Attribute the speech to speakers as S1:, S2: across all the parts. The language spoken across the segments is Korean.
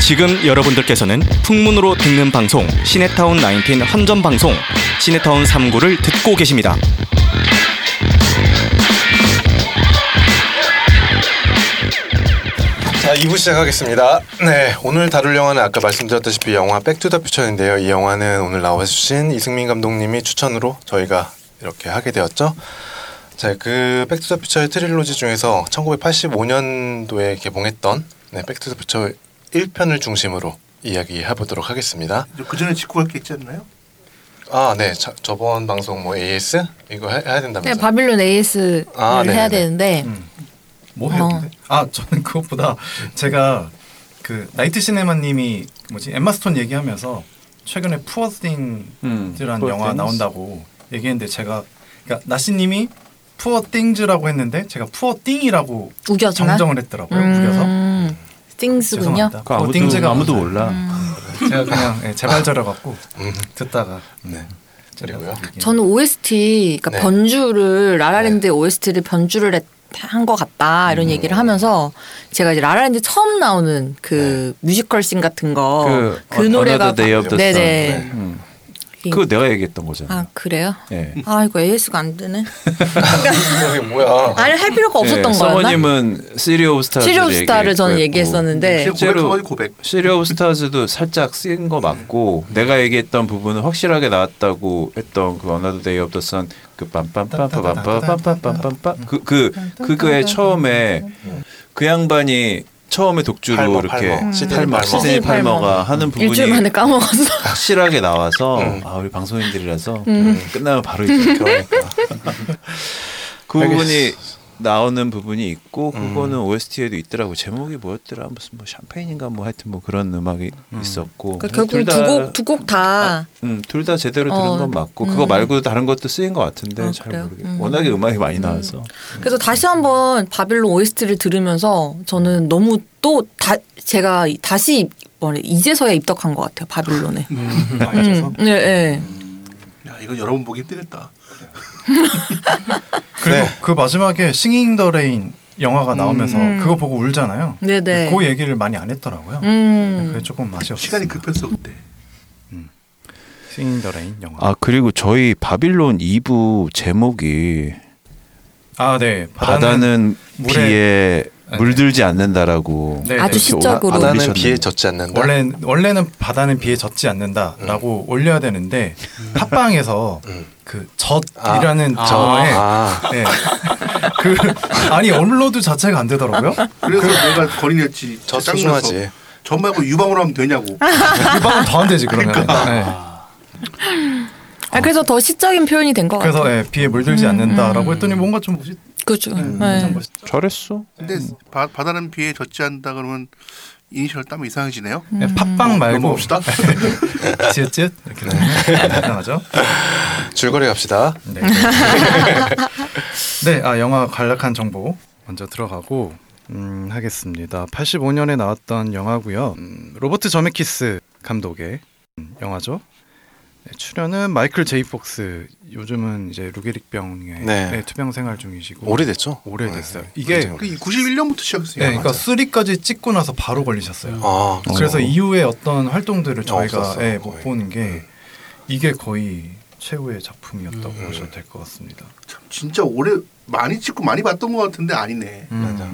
S1: 지금 여러분들께서는 풍문으로 듣는 방송 시네타운 19 헌전 방송 시네타운 3구를 듣고 계십니다.
S2: 자, 2부 시작하겠습니다. 네, 오늘 다룰 영화는 아까 말씀드렸다시피 영화 백투더퓨처인데요. 이 영화는 오늘 나와주신 이승민 감독님이 추천으로 저희가 이렇게 하게 되었죠. 자, 그 백투더퓨처의 트릴로지 중에서 1985년도에 개봉했던 네, 백투더퓨처 1편을 중심으로 이야기해 보도록 하겠습니다.
S3: 그 전에 짚고 갈 게 있지 않나요?
S2: 아, 네, 자, 저번 방송 뭐 AS 이거 해, 야
S4: 네,
S2: 된다면서.
S4: 바빌론 AS를
S2: 아, 네네네.
S4: 해야 되는데
S5: 뭐 해야
S4: 어.
S5: 돼? 아 저는 그것보다 제가 그 나이트 시네마님이 뭐지 엠마 스톤 얘기하면서 최근에 푸어띵이라는
S6: 음,
S5: 영화 나온다고 얘기했는데 제가 그러니까 나시님이 푸어띵즈라고 했는데 제가 푸어띵이라고
S4: 우겨서나?
S5: 정정을 했더라고요. 우겨서
S4: 음, 띵스군요. 음.
S5: 죄송합니다.
S6: 그거 아무도,
S5: 띵제가
S6: 아무도
S5: 없어요.
S6: 몰라.
S5: 제가 그냥 예, 제발저러 갖고 듣다가
S2: 네.
S5: 제가
S2: 그리고요?
S5: 얘기했는데.
S4: 저는 OST, 그러니까
S2: 네.
S4: 변주를
S6: 네.
S4: 라라랜드의 OST를 변주를 한 것 같다
S6: 음.
S4: 이런 얘기를 하면서 제가 이제 라라랜드 처음 나오는 그 뮤지컬 씬 같은 거 그
S6: 네. 그 어-
S4: 노래가
S6: Another Day of the Sun.
S4: 네네
S6: 음. 그거 내가 얘기했던 거잖아.
S4: 예. 아 그래요?
S6: 예.
S4: 아 이거 AS가 안 되네.
S2: 이게 뭐야?
S4: 아니 할 필요가 없었던
S6: 어. 예,
S4: 거였나?
S6: 서머님은 시리오 스타즈
S4: 치료 스타를 저는
S6: 뭐
S5: 네.
S4: 얘기했었는데
S6: 음.
S3: 고백 소원이 고백.
S6: 시리오 스타즈도 살짝 쓴 거 맞고 내가 얘기했던 부분은 확실하게 나왔다고 했던 그 어나더 데이 오브 더선 그 빰빰빰빰빰빰빰빰빰빰 그그 그거의 처음에 그 양반이 처음에 독주로
S2: 팔머,
S6: 이렇게
S2: 팔머. 시드니
S6: 팔머
S2: 팔머.
S4: 음.
S6: 시드니
S4: 시드니 팔머가
S6: 팔머가 하는 부분이
S4: 일주일 만에 까먹었어.
S6: 확실하게 나와서 아 우리 방송인들이라서
S4: 음.
S6: 끝나면 바로 이제
S2: 그러니까.
S6: 그 부분이
S2: 알겠어.
S6: 나오는 부분이 있고 그거는 OST에도 있더라고 제목이 뭐였더라 무슨 뭐 샴페인인가 뭐 하여튼 뭐 그런 음악이 있었고
S4: 그 결국 두곡두곡다
S6: 음둘 다 제대로 들은
S4: 어,
S6: 건 맞고 그거
S4: 음.
S6: 말고도 다른 것도 쓰인 것 같은데
S4: 아,
S6: 잘
S4: 그래요?
S6: 모르겠.
S4: 음.
S6: 워낙에 음악이 많이 나와서
S4: 그래서 다시 한번 바빌론 OST를 들으면서 저는 너무 또 다, 제가 이- 다시 뭐래 이제서야 입덕한 것 같아요 바빌론에.
S3: 맞아서.
S4: 음, 네, 네.
S3: 야 이거 여러 번 보기 힘들겠다.
S5: 그리고
S2: 네.
S5: 그 마지막에 싱잉 더 레인 영화가 나오면서
S4: 음.
S5: 그거 보고 울잖아요.
S4: 네네.
S5: 그 얘기를 많이 안 했더라고요.
S4: 음.
S5: 그게 조금 아쉬웠어요.
S3: 시간이 급했어 그때.
S5: 싱잉 더 레인 영화.
S6: 아 그리고 저희 바빌론 2부 제목이
S5: 아, 네.
S6: 바다는,
S5: 물에-
S6: 비에
S5: 네.
S6: 물들지 않는다라고
S5: 네,
S4: 아주
S5: 네.
S4: 시적으로.
S2: 바다는
S6: 올리셨는데.
S2: 비에 젖지 않는다.
S5: 원래 원래는 바다는 비에 젖지 않는다라고 올려야 되는데 팟빵에서
S2: 음.
S5: 그 젖이라는
S2: 아,
S5: 저에
S2: 아.
S5: 네. 그 아니 업로드 자체가 안 되더라고요.
S3: 그래서 내가 건의했지.
S2: 저 소중하지.
S3: 전 말고 유방으로 하면 되냐고.
S5: 아. 유방은 더 안 되지 그러면. 네.
S4: 아, 그래서 더 시적인 표현이 된 것 같아요.
S5: 그래서 예, 비에 물들지 않는다라고 했더니 뭔가 좀 멋있.
S4: 그렇죠.
S5: 음,
S4: 네.
S6: 잘했어.
S3: 근데 바, 바다는 비에 젖지 않는다 그러면 이니셜 따면 이상해지네요.
S5: 예, 팟빵 말고
S3: 넘어갑시다.
S5: 지읒지읒 이렇게 나가죠.
S2: 줄거리 갑시다.
S5: 네. 네, 아 영화 간략한 정보 먼저 들어가고 음, 하겠습니다. 85년에 나왔던 영화고요. 음, 로버트 저메키스 감독의 음, 영화죠. 네, 출연은 마이클 제이 폭스. 요즘은 이제 루게릭병에
S2: 네.
S5: 네, 투병 생활 중이시고
S2: 오래됐죠?
S5: 오래됐어요.
S2: 네,
S5: 이게
S2: 굉장히
S3: 그
S2: 오래됐어요.
S3: 91년부터 시작했어요.
S5: 네, 그러니까 3까지 찍고 나서 바로 걸리셨어요.
S2: 아, 그쵸.
S5: 그래서 이후에 어떤 활동들을 저희가
S2: 없었어요,
S5: 예, 못
S2: 거의. 네.
S5: 보는 게 이게 거의 최후의 작품이었다고
S2: 음.
S5: 보셔도 될 것 같습니다.
S3: 진짜 오래 많이 찍고 많이 봤던 것 같은데 아니네.
S5: 음.
S2: 맞아.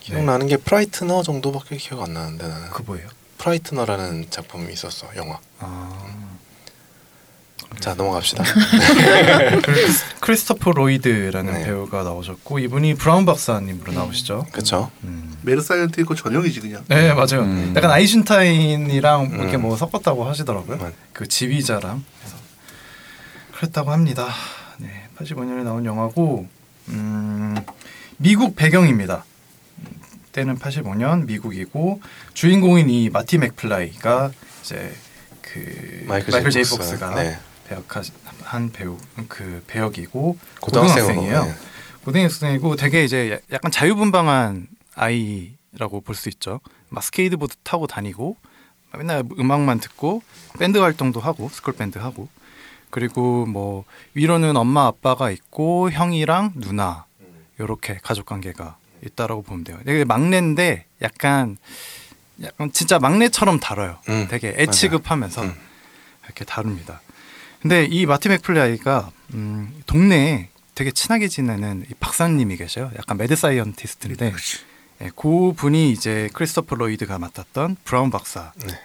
S2: 기억나는 게 프라이트너 정도밖에 기억 안 나는데 나는
S5: 그 뭐예요?
S2: 프라이트너라는 작품이 있었어 영화.
S5: 아,
S2: 자 넘어갑시다.
S5: 크리스- 크리스토퍼 로이드라는
S2: 네.
S5: 배우가 나오셨고 이분이 브라운 박사님으로 나오셨죠.
S2: 그렇죠.
S5: 음.
S3: 메르사이언트 그 전형이지 그냥.
S5: 네 맞아요.
S6: 음.
S5: 약간 아이신타인이랑 뭐 이렇게
S2: 음.
S5: 뭐 섞었다고 하시더라고요.
S2: 맞-
S5: 그 지휘자랑 그래서 그랬다고 합니다. 네, 85년에 나온 영화고 음, 미국 배경입니다. 음, 때는 85년 미국이고 주인공인 이 마티 맥플라이가 이제 그
S2: 마이클
S5: 마이클
S2: 제이
S5: 제이
S2: 폭스.
S5: 폭스가
S2: 네.
S5: 배역한 배우 그 배역이고
S2: 고등학생으로,
S5: 고등학생이에요.
S2: 네.
S5: 고등학생이고 되게 이제 야- 약간 자유분방한 아이라고 볼 수 있죠. 막 스케이트보드 타고 다니고 맨날 음악만 듣고 밴드 활동도 하고 스쿨 밴드 하고 그리고 뭐 위로는 엄마 아빠가 있고 형이랑 누나 요렇게 가족 관계가 있다라고 보면 돼요. 이게 막내인데 약간 약간 진짜 막내처럼 다뤄요.
S2: 음,
S5: 되게 애취급하면서 이렇게 다룹니다. 근데 이 마티 맥플라이가 음, 동네에 되게 친하게 지내는 이 박사님이 계셔요. 약간 매드 사이언티스트인데 예, 그 분이 이제 크리스토퍼 로이드가 맡았던 브라운 박사입니다.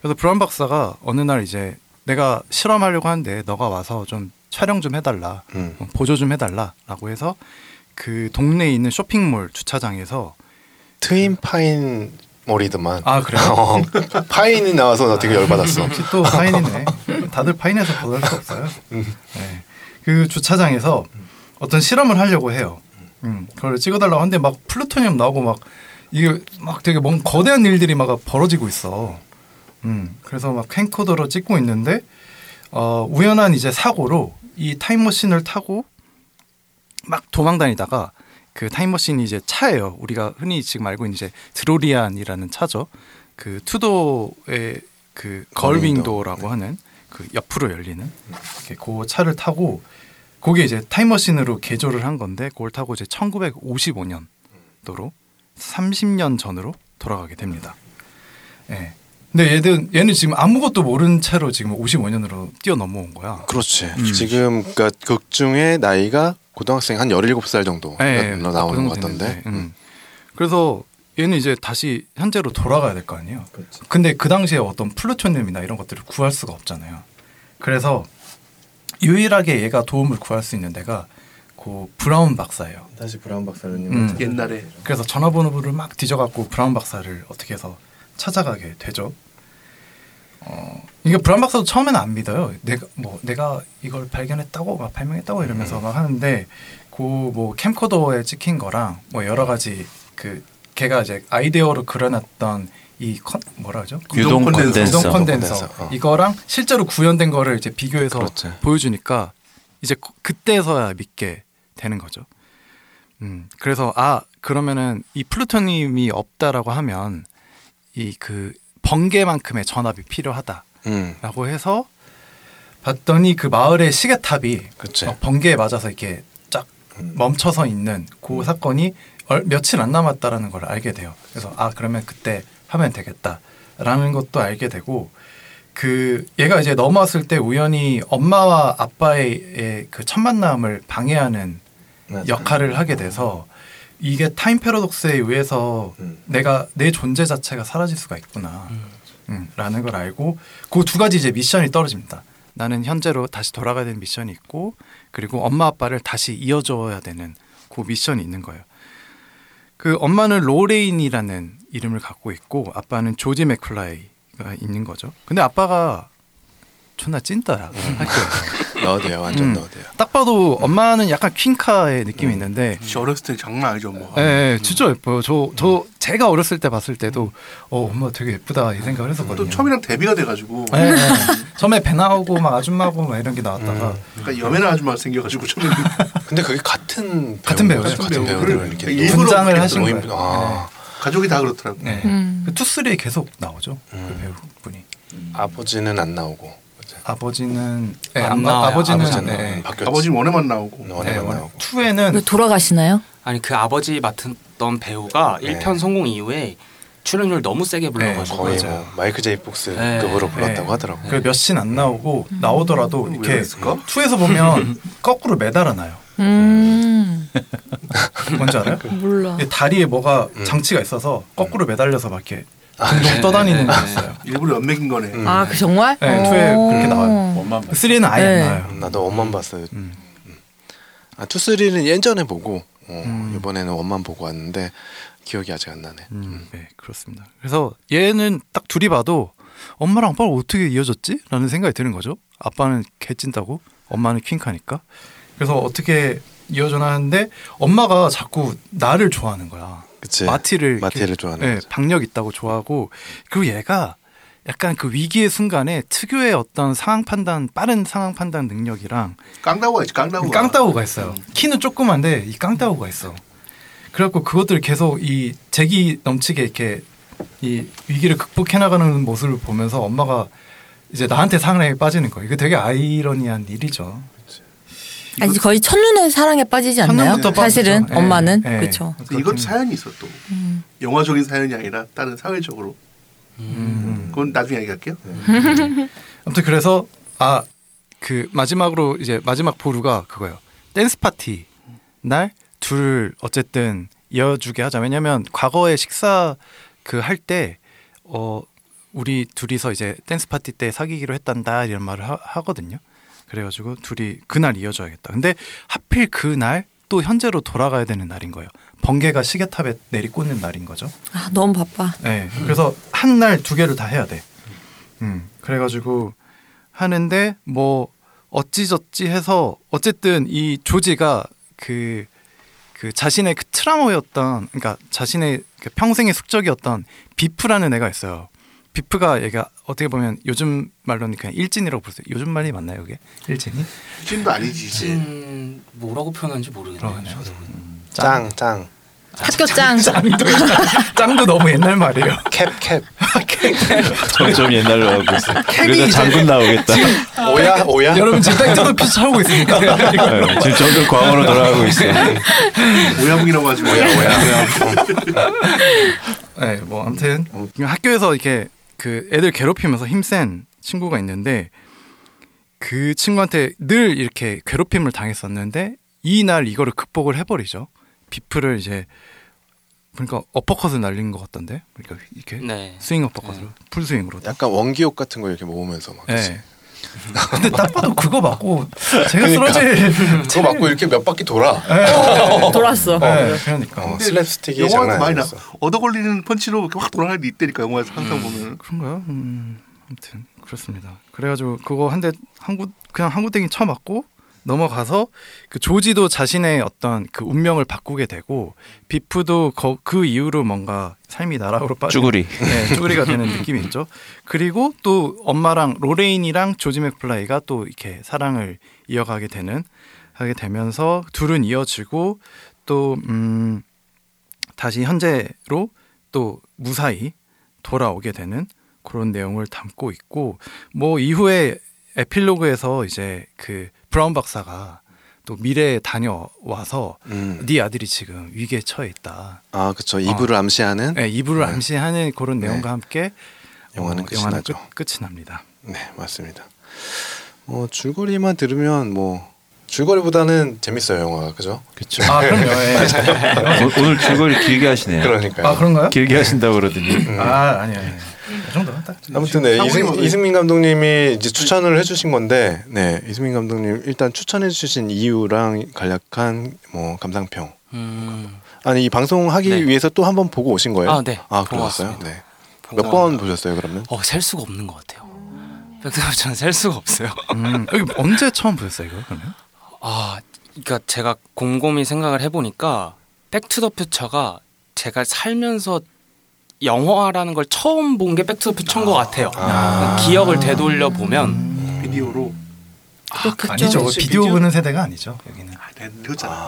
S5: 그래서 브라운 박사가 어느 날 이제 내가 실험하려고 하는데 너가 와서 좀 촬영 좀 해달라,
S2: 음.
S5: 어, 보조 좀 해달라라고 해서 그 동네에 있는 쇼핑몰 주차장에서
S2: 트윈 파인 머리드만.
S5: 아 그래요?
S2: 어, 파인이 나와서 나 되게 열받았어.
S5: 역시 음, 또 파인이네. 다들 파인에서 벗어날 수 없어요. 네. 그 주차장에서 어떤 실험을 하려고 해요. 음, 그걸 찍어달라고 하는데 막 플루토늄 나오고 막 이게 막 되게 뭔 거대한 일들이 막 벌어지고 있어. 음, 그래서 막 캠코더로 찍고 있는데 어, 우연한 이제 사고로 이 타임머신을 타고 막 도망다니다가 그 타임머신이 이제 차예요. 우리가 흔히 지금 알고 있는 이제 드로리안이라는 차죠. 그 투도의 그 걸윈도라고 하는 그 옆으로 열리는 이렇게 그 차를 타고 그게 이제 타임머신으로 개조를 한 건데 그걸 타고 이제 1955년도로 30년 전으로 돌아가게 됩니다. 예. 근데 얘는 얘는 지금 아무것도 모른 채로 지금 55년으로 뛰어 넘어온 거야.
S2: 그렇지. 지금 그러니까 극 중에 나이가 고등학생 한 17살 정도
S5: 예, 예.
S2: 나오는 것
S5: 그 정도
S2: 같던데.
S5: 됐는데. 음. 그래서 얘는 이제 다시 현재로 돌아가야 될 거 아니에요. 근데 그 당시에 어떤 플루토늄이나 이런 것들을 구할 수가 없잖아요. 그래서 유일하게 얘가 도움을 구할 수 있는 데가 그 브라운 박사예요.
S2: 다시 브라운 박사님.
S5: 음.
S3: 옛날에
S5: 그래서 전화번호를 막 뒤져갖고 브라운 박사를 어떻게 해서 찾아가게 되죠. 어, 이게 브라운 박사도 처음에는 안 믿어요. 내가 뭐 내가 이걸 발견했다고 막 발명했다고 이러면서 막 하는데 그 뭐 캠코더에 찍힌 거랑 뭐 여러 가지 그 걔가 이제 아이디어로 그려놨던 이 컨, 뭐라 하죠?
S6: 유동
S5: 콘덴서.
S6: 콘덴서.
S5: 유동 콘덴서.
S2: 콘덴서, 어.
S5: 이거랑 실제로 구현된 거를 이제 비교해서
S2: 그렇지.
S5: 보여주니까 이제 그- 그때서야 믿게 되는 거죠. 음, 그래서 아 그러면은 이 플루토늄이 없다라고 하면 이 그 번개만큼의 전압이 필요하다라고
S2: 음.
S5: 해서 봤더니 그 마을의 시계탑이
S2: 그치.
S5: 막 번개에 맞아서 이렇게 쫙 멈춰서 있는 그
S2: 음.
S5: 사건이 얼, 며칠 안 남았다라는 걸 알게 돼요. 그래서 아 그러면 그때 하면 되겠다라는 것도 알게 되고 그 얘가 이제 넘어왔을 때 우연히 엄마와 아빠의 그 첫 만남을 방해하는
S2: 네,
S5: 역할을 하게 돼서 이게 타임 패러독스에 의해서
S2: 음.
S5: 내가 내 존재 자체가 사라질 수가 있구나. 음, 라는 걸 알고 그 두 가지 이제 미션이 떨어집니다. 나는 현재로 다시 돌아가야 되는 미션이 있고 그리고 엄마 아빠를 다시 이어줘야 되는 그 미션이 있는 거예요. 그 엄마는 로레인이라는 이름을 갖고 있고 아빠는 조지 맥플라이가 있는 거죠. 근데 아빠가 존나 찐따야
S3: 음.
S5: 학교에서.
S2: 넣어대요. 완전
S5: 음.
S2: 넣어대요.
S5: 딱 봐도 엄마는 약간 퀸카의 느낌이 있는데
S3: 진짜 어렸을 때 장난 음. 아니죠 음. 뭐.
S5: 예, 예, 진짜 예뻐요. 저 저 제가 어렸을 때 봤을 때도 어 엄마 되게 예쁘다 이 생각을 했었거든요.
S3: 또 처음이랑 데뷔가 돼가지고
S5: 예, 예. 처음에 배 나오고 막 아줌마고 막 이런 게 나왔다가
S3: 그러니까 연애는 아줌마 생겨가지고 처음에
S2: 근데 그게 같은
S5: 같은 배우죠.
S2: 배우죠. 같은
S3: 배우를
S2: 배우를 이렇게 네,
S3: 일부러
S5: 분장을
S3: 그렇게
S5: 하신
S2: 모임-
S5: 거예요.
S2: 네, 아.
S3: 가족이 다 그렇더라고.
S5: 예.
S4: 음.
S5: 그 투쓰리에 계속 나오죠. 그 배우분이.
S2: 아버지는 안 나오고 그죠?
S5: 아버지는 예,
S7: 안
S5: 안
S7: 나와요.
S5: 아버지는
S2: 아버지는
S5: 예,
S2: 네.
S5: 예.
S2: 바뀌었지.
S3: 아버지 원에만 나오고
S5: 예,
S2: 네, 원에만 나오고.
S4: 왜
S5: 투에는
S4: 돌아가시나요?
S7: 아니 그 아버지 맡았던 배우가
S2: 네.
S7: 일 1편 성공 이후에 출연료를 너무
S5: 네.
S7: 세게 불러가지고
S2: 거의
S7: 맞아요.
S2: 뭐 마이크 제이 폭스급으로
S7: 네.
S2: 불렀다고
S5: 예.
S2: 하더라고. 요
S5: 그 몇 씬 안 나오고
S7: 음.
S5: 나오더라도
S3: 왜
S5: 이렇게
S3: 그랬을까?
S5: 투에서 보면 거꾸로 매달아 놔요.
S4: 음.
S5: 뭔지 알아요?
S4: 몰라.
S5: 이 다리에 뭐가 장치가 있어서 거꾸로 매달려서 막 이렇게 둥둥 떠다니는 게 있어요.
S3: 일부러 연맥인 거네.
S2: 음.
S4: 아, 그 정말?
S5: 네, 투에
S4: 어.
S5: 그렇게 나와요.
S6: 원만 봤-
S5: 3는 아예
S4: 네.
S5: 안 나와요.
S2: 나도 원만 봤어요. 음. 아 투쓰리는 예전에 보고 어,
S5: 음.
S2: 이번에는 원만 보고 왔는데 기억이 아직 안 나네. 음,
S5: 네, 그렇습니다. 그래서 얘는 딱 둘이 봐도 엄마랑 아빠를 어떻게 이어졌지? 라는 생각이 드는 거죠. 아빠는 개찐다고, 엄마는 퀸카니까. 그래서 어떻게 이어져나 하는데 엄마가 자꾸 나를 좋아하는 거야.
S2: 그치.
S5: 마티를
S2: 마티를
S5: 이렇게, 네,
S2: 좋아하는 거죠.
S5: 박력 있다고 좋아하고 그리고 얘가 약간 그 위기의 순간에 특유의 어떤 상황 판단 빠른 상황 판단 능력이랑
S3: 깡다우가 있지
S2: 음,
S3: 깡다우가.
S5: 깡따오가 있어요. 키는 조그만데 이 깡따오가 있어. 그래갖고 그것들 계속 이 재기 넘치게 이렇게 이 위기를 극복해 나가는 모습을 보면서 엄마가 이제 나한테 상랑에 빠지는 거. 이거 되게 아이러니한 일이죠.
S4: 아니 거의 첫눈에 사랑에 빠지지 않나요?
S5: 첫눈부터 빠지죠.
S4: 사실은
S5: 예,
S4: 엄마는
S5: 예.
S4: 그렇죠.
S3: 그래서 이것도 사연이 있어 또
S4: 음.
S3: 영화적인 사연이 아니라 다른 사회적으로
S2: 음.
S3: 그건 나중에 얘기할게요. 네.
S5: 아무튼 그래서 아 그 마지막으로 이제 마지막 보루가 그거예요. 댄스 파티 날 둘 어쨌든 이어주게 하자. 왜냐면 과거에 식사 그 할 때 어 우리 둘이서 이제 댄스 파티 때 사귀기로 했단다 이런 말을 하, 하거든요. 그래가지고 둘이 그날 이어져야겠다. 근데 하필 그날 또 현재로 돌아가야 되는 날인 거예요. 번개가 시계탑에 내리꽂는 날인 거죠.
S4: 아, 너무 바빠.
S5: 네. 그래서 한 날 두 개를 다 해야 돼. 음. 그래가지고 하는데 뭐 어찌저찌 해서 어쨌든 이 조지가 그, 그 자신의 그 트라우마였던 그러니까 자신의 그 평생의 숙적이었던 비프라는 애가 있어요. 비프가 얘가 어떻게 보면 요즘 말로는 그냥 일진이라고 부르세요. 요즘 말이 맞나요, 이게? 일진이?
S3: 찐도 아니지 이제.
S7: 음, 뭐라고 표현하는지 모르겠네요.
S5: 그러네요.
S7: 저도.
S2: 짱, 짱.
S4: 학교 짱.
S5: 짱도 너무 옛날 말이에요.
S2: 캡, 캡.
S6: 점점 옛날로 가고 있어.
S5: 캡이
S6: 그러다
S5: 이제-
S6: 장군 나오겠다.
S3: 아, 네.
S2: 오야, 오야.
S5: 여러분 지금 백투더 퓨처 하고 있으니까.
S6: 네, 지금 점점 과거로 돌아가고 있어.
S3: 오야붕이라고 하지 마.
S2: 오야, 오야.
S5: 네, 뭐 아무튼 학교에서 이렇게 그 애들 괴롭히면서 힘센 친구가 있는데 그 친구한테 늘 이렇게 괴롭힘을 당했었는데 이날 이거를 극복을 해버리죠. 비프를 이제 그러니까 어퍼컷을 날린 것 같던데 그러니까 이렇게
S7: 네.
S5: 스윙 어퍼컷으로 풀스윙으로 딱.
S2: 약간 원기옥 같은 거 이렇게 모으면서 막. 그치?
S5: 네. 근데 딱 봐도 그거 맞고 제가 쓰러질
S2: 그거 맞고 이렇게 몇 바퀴 돌아.
S4: 돌았어.
S5: 네, 그러니까
S2: 어, 슬랩스틱이
S3: 영화도
S2: 장난
S3: 많이 나.
S2: 아니었어.
S3: 얻어 걸리는 펀치로 이렇게 확 돌아가는 게 있다니까 영화에서 항상 보면.
S5: 그런가요? 음, 아무튼 그렇습니다. 그래가지고 그거 한 대 한구 그냥 한구땡이 쳐맞고 넘어가서 그 조지도 자신의 어떤 그 운명을 바꾸게 되고 비프도 거, 그 이후로 뭔가 삶이 나락으로 빠져
S6: 쭈구리.
S5: 네, 쭈구리가 되는 느낌이 있죠. 그리고 또 엄마랑 로레인이랑 조지 맥플라이가 또 이렇게 사랑을 이어가게 되는 하게 되면서 둘은 이어지고 또 음, 다시 현재로 또 무사히 돌아오게 되는 그런 내용을 담고 있고 뭐 이후에 에필로그에서 이제 그 브라운 박사가 또 미래에 다녀와서
S2: 음.
S5: 네 아들이 지금 위기에 처해 있다.
S2: 아, 그쵸.
S5: 어.
S2: 이불을 암시하는.
S5: 네, 이불을
S2: 네.
S5: 암시하는 그런 내용과 함께 어,
S2: 영화는 끝이 나죠.
S5: 끝, 끝이 납니다.
S2: 네, 맞습니다. 어, 줄거리만 들으면 뭐 줄거리보다는 재밌어요 영화가 그죠? 네.
S6: 그쵸.
S5: 아 그럼요. 예.
S6: 오- 오늘 줄거리 길게 하시네요.
S2: 그러니까요.
S5: 아 그런가요?
S6: 길게 하신다고 그러더니.
S2: 음.
S5: 아 아니요. 아니요. 이 정도는 딱.
S2: 아무튼 네,
S3: 상황이
S2: 이승,
S3: 뭐예요?
S2: 이승민 감독님이
S7: 네.
S2: 이제 추천을 해주신 건데, 네 이승민 감독님 일단 추천해주신 이유랑 간략한 뭐 감상평.
S7: 음,
S2: 아니 이 방송 하기
S7: 네.
S2: 위해서 또 한 번 보고 오신 거예요?
S7: 아, 네.
S2: 아
S7: 보고
S2: 그러셨어요?
S7: 왔습니다.
S2: 네. 몇 번 보셨어요 그러면?
S7: 어, 셀 수가 없는 것 같아요. 백사부처는 셀 수가 없어요.
S5: 음, 여기 언제 처음 보셨어요 이거 그러면?
S7: 아, 그러니까 제가 곰곰이 생각을 해보니까 백투더퓨처가 제가 살면서 영화라는 걸 처음 본 게 백투더퓨처인 것 같아요. 기억을 되돌려 보면
S2: 음.
S3: 비디오로
S4: 그렇겠죠.
S5: 음, 아니죠.
S3: 혹시
S5: 비디오
S3: 비디오?
S5: 보는 세대가 아니죠. 여기는.
S3: 아, 내가 늙었잖아.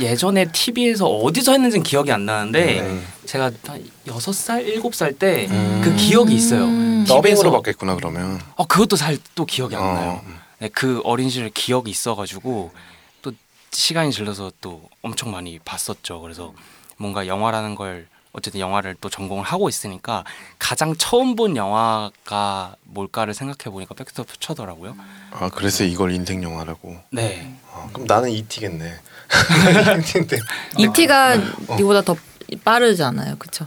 S7: 예전에 TV에서 어디서 했는지는 기억이 안 나는데
S5: 네.
S7: 제가 한 6살, 7살 때 그
S5: 음.
S7: 기억이 있어요.
S2: 더빙으로
S7: TV에서
S2: 봤겠구나 그러면.
S7: 어, 그것도 잘 또 기억이 안
S2: 어.
S7: 나요. 네, 그 어린 시절 기억이 있어가지고 또 시간이 질러서 또 엄청 많이 봤었죠. 그래서 뭔가 영화라는 걸 어쨌든 영화를 또 전공을 하고 있으니까 가장 처음 본 영화가 뭘까를 생각해 보니까 백스터 퓨처더라고요.
S2: 아 그래서 이걸 인생 영화라고.
S7: 네,
S2: 아, 그럼 나는 이티겠네. E 이티인데.
S4: 이티가 E 이보다 더 빠르잖아요. 그렇죠.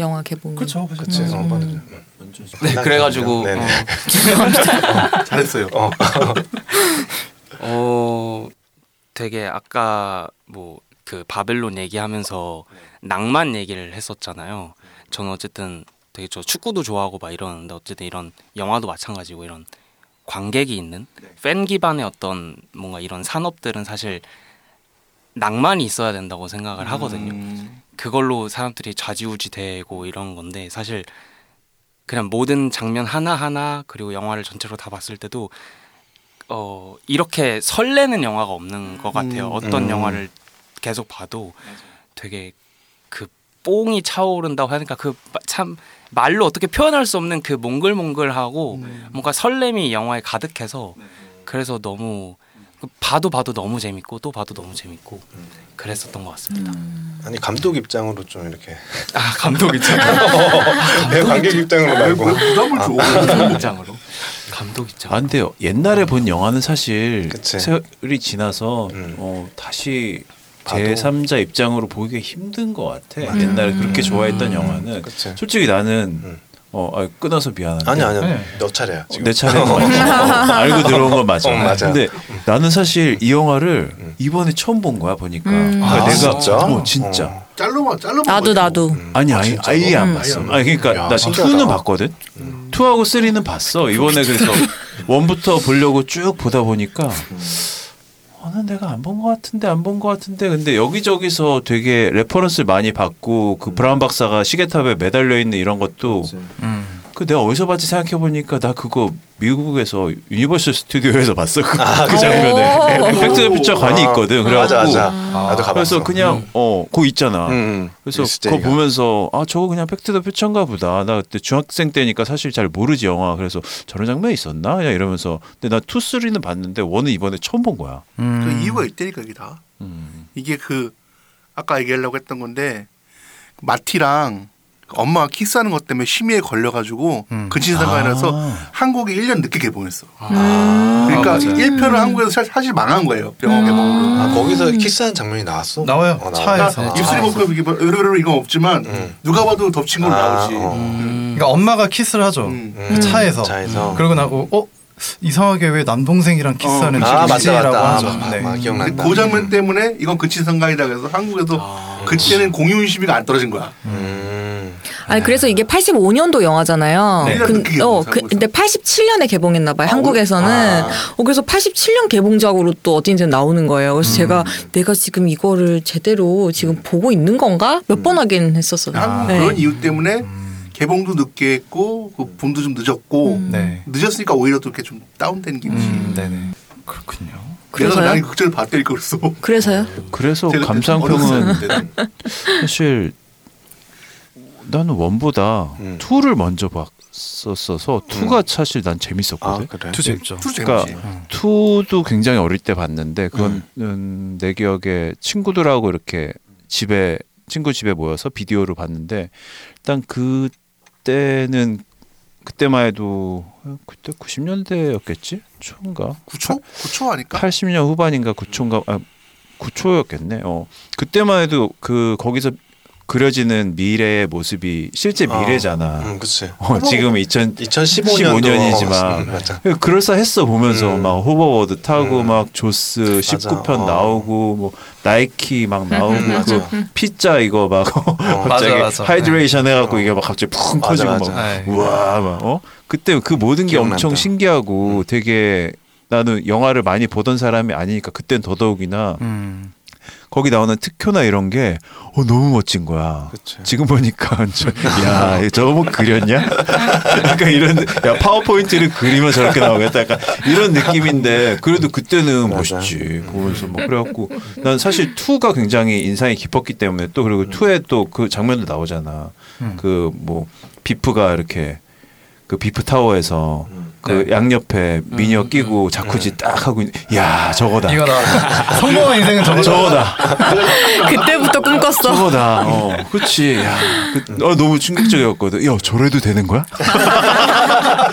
S4: 영화 개봉.
S6: 그렇죠.
S2: 그치. 어, 빠르죠. 음.
S7: 네 그래가지고
S2: 네네.
S3: 잘했어요.
S2: 어.
S7: 어, 되게 아까 뭐 그 바벨론 얘기하면서
S3: 네.
S7: 낭만 얘기를 했었잖아요. 저는 어쨌든 되게 저 축구도 좋아하고 막 이러는데 어쨌든 이런 영화도 마찬가지고 이런 관객이 있는 팬 기반의 어떤 뭔가 이런 산업들은 사실 낭만이 있어야 된다고 생각을 하거든요. 그걸로 사람들이 좌지우지 되고 이런 건데 사실 그냥 모든 장면 하나하나 그리고 영화를 전체로 다 봤을 때도 어 이렇게 설레는 영화가 없는 것 같아요. 어떤
S2: 음.
S7: 영화를 계속 봐도 되게 그 뽕이 차오른다고 하니까 그 참 말로 어떻게 표현할 수 없는 그 음. 네. 몽글몽글하고 뭔가 설렘이 영화에 가득해서 그래서 너무 봐도 봐도 너무 재밌고 또 봐도 너무 재밌고 그랬었던 것 같습니다.
S2: 아니 감독 입장으로 좀 이렇게
S7: 아 감독 입장
S2: 내 관객
S5: 아,
S2: 입장으로 말고
S3: 부담을
S2: 아.
S3: 줘.
S7: 감독 입장으로 감독 입장.
S6: 아 근데 옛날에 본 영화는 사실
S2: 그치.
S6: 세월이 지나서
S2: 음.
S6: 어, 다시
S2: 봐도. 음.
S6: 제3자 입장으로 보기 힘든 것 같아. 옛날에 그렇게 좋아했던 영화는
S2: 그치.
S6: 솔직히 나는
S2: 음.
S6: 어 아, 끊어서 미안한데
S2: 아니 아니
S5: 네.
S2: 너 차례야 지금
S6: 내 차례인 거 알지? 어, 알고 들어온 건 맞아.
S2: 어, 맞아.
S6: 근데 나는 사실 이 영화를 이번에 처음 본 거야 보니까.
S4: 음.
S6: 그러니까
S2: 아,
S6: 내가
S2: 진짜?
S6: 어 진짜.
S2: 어.
S3: 잘로만 잘로만.
S4: 나도
S3: 거지 뭐.
S4: 나도.
S6: 아니 아니
S2: 진짜로?
S6: 아예 안
S4: 음.
S6: 봤어.
S2: 아예 안
S6: 아니 그러니까
S2: 야,
S6: 나 지금
S2: 신기하다. 음.
S6: 2는 봤거든. 2하고 3는 봤어. 이번에 그래서 1부터 보려고 쭉 보다 보니까
S2: 음.
S6: 어는 내가 안 본 것 같은데 안 본 것 같은데 근데 여기저기서 되게 레퍼런스를 많이
S2: 음.
S6: 받고 그 브라운 박사가 시계탑에 매달려 있는 이런 것도
S5: 음.
S6: 그 내가 어디서 봤지 생각해 보니까 나 그거 미국에서 유니버셜 스튜디오에서 봤어 그, 그 장면에
S4: 오.
S6: 백투더퓨처 관이
S2: 아,
S6: 있거든
S2: 맞아
S6: 그래가지고
S2: 맞아 나도 가봤어
S6: 그래서 그냥 어 그거 있잖아
S2: 음, 음.
S6: 그래서
S2: USJ
S6: 그거
S2: 가.
S6: 보면서 아 저거 그냥 팩트더 퓨처인가 보다. 나 그때 중학생 때니까 사실 잘 모르지 영화. 그래서 저런 장면이 있었나? 그냥 이러면서 근데 나 투, 쓰리는 봤는데 원은 이번에 처음 본 거야.
S5: 음.
S3: 그 이유가 있다니까 이게 다.
S6: 음.
S3: 이게 그 아까 얘기하려고 했던 건데 마티랑 엄마가 키스하는 것 때문에 심의에 걸려가지고 그
S5: 음.
S3: 근친상간이라서
S6: 아.
S3: 한국에 1년 늦게 개봉했어.
S2: 아,
S3: 그러니까
S2: 맞아요.
S3: 1편은 한국에서 사- 사실 망한 거예요. 영화 개봉으로.
S6: 뭐-
S2: 아, 거기서 키스하는 장면이 나왔어?
S5: 나와요.
S2: 어, 나와.
S5: 차에서.
S3: 그러니까 입술이 벗고 이게 뭐 으르르르 이건 없지만
S2: 음.
S3: 누가 봐도 덮친 걸로
S2: 아,
S3: 나오지.
S2: 어.
S5: 그러니까 엄마가 키스를 하죠.
S3: 음.
S5: 그 차에서.
S2: 차에서
S5: 그러고 나고 어 이상하게 왜 남동생이랑 키스하는
S3: 어.
S2: 아 맞다
S5: 지라고
S2: 맞다 아,
S5: 하죠.
S2: 아,
S5: 네.
S2: 아,
S3: 근데
S2: 기억난다
S3: 그 장면 때문에 이이건 근친상간이다 그래서 한국에서 그때는 공윤 심의가 안 떨어진 거야.
S2: 음.
S4: 아니 그래서 이게 85년도 영화잖아요.
S3: 네.
S4: 근,
S3: 그게
S4: 어,
S3: 뭐죠,
S4: 그,
S3: 한국에서?
S4: 근데 87년에 개봉했나 봐요.
S3: 아,
S4: 한국에서는.
S3: 아.
S4: 어, 그래서 87년 개봉작으로 또 어딘지 나오는 거예요. 그래서 제가 내가 지금 이거를 제대로 지금 보고 있는 건가? 몇 번 하긴 했었어요.
S6: 아,
S3: 한국
S4: 네.
S3: 아, 그런 이유 때문에 개봉도 늦게 했고 그 붐도 좀 늦었고
S4: 음.
S6: 음.
S5: 네.
S3: 늦었으니까 오히려 또 이렇게 좀 다운된 기분이.
S5: 음, 네네. 그렇군요.
S3: 내가
S4: 그래서요?
S3: 나는 극장을 봤다니까 그랬어.
S4: 그래서요?
S6: 그래서
S3: 제가
S6: 감상평은
S3: 어렸을 때는.
S6: 사실 나는 원보다
S2: 음.
S6: 투를 먼저 봤었어서 투가 사실 난
S2: 아
S6: 재밌었거든.
S2: 그래
S5: 네. 투 재밌죠.
S3: 투 재밌지. 아,
S6: 그러니까 투도 굉장히 어릴 때 봤는데 그건 내 기억에 친구들하고 이렇게 집에 친구 집에 모여서 비디오로 봤는데 일단 그때는 그때만 해도 어, 그때 90년대였겠지? 초인가?
S3: 9초? 9초 아닐까?
S6: 80년 후반인가 9초인가? 아, 9초였겠네. 어. 그때만 해도 그 거기서 그려지는 미래의 모습이 실제
S2: 아.
S6: 미래잖아.
S2: 음 그치
S6: 어, 지금 2000
S2: 2015년도 음,
S6: 15년이지만.
S2: 맞아
S6: 예, 그럴싸했어 보면서
S2: 음.
S6: 막 호버보드 타고
S2: 음.
S6: 막 조스 19편
S2: 어.
S6: 나오고 뭐 나이키 막 나오고
S2: 음, 맞아.
S6: 그 피자 이거 막 갑자기
S5: 맞아, 맞아.
S6: 하이드레이션 해갖고
S2: 어.
S6: 이게 막 갑자기 푹
S2: 맞아,
S6: 커지고
S2: 맞아.
S6: 막
S5: 네.
S6: 우와 막 어? 그때 그 모든 게
S2: 기억난다. 음.
S6: 엄청 신기하고 되게 나는 영화를 많이 보던 사람이 아니니까 그땐 더더욱이나
S5: 음.
S6: 거기 나오는 특효나 이런 게 어, 너무 멋진 거야.
S2: 그치.
S6: 지금 보니까 저, 야 저거 그렸냐? 약간 이런 야 파워포인트를 그리면 저렇게 나오겠다. 약간 이런 느낌인데 그래도 그때는
S2: 맞아.
S6: 멋있지 보면서 뭐 그래갖고 난 사실 투가 굉장히 인상이 깊었기 때문에 또
S2: 음.
S6: 그리고 투에 또 그 장면도 나오잖아.
S5: 음.
S6: 그 뭐 비프가 이렇게 그 비프 타워에서
S2: 음.
S6: 그
S5: 네.
S6: 양옆에 미녀 끼고 자쿠지 딱 하고 있는 야 저거다.
S5: 이거 나 성공한 인생은 저거.
S6: 저거다.
S4: 그때부터 꿈꿨어.
S6: 저거다. 어, 그치. 야, 그, 어, 너무 충격적이었거든. 야, 저래도 되는 거야?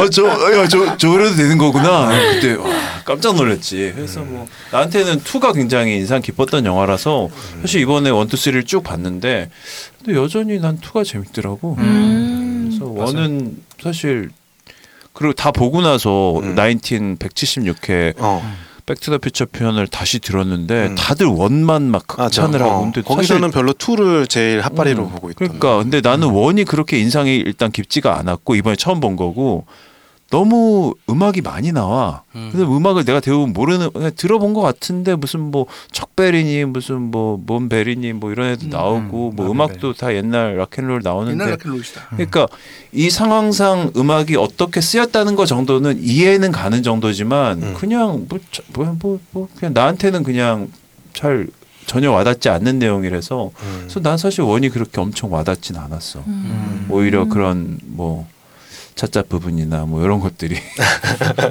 S6: 어, 저, 야, 저, 저래도 되는 거구나. 그때 와, 깜짝 놀랐지. 그래서
S2: 음.
S6: 뭐, 나한테는 2가 굉장히 인상 깊었던 영화라서
S2: 음.
S6: 사실 이번에 1, 2, 3를 쭉 봤는데 근데 여전히 난 2가 재밌더라고.
S2: 음.
S6: 그래서 1은 사실 그리고 다 보고 나서
S2: 음.
S6: 1976회
S7: 음.
S2: 어
S6: 백투더퓨처 표현을 다시 들었는데
S2: 음.
S6: 다들 원만 막
S2: 맞아.
S6: 극찬을 하고
S2: 어.
S6: 근데
S2: 거기서는
S6: 사실-
S2: 별로 투를 제일 핫바리로
S6: 음.
S2: 보고 있던
S6: 그러니까 근데 나는 원이 그렇게 인상이 일단 깊지가 않았고 이번에 처음 본 거고 너무 음악이 많이 나와.
S7: 음.
S6: 근데 음악을 내가 대부분 모르는 그냥 들어본 것 같은데 무슨 뭐 척베리니 무슨 뭐 몬베리니 뭐 이런 애도 나오고
S5: 음,
S6: 뭐
S5: 몬베리.
S6: 음악도 다 옛날 락앤롤 나오는데
S3: 옛날 라켈로이시다.
S6: 그러니까 이 상황상 음악이 어떻게 쓰였다는 거 정도는 이해는 가는 정도지만
S2: 음.
S6: 그냥 뭐, 저- 뭐, 뭐, 뭐 그냥 나한테는 그냥 잘 전혀 와닿지 않는 내용이라서
S2: 음.
S4: 음.
S6: 그래서 난 사실 원이 그렇게 엄청 와닿진 않았어. 오히려 그런 뭐 찻잡 부분이나 뭐 이런 것들이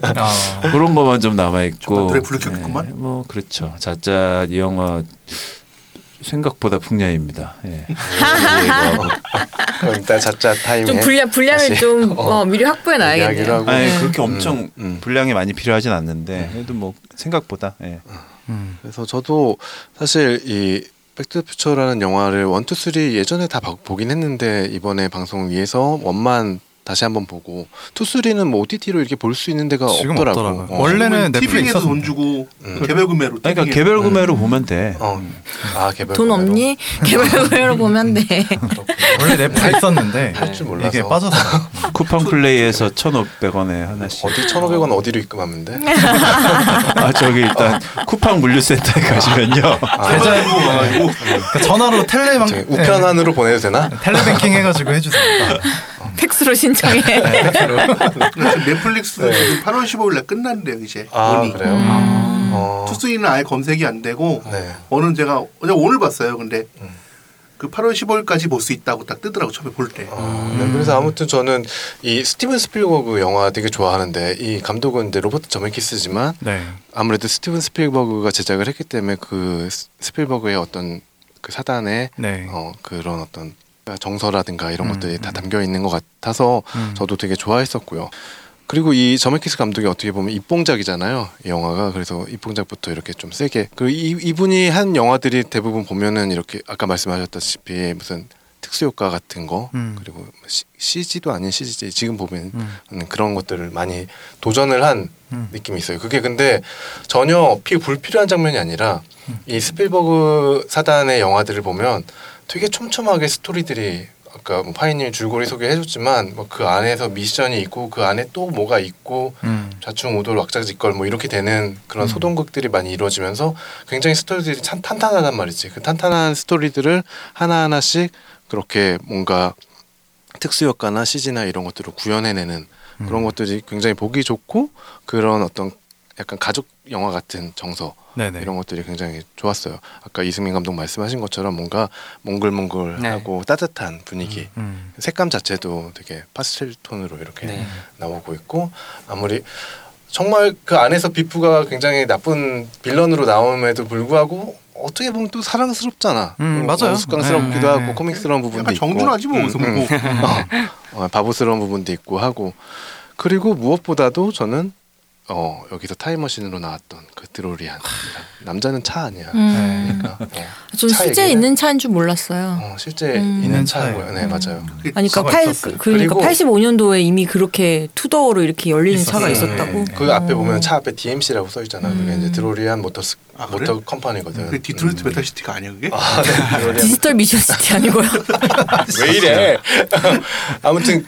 S5: 아,
S6: 그런 것만 좀 남아
S3: 좀
S6: 있고.
S3: 노래 불렀겠구만.
S6: 뭐 그렇죠. 자자 이 영화 생각보다 풍량입니다. 예.
S2: 그럼 일단 자자 타임에
S4: 좀 분량 분량을
S2: 다시,
S4: 좀
S2: 어,
S4: 어, 미리 확보해
S2: 얘기하기로
S4: 놔야겠네요.
S2: 하고.
S6: 아니
S4: 음.
S6: 그렇게 엄청
S2: 음.
S6: 분량이 많이 필요하진 않는데 그래도 뭐 생각보다 예.
S5: 음.
S2: 그래서 저도 사실 이 백투퓨처라는 영화를 원투 쓰리 예전에 다 봐- 보긴 했는데 이번에 방송을 위해서 원만 다시 한번 보고 투 쓰리는 뭐 OTT로 이렇게 볼 수 있는 데가
S5: 지금
S2: 없더라고.
S5: 없더라고요.
S2: 어.
S5: 원래- 원래는
S3: 티빙에서
S5: 넷플릭스
S3: 돈 주고
S2: 음.
S3: 개별 구매로.
S6: 그러니까
S3: 티빙에서.
S6: 개별 구매로 보면 돼.
S2: 어. 아 개별
S4: 돈
S2: 구매로.
S4: 없니? 개발로 보면 네. 돼.
S2: 음.
S5: 원래 넷플 있었는데
S2: 할줄 몰라서.
S5: 이게 빠져서
S6: 쿠팡 플레이에서 1,500원에 하나씩.
S2: 아, 어디 1,500원 어디로 입금하면 돼?
S6: 아 저기 일단 쿠팡 물류센터에 가시면요.
S2: 아,
S5: 계좌에
S6: 네.
S5: 그러니까 전화로 텔레방
S2: 저기 우편안으로 보내도 되나?
S5: 네, 텔레뱅킹 해가지고 해주세요.
S4: 팩스로 신청해.
S3: 근데 지금 넷플릭스도
S2: 네.
S3: 지금 8월 15일날 끝난대요 이제.
S2: 아
S3: 원이.
S2: 그래요. 어.
S3: 투쓰이는 아예 검색이 안 되고
S2: 네. 음.
S3: 어는 제가 제가 오늘 봤어요. 근데 그 8월 15일까지 볼 수 있다고 딱 뜨더라고 처음에 볼 때.
S2: 어, 네, 그래서 아무튼 저는 이 스티븐 스필버그 영화 되게 좋아하는데 이 감독은 이제 로버트 저메키스지만
S5: 네.
S2: 아무래도 스티븐 스필버그가 제작을 했기 때문에 그 스- 스필버그의 어떤 그 사단의
S5: 네.
S2: 어, 그런 어떤 정서라든가 이런
S5: 음,
S2: 것들이 다
S5: 음.
S2: 담겨 있는 것 같아서
S5: 음.
S2: 저도 되게 좋아했었고요. 그리고 이 저메키스 감독이 어떻게 보면 입봉작이잖아요. 이 영화가 그래서 입봉작부터 이렇게 좀 세게. 그리고 이, 이분이 한 영화들이 대부분 보면은 이렇게 아까 말씀하셨다시피 무슨 특수효과 같은 거
S5: 음.
S2: 그리고 뭐 시, CG도 아닌 CG 지금 보면
S5: 음.
S2: 음, 그런 것들을 많이 도전을 한
S5: 음.
S2: 느낌이 있어요. 그게 근데 전혀 피 불필요한 장면이 아니라
S5: 음.
S2: 이 스필버그 사단의 영화들을 보면 되게 촘촘하게 스토리들이 아까 뭐 파이님 줄거리 소개해줬지만 뭐그 안에서 미션이 있고 그 안에 또 뭐가 있고
S5: 음.
S2: 좌충우돌 왁자지껄 뭐 이렇게 되는 그런
S5: 음.
S2: 소동극들이 많이 이루어지면서 굉장히 스토리들이 참 탄탄하단 말이지. 그 탄탄한 스토리들을 하나하나씩 그렇게 뭔가 특수효과나 CG나 이런 것들을 구현해내는
S5: 음.
S2: 그런 것들이 굉장히 보기 좋고 그런 어떤 약간 가족 영화 같은 정서
S5: 네네.
S2: 이런 것들이 굉장히 좋았어요. 아까 이승민 감독 말씀하신 것처럼 뭔가 몽글몽글하고 따뜻한 분위기
S5: 네. 음.
S2: 색감 자체도 되게 파스텔 톤으로 이렇게
S7: 네.
S2: 나오고 있고 아무리 정말 그 안에서 비프가 굉장히 나쁜 빌런으로 나옴에도 불구하고 어떻게 보면 또 사랑스럽잖아.
S5: 음,
S2: 어,
S5: 맞아요.
S2: 우스꽝스럽기도
S5: 네,
S2: 하고
S5: 네.
S2: 코믹스러운 부분도
S3: 약간
S2: 있고. 음,
S3: 정준하지 뭐 어디서 보고.
S2: 어, 어, 바보스러운 부분도 있고 하고 그리고 무엇보다도 저는 어, 여기서 타임머신으로 나왔던 그 드로리안 남자는 차 아니야.
S4: 음.
S2: 그러니까
S4: 전
S2: 차
S4: 실제
S2: 얘기는?
S4: 있는 차인 줄 몰랐어요.
S2: 어, 실제
S4: 음.
S2: 있는
S5: 있는
S2: 차인 거예요. 네 맞아요.
S3: 그게
S4: 아니 그러니까
S5: 차가
S4: 팔
S5: 있었어요.
S4: 그러니까
S2: 그리고-
S4: 85년도에 이미 그렇게 투더로 이렇게 열리는 차가
S5: 있었어요.
S4: 있었다고.
S2: 그 앞에 보면 차 앞에 DMC라고 써 있잖아. 그게
S4: 음.
S2: 이제 드로리안 모터스
S3: 아, 그래?
S2: 모터
S5: 네.
S2: 컴퍼니거든. 음.
S3: 그
S5: 음.
S3: 디트로이트 메타시티가 아니야 그게? 네.
S4: 디지털 미션시티 아니고요.
S2: 왜 이래? 아무튼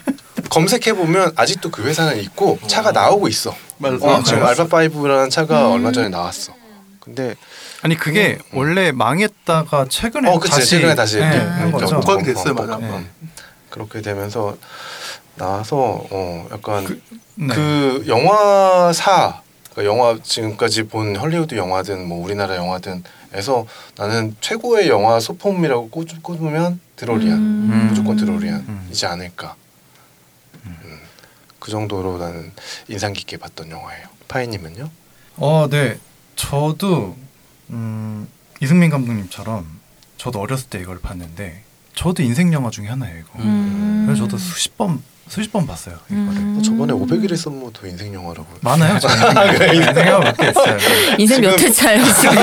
S2: 검색해 보면 아직도 그 회사는 있고 차가 나오고 있어.
S3: 맞아.
S2: 어, 지금 알파 5라는 차가 얼마 전에 나왔어. 근데
S5: 아니 그게 원래 망했다가 최근에
S2: 음, 어, 그치
S5: 다시
S2: 최근에 다시 그러니까
S5: 네,
S2: 이렇게
S5: 한 거죠.
S3: 복각이 됐어요, 맞아.
S5: 네.
S2: 복합. 그렇게 되면서 나와서 어 약간 그,
S5: 네.
S2: 영화사 그러니까 영화 지금까지 본 헐리우드 영화든 뭐 우리나라 영화든에서 나는 최고의 영화 소품이라고 꼽- 꼽으면 드로리안
S4: 음.
S2: 무조건
S5: 음.
S2: 드로리안이지 않을까. 음, 그 정도로 나는 인상 깊게 봤던 영화예요. 파이님은요?
S5: 어, 네. 저도 음, 이승민 감독님처럼 저도 어렸을 때 이걸 봤는데 저도 인생 영화 중에 하나예요, 이거.
S4: 음.
S5: 그래서 저도 수십 번 수십 번 봤어요, 이거를.
S4: 음.
S2: 저번에 500일의 썸머도 인생 영화라고.
S5: 많아요, 저 인생 영화 몇개 있어요.
S4: 인생 몇 회차예요 지금?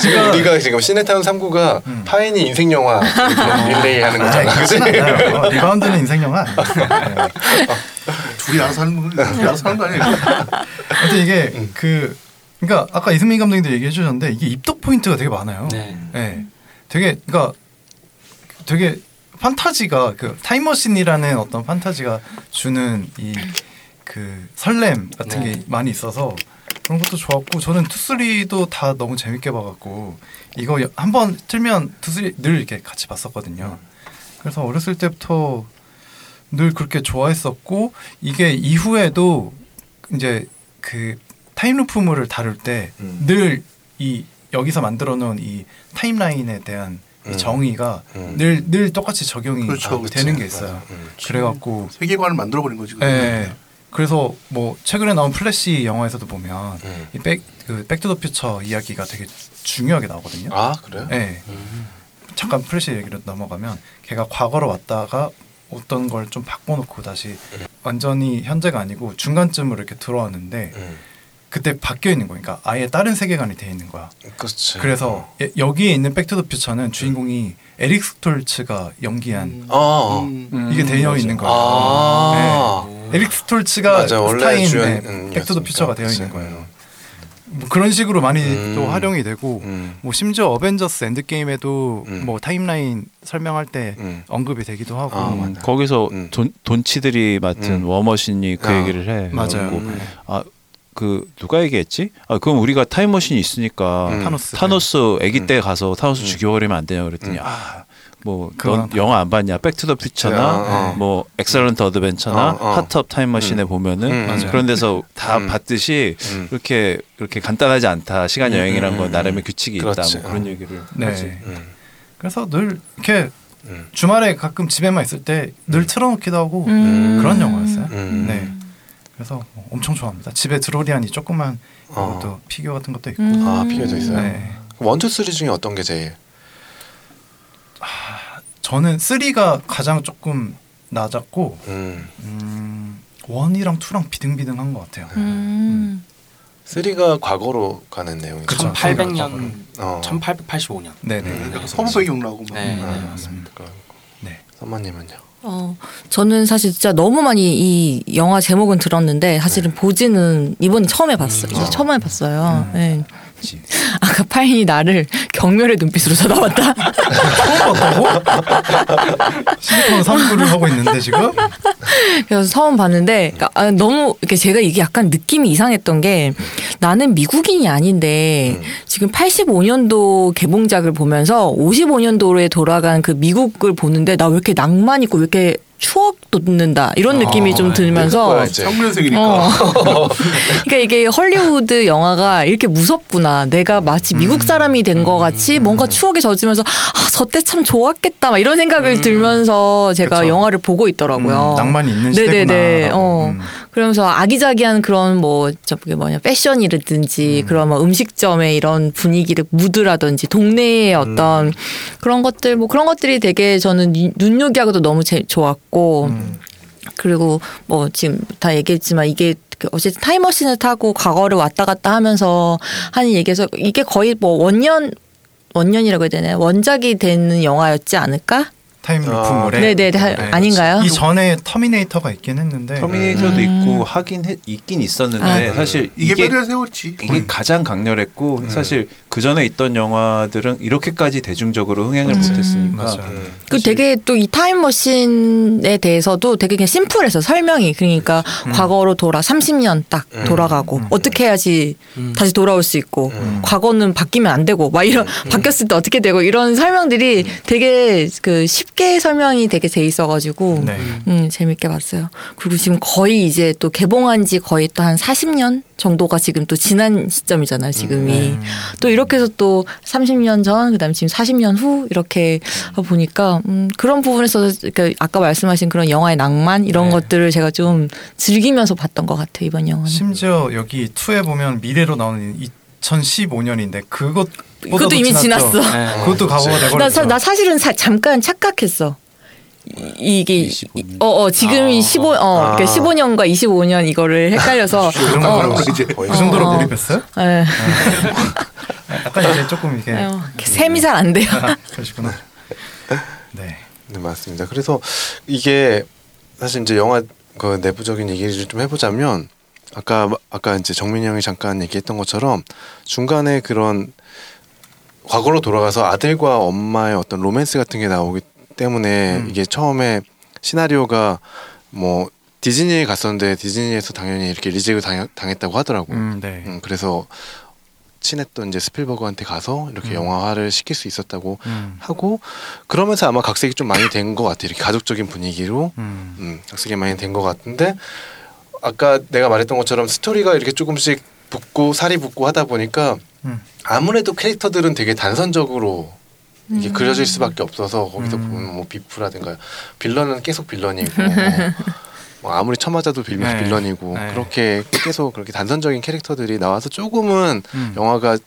S2: 지금 우리가 지금 시네타운 3구가
S5: 음.
S2: 파인이 인생 영화 릴레이 하는 거잖아.
S5: 아,
S2: 그치?
S5: 그건 아니에요. 어, 리바운드는 인생 영화. 아니에요. 네.
S3: 둘이 알아서 하는 거 둘이 알아서 하는 거 아니야?
S5: 근데 이게 그 그러니까 아까 이승민 감독님도 얘기해 주셨는데 이게 입덕 포인트가 되게 많아요.
S7: 네.
S5: 네. 되게 그러니까 되게 판타지가 그 타임머신이라는 어떤 판타지가 주는 이 그 설렘 같은
S7: 네.
S5: 게 많이 있어서 그런 것도 좋았고 저는 투쓰리도 다 너무 재밌게 봐갖고 이거 여- 한번 틀면 투쓰리 늘 이렇게 같이 봤었거든요. 그래서 어렸을 때부터 늘 그렇게 좋아했었고 이게 이후에도 이제 그
S3: 음.
S5: 타임루프물을 다룰 때 늘 이 여기서 만들어 놓은 이 타임라인에 대한 이 정의가 늘 늘 똑같이 적용이
S3: 음. 그렇죠, 그렇죠.
S5: 되는 게 있어요. 그래갖고
S3: 세계관을 만들어 버린 거지. 그거는.
S5: 네. 그래서 뭐 최근에 나온 플래시 영화에서도 보면
S2: 음.
S5: 이백그 백투더퓨처 이야기가 되게 중요하게 나오거든요.
S2: 아 그래요?
S5: 네. 잠깐 플래시 얘기로 넘어가면 걔가 과거로 왔다가 어떤 걸 좀 바꿔놓고 다시 완전히 현재가 아니고 중간쯤으로 이렇게 들어왔는데
S2: 음.
S5: 그때 바뀌어 있는 거니까 아예 다른 세계관이 돼 있는 거야.
S2: 그렇지.
S5: 그래서 예- 여기에 있는 백투더퓨처는 주인공이 에릭 스톨츠가 연기한
S2: 어, 어.
S3: 음.
S5: 이게 되어 있는 거예요.
S2: 아.
S5: 네. 에릭 스톨츠가
S2: 맞아, 원래
S5: 스타인
S2: 주연,
S5: 네,
S2: 음,
S5: 백투더
S2: 였으니까.
S5: 퓨처가 되어 있는
S2: 그치.
S5: 거예요. 뭐 그런 식으로 많이
S2: 음.
S5: 또 활용이 되고
S2: 음.
S5: 뭐 심지어 어벤져스 엔드 게임에도
S2: 음.
S5: 뭐 타임라인 설명할 때
S2: 음.
S5: 언급이 되기도 하고
S2: 아,
S6: 음,
S2: 맞아.
S6: 거기서
S2: 음.
S6: 돈, 돈치들이 맡은
S2: 음.
S6: 워머신이 그
S2: 아,
S6: 얘기를 해.
S5: 맞아요.
S6: 그래갖고
S2: 음.
S6: 아, 그 누가 얘기했지? 아, 그럼 우리가 타임머신이 있으니까
S2: 음.
S5: 타노스
S6: 타노스 아기
S2: 음.
S6: 때 가서 타노스
S2: 음.
S6: 죽여버리면 안 되냐 그랬더니
S2: 음.
S6: 아. 뭐,
S5: 그거랑
S6: 넌 영화 안 봤냐? 백투더
S2: 아,
S6: 퓨처나
S2: 어.
S6: 뭐 엑셀런트 어드벤처나
S2: 어, 어.
S6: 핫업 타임머신에
S2: 음.
S6: 보면은
S2: 음, 맞아요.
S6: 그런 데서 다
S2: 음.
S6: 봤듯이
S2: 음.
S6: 그렇게 그렇게 간단하지 않다. 시간
S2: 음,
S6: 여행이란
S2: 음,
S6: 건
S2: 음. 그렇죠.
S6: 나름의 규칙이
S2: 그렇지.
S6: 있다. 뭐 그런 얘기를 하지.
S5: 네.
S2: 음.
S5: 그래서 늘 이렇게
S2: 음.
S5: 주말에 가끔 집에만 있을 때 늘 틀어놓기도 하고
S4: 음.
S5: 그런 영화였어요.
S2: 음.
S5: 네. 그래서 뭐 엄청 좋아합니다. 집에 드로리안이 조그만
S2: 어.
S5: 이것도 피규어 같은 것도 있고.
S4: 음.
S2: 아 피겨져 있어요.
S5: 네.
S2: 원투 쓰리 중에 어떤 게 제일?
S5: 저는 3가 가장 조금 낮았고
S2: 음.
S5: 음, 원이랑 투랑 비등비등한 것 같아요.
S4: 음.
S2: 쓰리가 과거로 가는 내용이죠.
S5: 그쵸.
S7: 1800년,
S2: 어.
S7: 1885년.
S5: 네네.
S3: 약간 서부 배경 나오고 막.
S7: 네, 네,
S2: 음.
S7: 맞습니다.
S5: 네.
S2: 선마님은요?
S4: 어, 저는 사실 진짜 너무 많이 이 영화 제목은 들었는데 사실은 보지는 이번에 처음에 봤어요.
S2: 네. 아.
S4: 처음에 봤어요. 네. 아까 파인이 나를 경멸의 눈빛으로 쳐다봤다.
S5: 처음 봤다고? 시리콘 3구를 하고 있는데 지금?
S4: 그래서 처음 봤는데 그러니까 아, 너무 이렇게 제가 이게 약간 느낌이 이상했던 게 나는 미국인이 아닌데
S2: 음.
S4: 지금 85년도 개봉작을 보면서 55년도에 돌아간 그 미국을 보는데 나 왜 이렇게 낭만 있고 왜 이렇게 추억 돋는다 이런 느낌이 좀 들면서
S2: 아, 네. 그거야, 이제.
S3: 청년생이니까.
S4: 어. 그러니까 이게 헐리우드 영화가 이렇게 무섭구나. 내가 마치 미국 사람이 된 것 같이
S5: 음.
S4: 뭔가 추억에 젖으면서 아, 저때 참 좋았겠다. 막 이런 생각을 들면서 제가
S5: 음. 그쵸.
S4: 영화를 보고 있더라고요.
S5: 음, 낭만이 있는
S4: 네네네.
S5: 시대구나.
S4: 어.
S5: 음.
S4: 그러면서 아기자기한 그런 뭐, 저게 뭐냐,
S5: 음.
S4: 패션이라든지 그런 뭐 음식점의 이런 분위기를 무드라든지 동네의
S5: 음.
S4: 어떤 그런 것들 뭐 그런 것들이 되게 저는 눈- 눈요기하고도 너무 제, 좋았고
S5: 음.
S4: 그리고 뭐 지금 다 얘기했지만 이게 그 어쨌든 타임머신을 타고 과거를 왔다 갔다 하면서 하는 얘기에서 이게 거의 뭐 원년 원년이라고 해야 되나요? 원작이 되는 영화였지 않을까?
S5: 타임
S2: 아,
S5: 루프물에.
S4: 네, 네, 네. 아닌가요?
S5: 이 전에 터미네이터가 있긴 했는데.
S6: 터미네이터도
S5: 음.
S6: 있고 하긴 했- 있긴 있었는데
S2: 아.
S6: 사실
S3: 이게
S6: 이게
S3: 배를 세웠지.
S6: 이게 가장 강렬했고 사실 그 전에 있던 영화들은 이렇게까지 대중적으로 흥행을
S4: 음.
S6: 못했으니까
S5: 맞아요.
S2: 음.
S4: 그 되게 또 이 타임머신에 대해서도 되게 그냥 심플해서 설명이 그러니까 과거로 돌아 30년 딱 돌아가고 어떻게 해야지 다시 돌아올 수 있고 과거는 바뀌면 안 되고 막 이런 바뀌었을 때 어떻게 되고 이런 설명들이 되게 그 쉽게 설명이 되게 돼 있어가지고
S5: 네.
S4: 음, 재밌게 봤어요. 그리고 지금 거의 이제 또 개봉한 지 거의 또 한 40년 정도가 지금 또 지난 시점이잖아요, 지금이.
S5: 음, 네.
S4: 또 이렇게 해서 또 30년 전, 그 다음에 지금 40년 후 이렇게 보니까, 음, 그런 부분에서, 그러니까 아까 말씀하신 그런 영화의 낭만, 이런
S5: 네.
S4: 것들을 제가 좀 즐기면서 봤던 것 같아요, 이번 영화는.
S5: 심지어 여기 2에 보면 미래로 나오는 2015년인데 그것 네.
S4: 그것도 이미 지났어.
S5: 그것도 과거가
S2: 그치.
S5: 되버렸죠.
S4: 나, 사, 나 사실은 사- 잠깐 착각했어. 이- 이게 어, 어, 지금이 15, 어,
S2: 아.
S4: 그러니까 15년과 25년 이거를 헷갈려서
S5: 그 정도로,
S4: 어,
S5: 이제,
S2: 거의
S5: 그 정도로
S4: 어.
S5: 몰입했어요? 아,
S4: 예.
S5: 약간 이제 조금 이게
S4: 아유, 셈이 잘 안 돼요.
S5: 예. 아, 그러시구나. 네.
S2: 네 맞습니다. 그래서 이게 사실 이제 영화 그 내부적인 얘기를 좀 해보자면 아까 아까 이제 정민이 형이 잠깐 얘기했던 것처럼 중간에 그런 과거로 돌아가서 아들과 엄마의 어떤 로맨스 같은 게 나오기 때문에 이게 처음에 시나리오가 뭐 디즈니에 갔었는데 디즈니에서 당연히 이렇게 리젝을 당했다고 하더라고요.
S5: 음, 네.
S2: 음, 그래서 친했던 이제 스필버그한테 가서 이렇게 영화화를 시킬 수 있었다고
S5: 음.
S2: 하고 그러면서 아마 각색이 좀 많이 된 것 같아요. 이렇게 가족적인 분위기로
S5: 음.
S2: 음, 각색이 많이 된 것 같은데 아까 내가 말했던 것처럼 스토리가 이렇게 조금씩 붙고 살이 붙고 하다 보니까
S5: 음.
S2: 아무래도 캐릭터들은 되게 단선적으로 이게 그려질 수밖에 없어서 거기서
S5: 음.
S2: 보면 뭐 비프라든가 빌런은 계속 빌런이고 뭐, 뭐 아무리 쳐맞아도 빌,
S5: 네.
S2: 빌런이고
S5: 네.
S2: 그렇게 계속 그렇게 단선적인 캐릭터들이 나와서 조금은
S5: 음.
S2: 영화가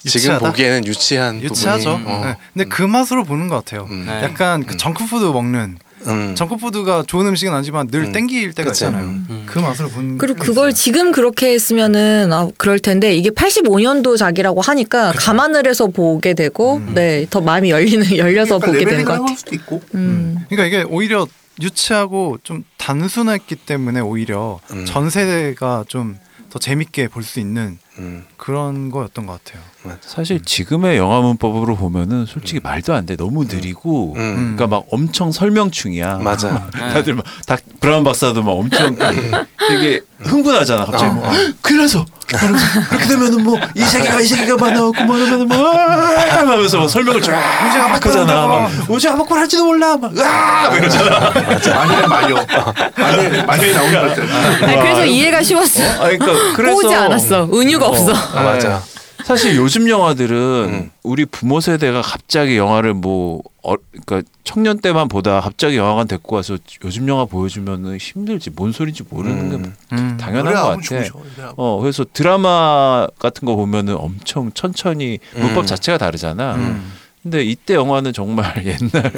S2: 지금
S5: 유치하다?
S2: 보기에는 유치한
S5: 유치하죠.
S2: 부분이 어.
S5: 네. 근데 그 맛으로 보는 것 같아요.
S2: 음.
S7: 네.
S5: 약간 그 정크푸드 먹는
S2: 음.
S5: 정크푸드가 좋은 음식은 아니지만 늘
S2: 음.
S5: 땡길 때가
S2: 그치.
S5: 있잖아요.
S7: 음.
S5: 그 맛으로 보는
S4: 그리고
S5: 게
S4: 그걸
S5: 있어요.
S4: 지금 그렇게 했으면은 아 그럴 텐데 이게 85년도 작이라고 하니까 감안을 해서 보게 되고 네 더 마음이 열리는 열려서
S3: 약간
S4: 보게 되는
S3: 그러니까 레벨링을
S4: 것
S3: 한
S4: 같아.
S3: 걸 수도 있고
S4: 음.
S5: 그러니까 이게 오히려 유치하고 좀 단순했기 때문에 오히려
S2: 음.
S5: 전 세대가 좀 더 재밌게 볼 수 있는
S2: 음.
S5: 그런 거였던 것 같아요.
S6: 사실 지금의 영화 문법으로 보면은 솔직히 말도 안 돼. 너무 느리고
S2: 음.
S6: 그러니까 막 엄청 설명충이야.
S2: 맞아.
S6: 다들 막 닥, 브라운 박사도 막 엄청 그 되게 흥분하잖아. 갑자기 뭐 "헉, 큰일 나서 그렇게 되면은 뭐 이 세계가
S5: 네.
S6: 이 세계가 막 나오고 뭐 하면은 막 "아!" 하면서 막 설명을 쫙 하잖아. 막 오지가 막꿀 할지도 몰라. 막 으아! 막 이러잖아.
S3: 마녀 마녀 마녀 마녀 나오는 것 같아.
S4: 아니, 그래서 이해가 쉬웠어.
S6: 아, 그러니까 그래서
S4: 꼬우지 않았어. 은유가 없어.
S2: 아, 맞아.
S6: 사실 요즘 영화들은
S2: 음.
S6: 우리 부모 세대가 갑자기 영화를 뭐 어, 그러니까 청년 때만 보다 갑자기 영화관 데리고 와서 요즘 영화 보여주면은 힘들지 뭔 소리인지 모르는
S2: 음.
S6: 게
S5: 음.
S6: 당연한
S3: 노래하면
S6: 것 같아.
S3: 죽이죠, 노래하면.
S6: 어 그래서 드라마 같은 거 보면은 엄청 천천히 문법
S2: 음.
S6: 자체가 다르잖아.
S5: 음.
S6: 근데 이때 영화는 정말 옛날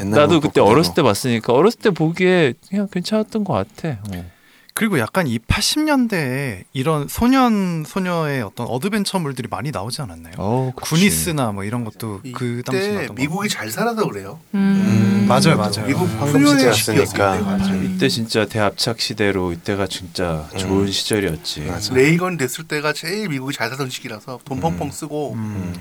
S2: 옛날
S6: 나도 그때
S2: 문법대로.
S6: 어렸을 때 봤으니까 어렸을 때 보기에 그냥 괜찮았던 것 같아. 어.
S5: 그리고 약간 이 80년대에 이런 소년 소녀의 어떤 어드벤처물들이 많이 나오지 않았나요?
S6: 어, 그치.
S5: 구니스나 뭐 이런 것도 그 당시
S3: 이때
S5: 나왔던 거. 그렇죠.
S3: 미국이 잘 살아서 그래요. 그렇죠.
S4: 음.
S5: 맞아요, 맞아요.
S3: 미국
S2: 황금
S3: 풍요의
S2: 시대였으니까.
S3: 시기였으니까
S5: 음.
S3: 완전히.
S6: 아, 이때 진짜 대합착 시대로 이때가 진짜
S5: 음.
S6: 좋은 시절이었지.
S2: 맞아.
S3: 레이건 됐을 때가 제일 미국이 잘 살던 시기라서 돈 펑펑 쓰고
S5: 음.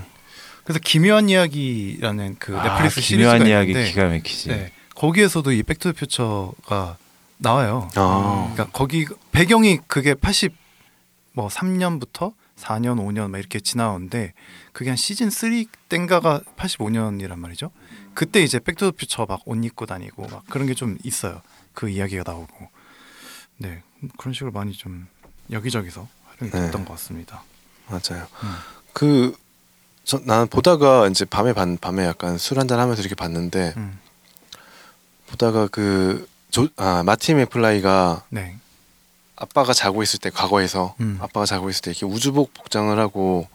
S5: 그래서 기묘한 이야기라는 그 넷플릭스
S6: 아,
S5: 시리즈가
S6: 기묘한 이야기
S5: 있는데
S6: 기가 막히지.
S5: 네. 거기에서도 이 백투더퓨처가 나와요.
S2: 아.
S5: 그러니까 거기 배경이 그게 80 뭐 3년부터 4년, 5년 막 이렇게 지나오는데 그게 한 시즌 3 땐가가 85년이란 말이죠. 그때 이제 백투더퓨처 막 옷 입고 다니고 막 그런 게 좀 있어요. 그 이야기가 나오고. 네. 그런 식으로 많이 좀 여기저기서 활용이
S2: 네.
S5: 됐던 것 같습니다.
S2: 맞아요.
S5: 음.
S2: 그, 저, 나는 보다가 이제 밤에, 밤, 밤에 약간 술 한잔 하면서 이렇게 봤는데,
S5: 음.
S2: 보다가 그, 조, 아, 마티 맥플라이가
S5: 네.
S2: 아빠가 자고 있을 때, 과거에서
S5: 음.
S2: 아빠가 자고 있을 때 이렇게 우주복 복장을 하고,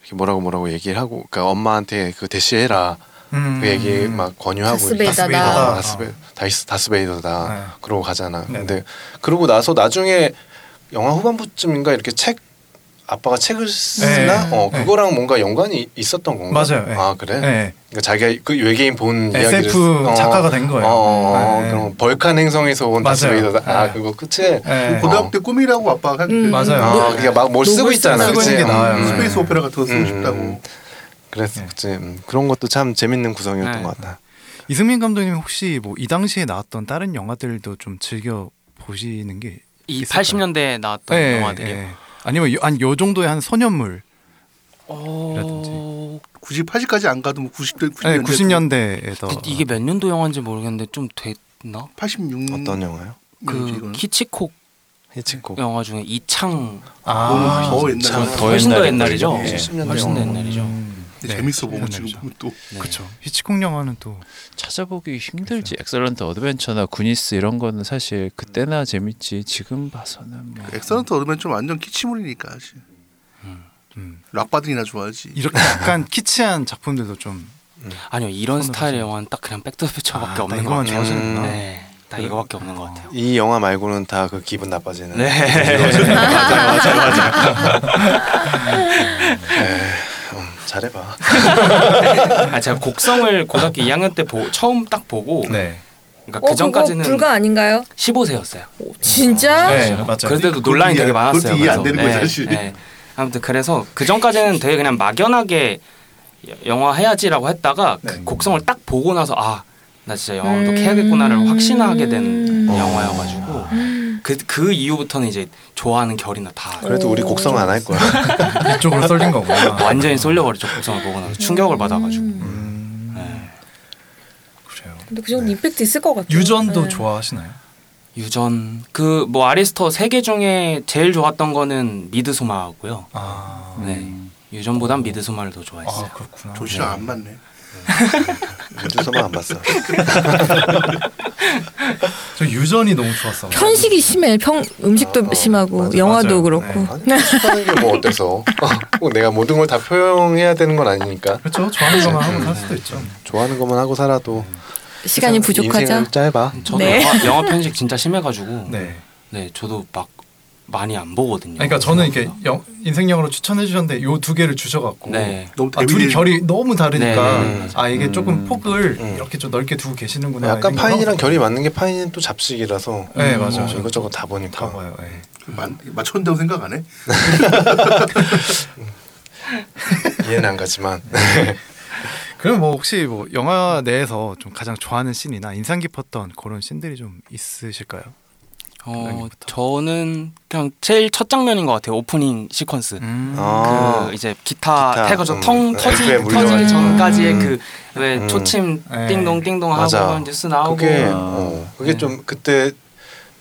S2: 이렇게 뭐라고 뭐라고 얘기를 하고, 그러니까 엄마한테 그 대시해라. 그 얘기 막 권유하고
S4: 다스베이더다.
S2: 이렇게
S5: 다스베이더다.
S2: 다스베 다이스 다스베이더다
S5: 아. 네.
S2: 그러고 가잖아
S5: 네네.
S2: 근데 그러고 나서 나중에 영화 후반부쯤인가 이렇게 책 아빠가 책을 쓰나
S5: 네.
S2: 어
S5: 네.
S2: 그거랑 뭔가 연관이 있었던 건가
S5: 맞아요. 네.
S2: 아 그래
S5: 네.
S2: 그러니까 자기가 그 외계인 본 이야기를
S5: SF
S2: 쓰-
S5: 작가가 된 거예요.
S2: 어, 어, 어,
S5: 네.
S2: 그럼 벌칸 행성에서 온
S5: 맞아요.
S2: 다스베이더다 아
S5: 네.
S2: 그거 끝에
S5: 네.
S3: 고등학교 때 꿈이라고 아빠가
S4: 음.
S5: 맞아요.
S2: 어,
S5: 네.
S2: 아, 그러니까 막 뭘 쓰고
S4: 로봇을
S2: 있잖아
S5: 쓰고
S2: 그치?
S5: 있는 게 나와요.
S2: 음,
S3: 스페이스 오페라 같은 거 쓰고
S2: 음.
S3: 싶다고
S2: 그래서
S5: 네.
S2: 그치 음, 그런 것도 참 재밌는 구성이었던
S7: 네.
S2: 것 같다
S5: 이승민 감독님 혹시 뭐 이 당시에 나왔던 다른 영화들도 좀 즐겨 보시는 게
S7: 이
S5: 있을까요?
S7: 80년대에 나왔던
S5: 예,
S7: 영화들이요.
S5: 예. 아니면 한요 정도의 한 소년물
S7: 어...
S3: 90, 80까지 안 가도 뭐 90대, 90년대,
S5: 네, 90년대에서
S7: 그, 이게 몇 년도 영화인지 모르겠는데 좀 됐나?
S3: 86
S2: 어떤 영화요
S3: 네,
S7: 그 키치콕
S5: 예,
S2: 히치콕
S5: 어.
S7: 영화 중에 이창 그
S3: 아, 더 옛날
S2: 참,
S3: 영화.
S2: 더
S7: 훨씬 더
S2: 옛날이죠.
S7: 옛날이죠. 음.
S2: 예. 70년대
S7: 훨씬
S2: 영화.
S7: 더 옛날이죠.
S3: 네, 재밌어 보고 지금 보면 또
S5: 그렇죠. 히치콕 영화는 또
S6: 찾아보기 힘들지. 엑설런트 어드벤처나 구니스 이런 거는 사실 그때나 재밌지. 지금 봐서는 뭐.
S3: 엑설런트 얻으면 좀 완전 키치물이니까 사실.
S5: 음.
S3: 락바들이나 좋아하지.
S5: 이렇게 약간 키치한 작품들도 좀
S7: 아니요 이런
S5: 선호하시는
S7: 스타일의 영화는 딱 그냥 백투더퓨처밖에
S5: 아,
S7: 없는
S5: 딱
S7: 것
S5: 이거만
S7: 같아요.
S2: 좋아하시는구나.
S7: 네, 딱 이거밖에 없는 것 같아요.
S2: 이 영화 말고는 다 그 기분 나빠지는. 네. 맞아 맞아 맞아. 음, 잘해봐.
S7: 아 제가 곡성을 고등학교 2학년 때 보, 처음 딱 보고 그러니까 그 전까지는
S4: 어,
S7: 네.
S4: 불가 아닌가요?
S7: 15세였어요.
S4: 진짜?
S5: 맞아요.
S7: 그런데도 논란이
S3: 그것도 네,
S7: 되게
S3: 이해-
S7: 많았어요.
S3: 그것도 이해 안
S7: 그래서.
S3: 되는 거예요,
S7: 네,
S3: 사실.
S7: 네. 아무튼 그래서 그 전까지는 되게 그냥 막연하게 여- 영화 해야지라고 했다가 그
S3: 네.
S7: 곡성을 딱 보고 나서 아. 나 진짜 영화도 해야겠구나를 확신하게 된 영화여가지고 그 그 이후부터는 이제 좋아하는 결이나 다
S3: 그렇죠.
S2: 그래도 우리 곡성 안 할 거야.
S5: 이쪽으로 쏠린 거구나.
S7: 완전히 쏠려버렸죠 곡성을 보고 나서 충격을 받아가지고
S5: 음,
S7: 네.
S5: 그래요.
S4: 근데 그 정도 임팩트 있을 것 같아요.
S5: 유전도
S4: 네.
S5: 좋아하시나요?
S7: 유전 그 뭐 아리스터 세 개 중에 제일 좋았던 거는 미드소마고요.
S5: 아,
S7: 네 유전보단 미드소마를 더 좋아했어요.
S5: 아 그렇구나.
S3: 조시랑 안 맞네.
S2: 민준서만 안 봤어.
S5: 저 유전이 너무 좋았어.
S4: 편식이 심해. 평 음식도 심하고
S5: 맞아,
S4: 영화도
S5: 맞아요.
S4: 그렇고.
S5: 네.
S2: 아니 하는 게 뭐 어때서? 꼭 내가 모든 걸 다 표현해야 되는 건 아니니까
S5: 그렇죠. 음. 좋아하는 것만 하고 살 수도 있죠.
S2: 좋아하는 것만 하고 살아도
S4: 시간이 부족하자.
S2: 인생은 짧아.
S5: 음.
S7: 저도
S4: 네.
S7: 영화, 영화 편식 진짜 심해가지고 네.
S5: 네.
S7: 저도 막 많이 안 보거든요.
S5: 아니, 그러니까 저는 이렇게 영, 인생 영화로 추천해 주셨는데 요 두 개를 주셔갖고
S7: 네.
S3: 너무
S5: 아, 둘이
S3: 데뷔-
S5: 결이 너무 다르니까
S7: 네, 네,
S5: 아 이게 조금
S2: 음.
S5: 폭을
S2: 음.
S5: 이렇게 좀 넓게 두고 계시는구나.
S2: 약간
S5: 이런
S2: 파인이랑
S5: 생각하고
S2: 결이 맞는 게 파인은 또 잡식이라서
S5: 음. 네,
S2: 뭐
S5: 맞아요.
S2: 이것저것 다
S5: 다
S2: 보니까
S5: 봐요. 예.
S3: 맞, 맞췄다고 생각 안 해?
S2: 이해는 안 가지만
S5: 그럼 뭐 혹시 뭐 영화 내에서 좀 가장 좋아하는 씬이나 인상 깊었던 그런 씬들이 좀 있으실까요?
S7: 어,
S5: 감독님부터.
S7: 저는 그냥 제일 첫 장면인 것 같아요. 오프닝 시퀀스.
S5: 음.
S2: 아.
S7: 그 이제 기타,
S2: 기타,
S7: 태그죠.
S2: 음,
S7: 텅
S2: 네,
S7: 터지
S2: 그게
S7: 터지기
S2: 물려가지고.
S7: 전까지의
S2: 음.
S7: 그 왜
S2: 음.
S7: 초침
S5: 네.
S7: 띵동 띵동
S2: 맞아.
S7: 하고 뉴스 나오고
S2: 그게
S6: 아.
S2: 어, 그게
S7: 네.
S2: 좀 그때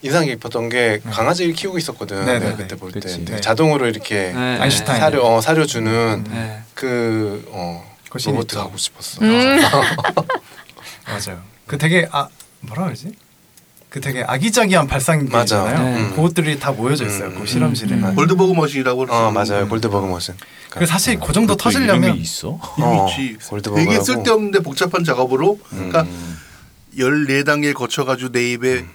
S2: 인상 깊었던 게 강아지를 키우고 있었거든.
S5: 네, 네,
S2: 내가
S5: 네.
S2: 그때 볼 때
S6: 그치.
S2: 근데
S5: 네.
S2: 자동으로 이렇게
S7: 네,
S5: 아인슈타인.
S2: 사료 어, 사료 주는
S5: 음.
S7: 네.
S2: 그 어,
S5: 그 신이
S2: 로봇
S5: 있죠.
S2: 하고 싶었어.
S4: 음.
S5: 맞아요. 그 되게 아 뭐라 그러지? 그 되게 아기자기한
S2: 맞아.
S5: 발상기잖아요.
S2: 음.
S5: 그것들이 다 모여져 있어요.
S2: 음.
S5: 그 실험실에.
S4: 음.
S3: 골드버그 머신이라고
S2: 어 맞아요 골드버그 머신.
S5: 그 사실 그 정도 터지려면
S6: 이름이 있어?
S2: 어,
S3: 이미지
S2: 골드버그라고.
S3: 되게 쓸데없는데 복잡한 작업으로 그러니까
S6: 음.
S3: 14단계를 거쳐가지고 내 입에
S2: 음.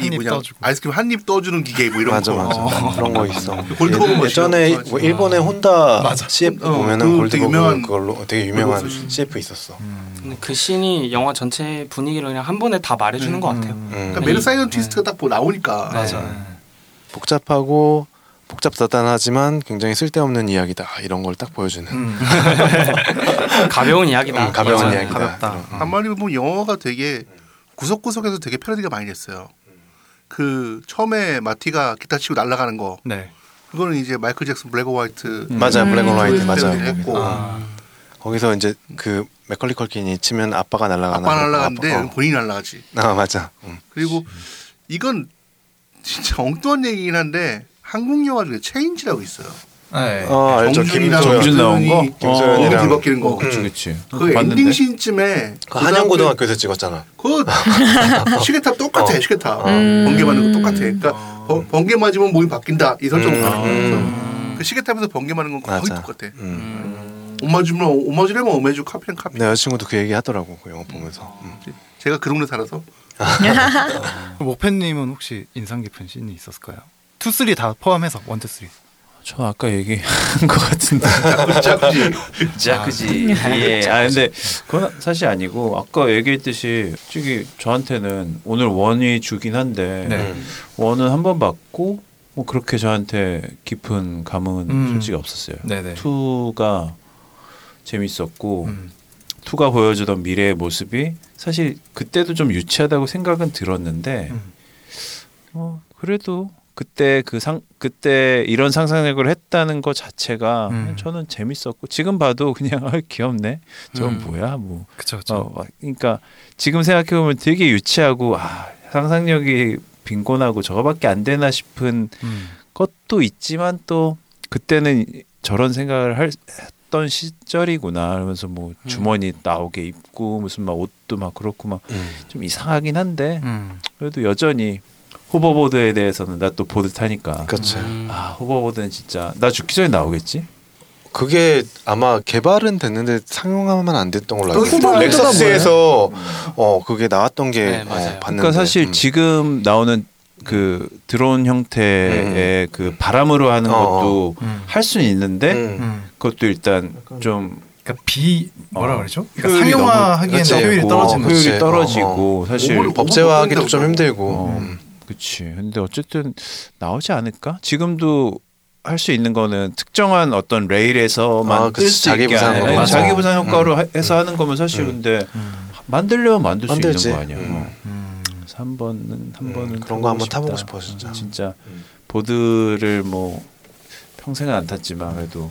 S3: 이
S5: 한입
S3: 뭐냐
S5: 떠주고.
S3: 아이스크림 한 입 떠주는 기계 뭐 이런
S2: 맞아
S3: 거
S2: 맞아
S3: 어.
S2: 그런 거 있어.
S3: 골드버그
S2: 예,
S3: 머신
S2: 예전에
S3: 좋아하지.
S2: 뭐 일본의 혼다
S5: 맞아.
S2: CF
S3: 어,
S2: 보면은
S3: 그 되게
S2: 골드버그
S3: 유명한
S2: 그걸로 되게 유명한
S3: 골드버그
S2: CF 있었어.
S7: 근데 그 신이 영화 전체 분위기를 그냥 한 번에 다 말해주는 것 같아요.
S2: 음.
S3: 그러니까 메르사이언 트위스트가 딱 보- 나오니까
S5: 맞아.
S2: 복잡하고 복잡다단하지만 굉장히 쓸데없는 이야기다 이런 걸 딱 보여주는
S5: 음.
S7: 네. 가벼운 이야기다.
S2: 음, 가벼운
S7: 맞아요.
S2: 이야기다.
S5: 가볍다.
S2: 그런.
S3: 음. 한마디로 보면 영화가 되게 구석구석에서 되게 패러디가 많이 됐어요. 그 처음에 마티가 기타 치고 날아가는 거
S5: 네.
S3: 그거는 이제 마이클 잭슨 블랙 오 화이트
S2: 음. 맞아 블랙 온 화이트 맞아.
S3: 패러디를 했고
S2: 거기서 이제 그 맥컬리 컬킨이 치면 아빠가 날아가나
S3: 아빠 날아가는데
S2: 아빠-
S3: 여기 본인이 날아가지.
S2: 어. 아 맞아 음.
S3: 그리고 이건 진짜 엉뚱한 얘기긴 한데 한국 영화 중에 체인지라고 있어요.
S5: 네.
S2: 어 알죠
S3: 정준이랑
S2: 김소연
S6: 정준 나온 거?
S2: 김소연이랑-
S3: 어, 이렇게 바뀌는 거.
S6: 그치 그치.
S3: 그 엔딩 씬쯤에
S2: 그 한양고등학교에서 찍었잖아
S3: 그 시계탑 똑같아
S2: 어.
S3: 시계탑
S4: 음.
S3: 번개 맞는 거 똑같아 그러니까 번- 번개 맞으면 몸이 바뀐다 이 설정으로
S2: 음.
S3: 음. 그 시계탑에서 번개 맞는 건 거의
S2: 맞아
S3: 똑같아
S2: 음.
S3: 오마주면 오마주려면 오마주 카피랑 카피
S2: 내 여자친구도 그 얘기 하더라고 그 영화 보면서 음.
S3: 제가 그 동네 살아서
S5: 목팬님은 혹시 인상 깊은 씬이 있었을까요? 투 쓰리 다 포함해서 원투 쓰리.
S6: 저 아까 얘기한 것 같은데.
S3: 짝지
S5: 아.
S6: 자크지. 예. 아 근데 그건 사실 아니고 아까 얘기했듯이 솔직히 저한테는 오늘 원이 주긴 한데
S5: 네.
S2: 음.
S6: 원은 한 번 맞고 뭐 그렇게 저한테 깊은 감흥은
S5: 음.
S6: 솔직히 없었어요.
S5: 네네.
S6: 투가 재밌었고
S5: 음.
S6: 투가 보여주던 미래의 모습이 사실 그때도 좀 유치하다고 생각은 들었는데
S5: 음.
S6: 어, 그래도 그때 그 상 그때 이런 상상력을 했다는 것 자체가
S5: 음.
S6: 저는 재밌었고 지금 봐도 그냥 아, 귀엽네 저건
S5: 음.
S6: 뭐야 뭐
S5: 그쵸 그쵸.
S6: 어, 막, 그러니까 지금 생각해 보면 되게 유치하고 아 상상력이 빈곤하고 저거밖에 안 되나 싶은
S5: 음.
S6: 것도 있지만 또 그때는 저런 생각을 할, 했던 시절이구나 그러면서 뭐
S5: 음.
S6: 주머니 나오게 입고 무슨 막 옷도 막 그렇고 막
S2: 음.
S6: 좀 이상하긴 한데
S5: 음.
S6: 그래도 여전히 호버보드에 대해서는 나 또 보드 타니까
S2: 그치
S7: 음.
S6: 아 호버보드는 진짜 나 죽기 전에 나오겠지
S2: 그게 아마 개발은 됐는데 상용화만 안 됐던 걸로 알고
S4: 그
S2: 있어요
S4: 호버보드가
S2: 렉서스에서 어 그게 나왔던 게
S7: 네,
S2: 어,
S7: 맞아요.
S2: 봤는데
S6: 그러니까 사실
S2: 음.
S6: 지금 나오는 그 드론 형태의 그 바람으로 하는
S2: 음, 어,
S6: 것도
S5: 음.
S6: 할 수는 있는데
S2: 음.
S5: 음.
S6: 그것도 일단 좀
S5: 그러니까 비 뭐라
S6: 어.
S5: 그러죠? 그러니까
S6: 효율이
S5: 상용화하기엔
S2: 그치.
S5: 효율이
S2: 어,
S5: 떨어지는
S2: 효율이
S5: 거지.
S2: 그치.
S6: 효율이 떨어지고 사실
S3: 오버를-
S2: 법제화하기도 좀
S3: 오버보드는
S2: 힘들고
S6: 어,
S2: 음.
S6: 그치. 근데 어쨌든 나오지 않을까? 지금도 할 수 있는 거는 특정한 어떤 레일에서만
S2: 아, 그치.
S6: 뜰수
S2: 자기
S6: 있게
S2: 부상으로.
S6: 하는-
S2: 맞아.
S6: 자기 부상 효과로 하- 해서 하는 거면 사실 근데
S5: 음.
S6: 만들려면 만들 수
S2: 만들지.
S6: 있는 거 아니야.
S2: 음.
S5: 음.
S6: 그래서 한 번은 한
S2: 음,
S6: 번은
S2: 그런 거 한번
S6: 싶다.
S2: 타보고 싶어, 진짜.
S6: 진짜
S2: 음.
S6: 보드를 뭐 평생은 안 탔지만 그래도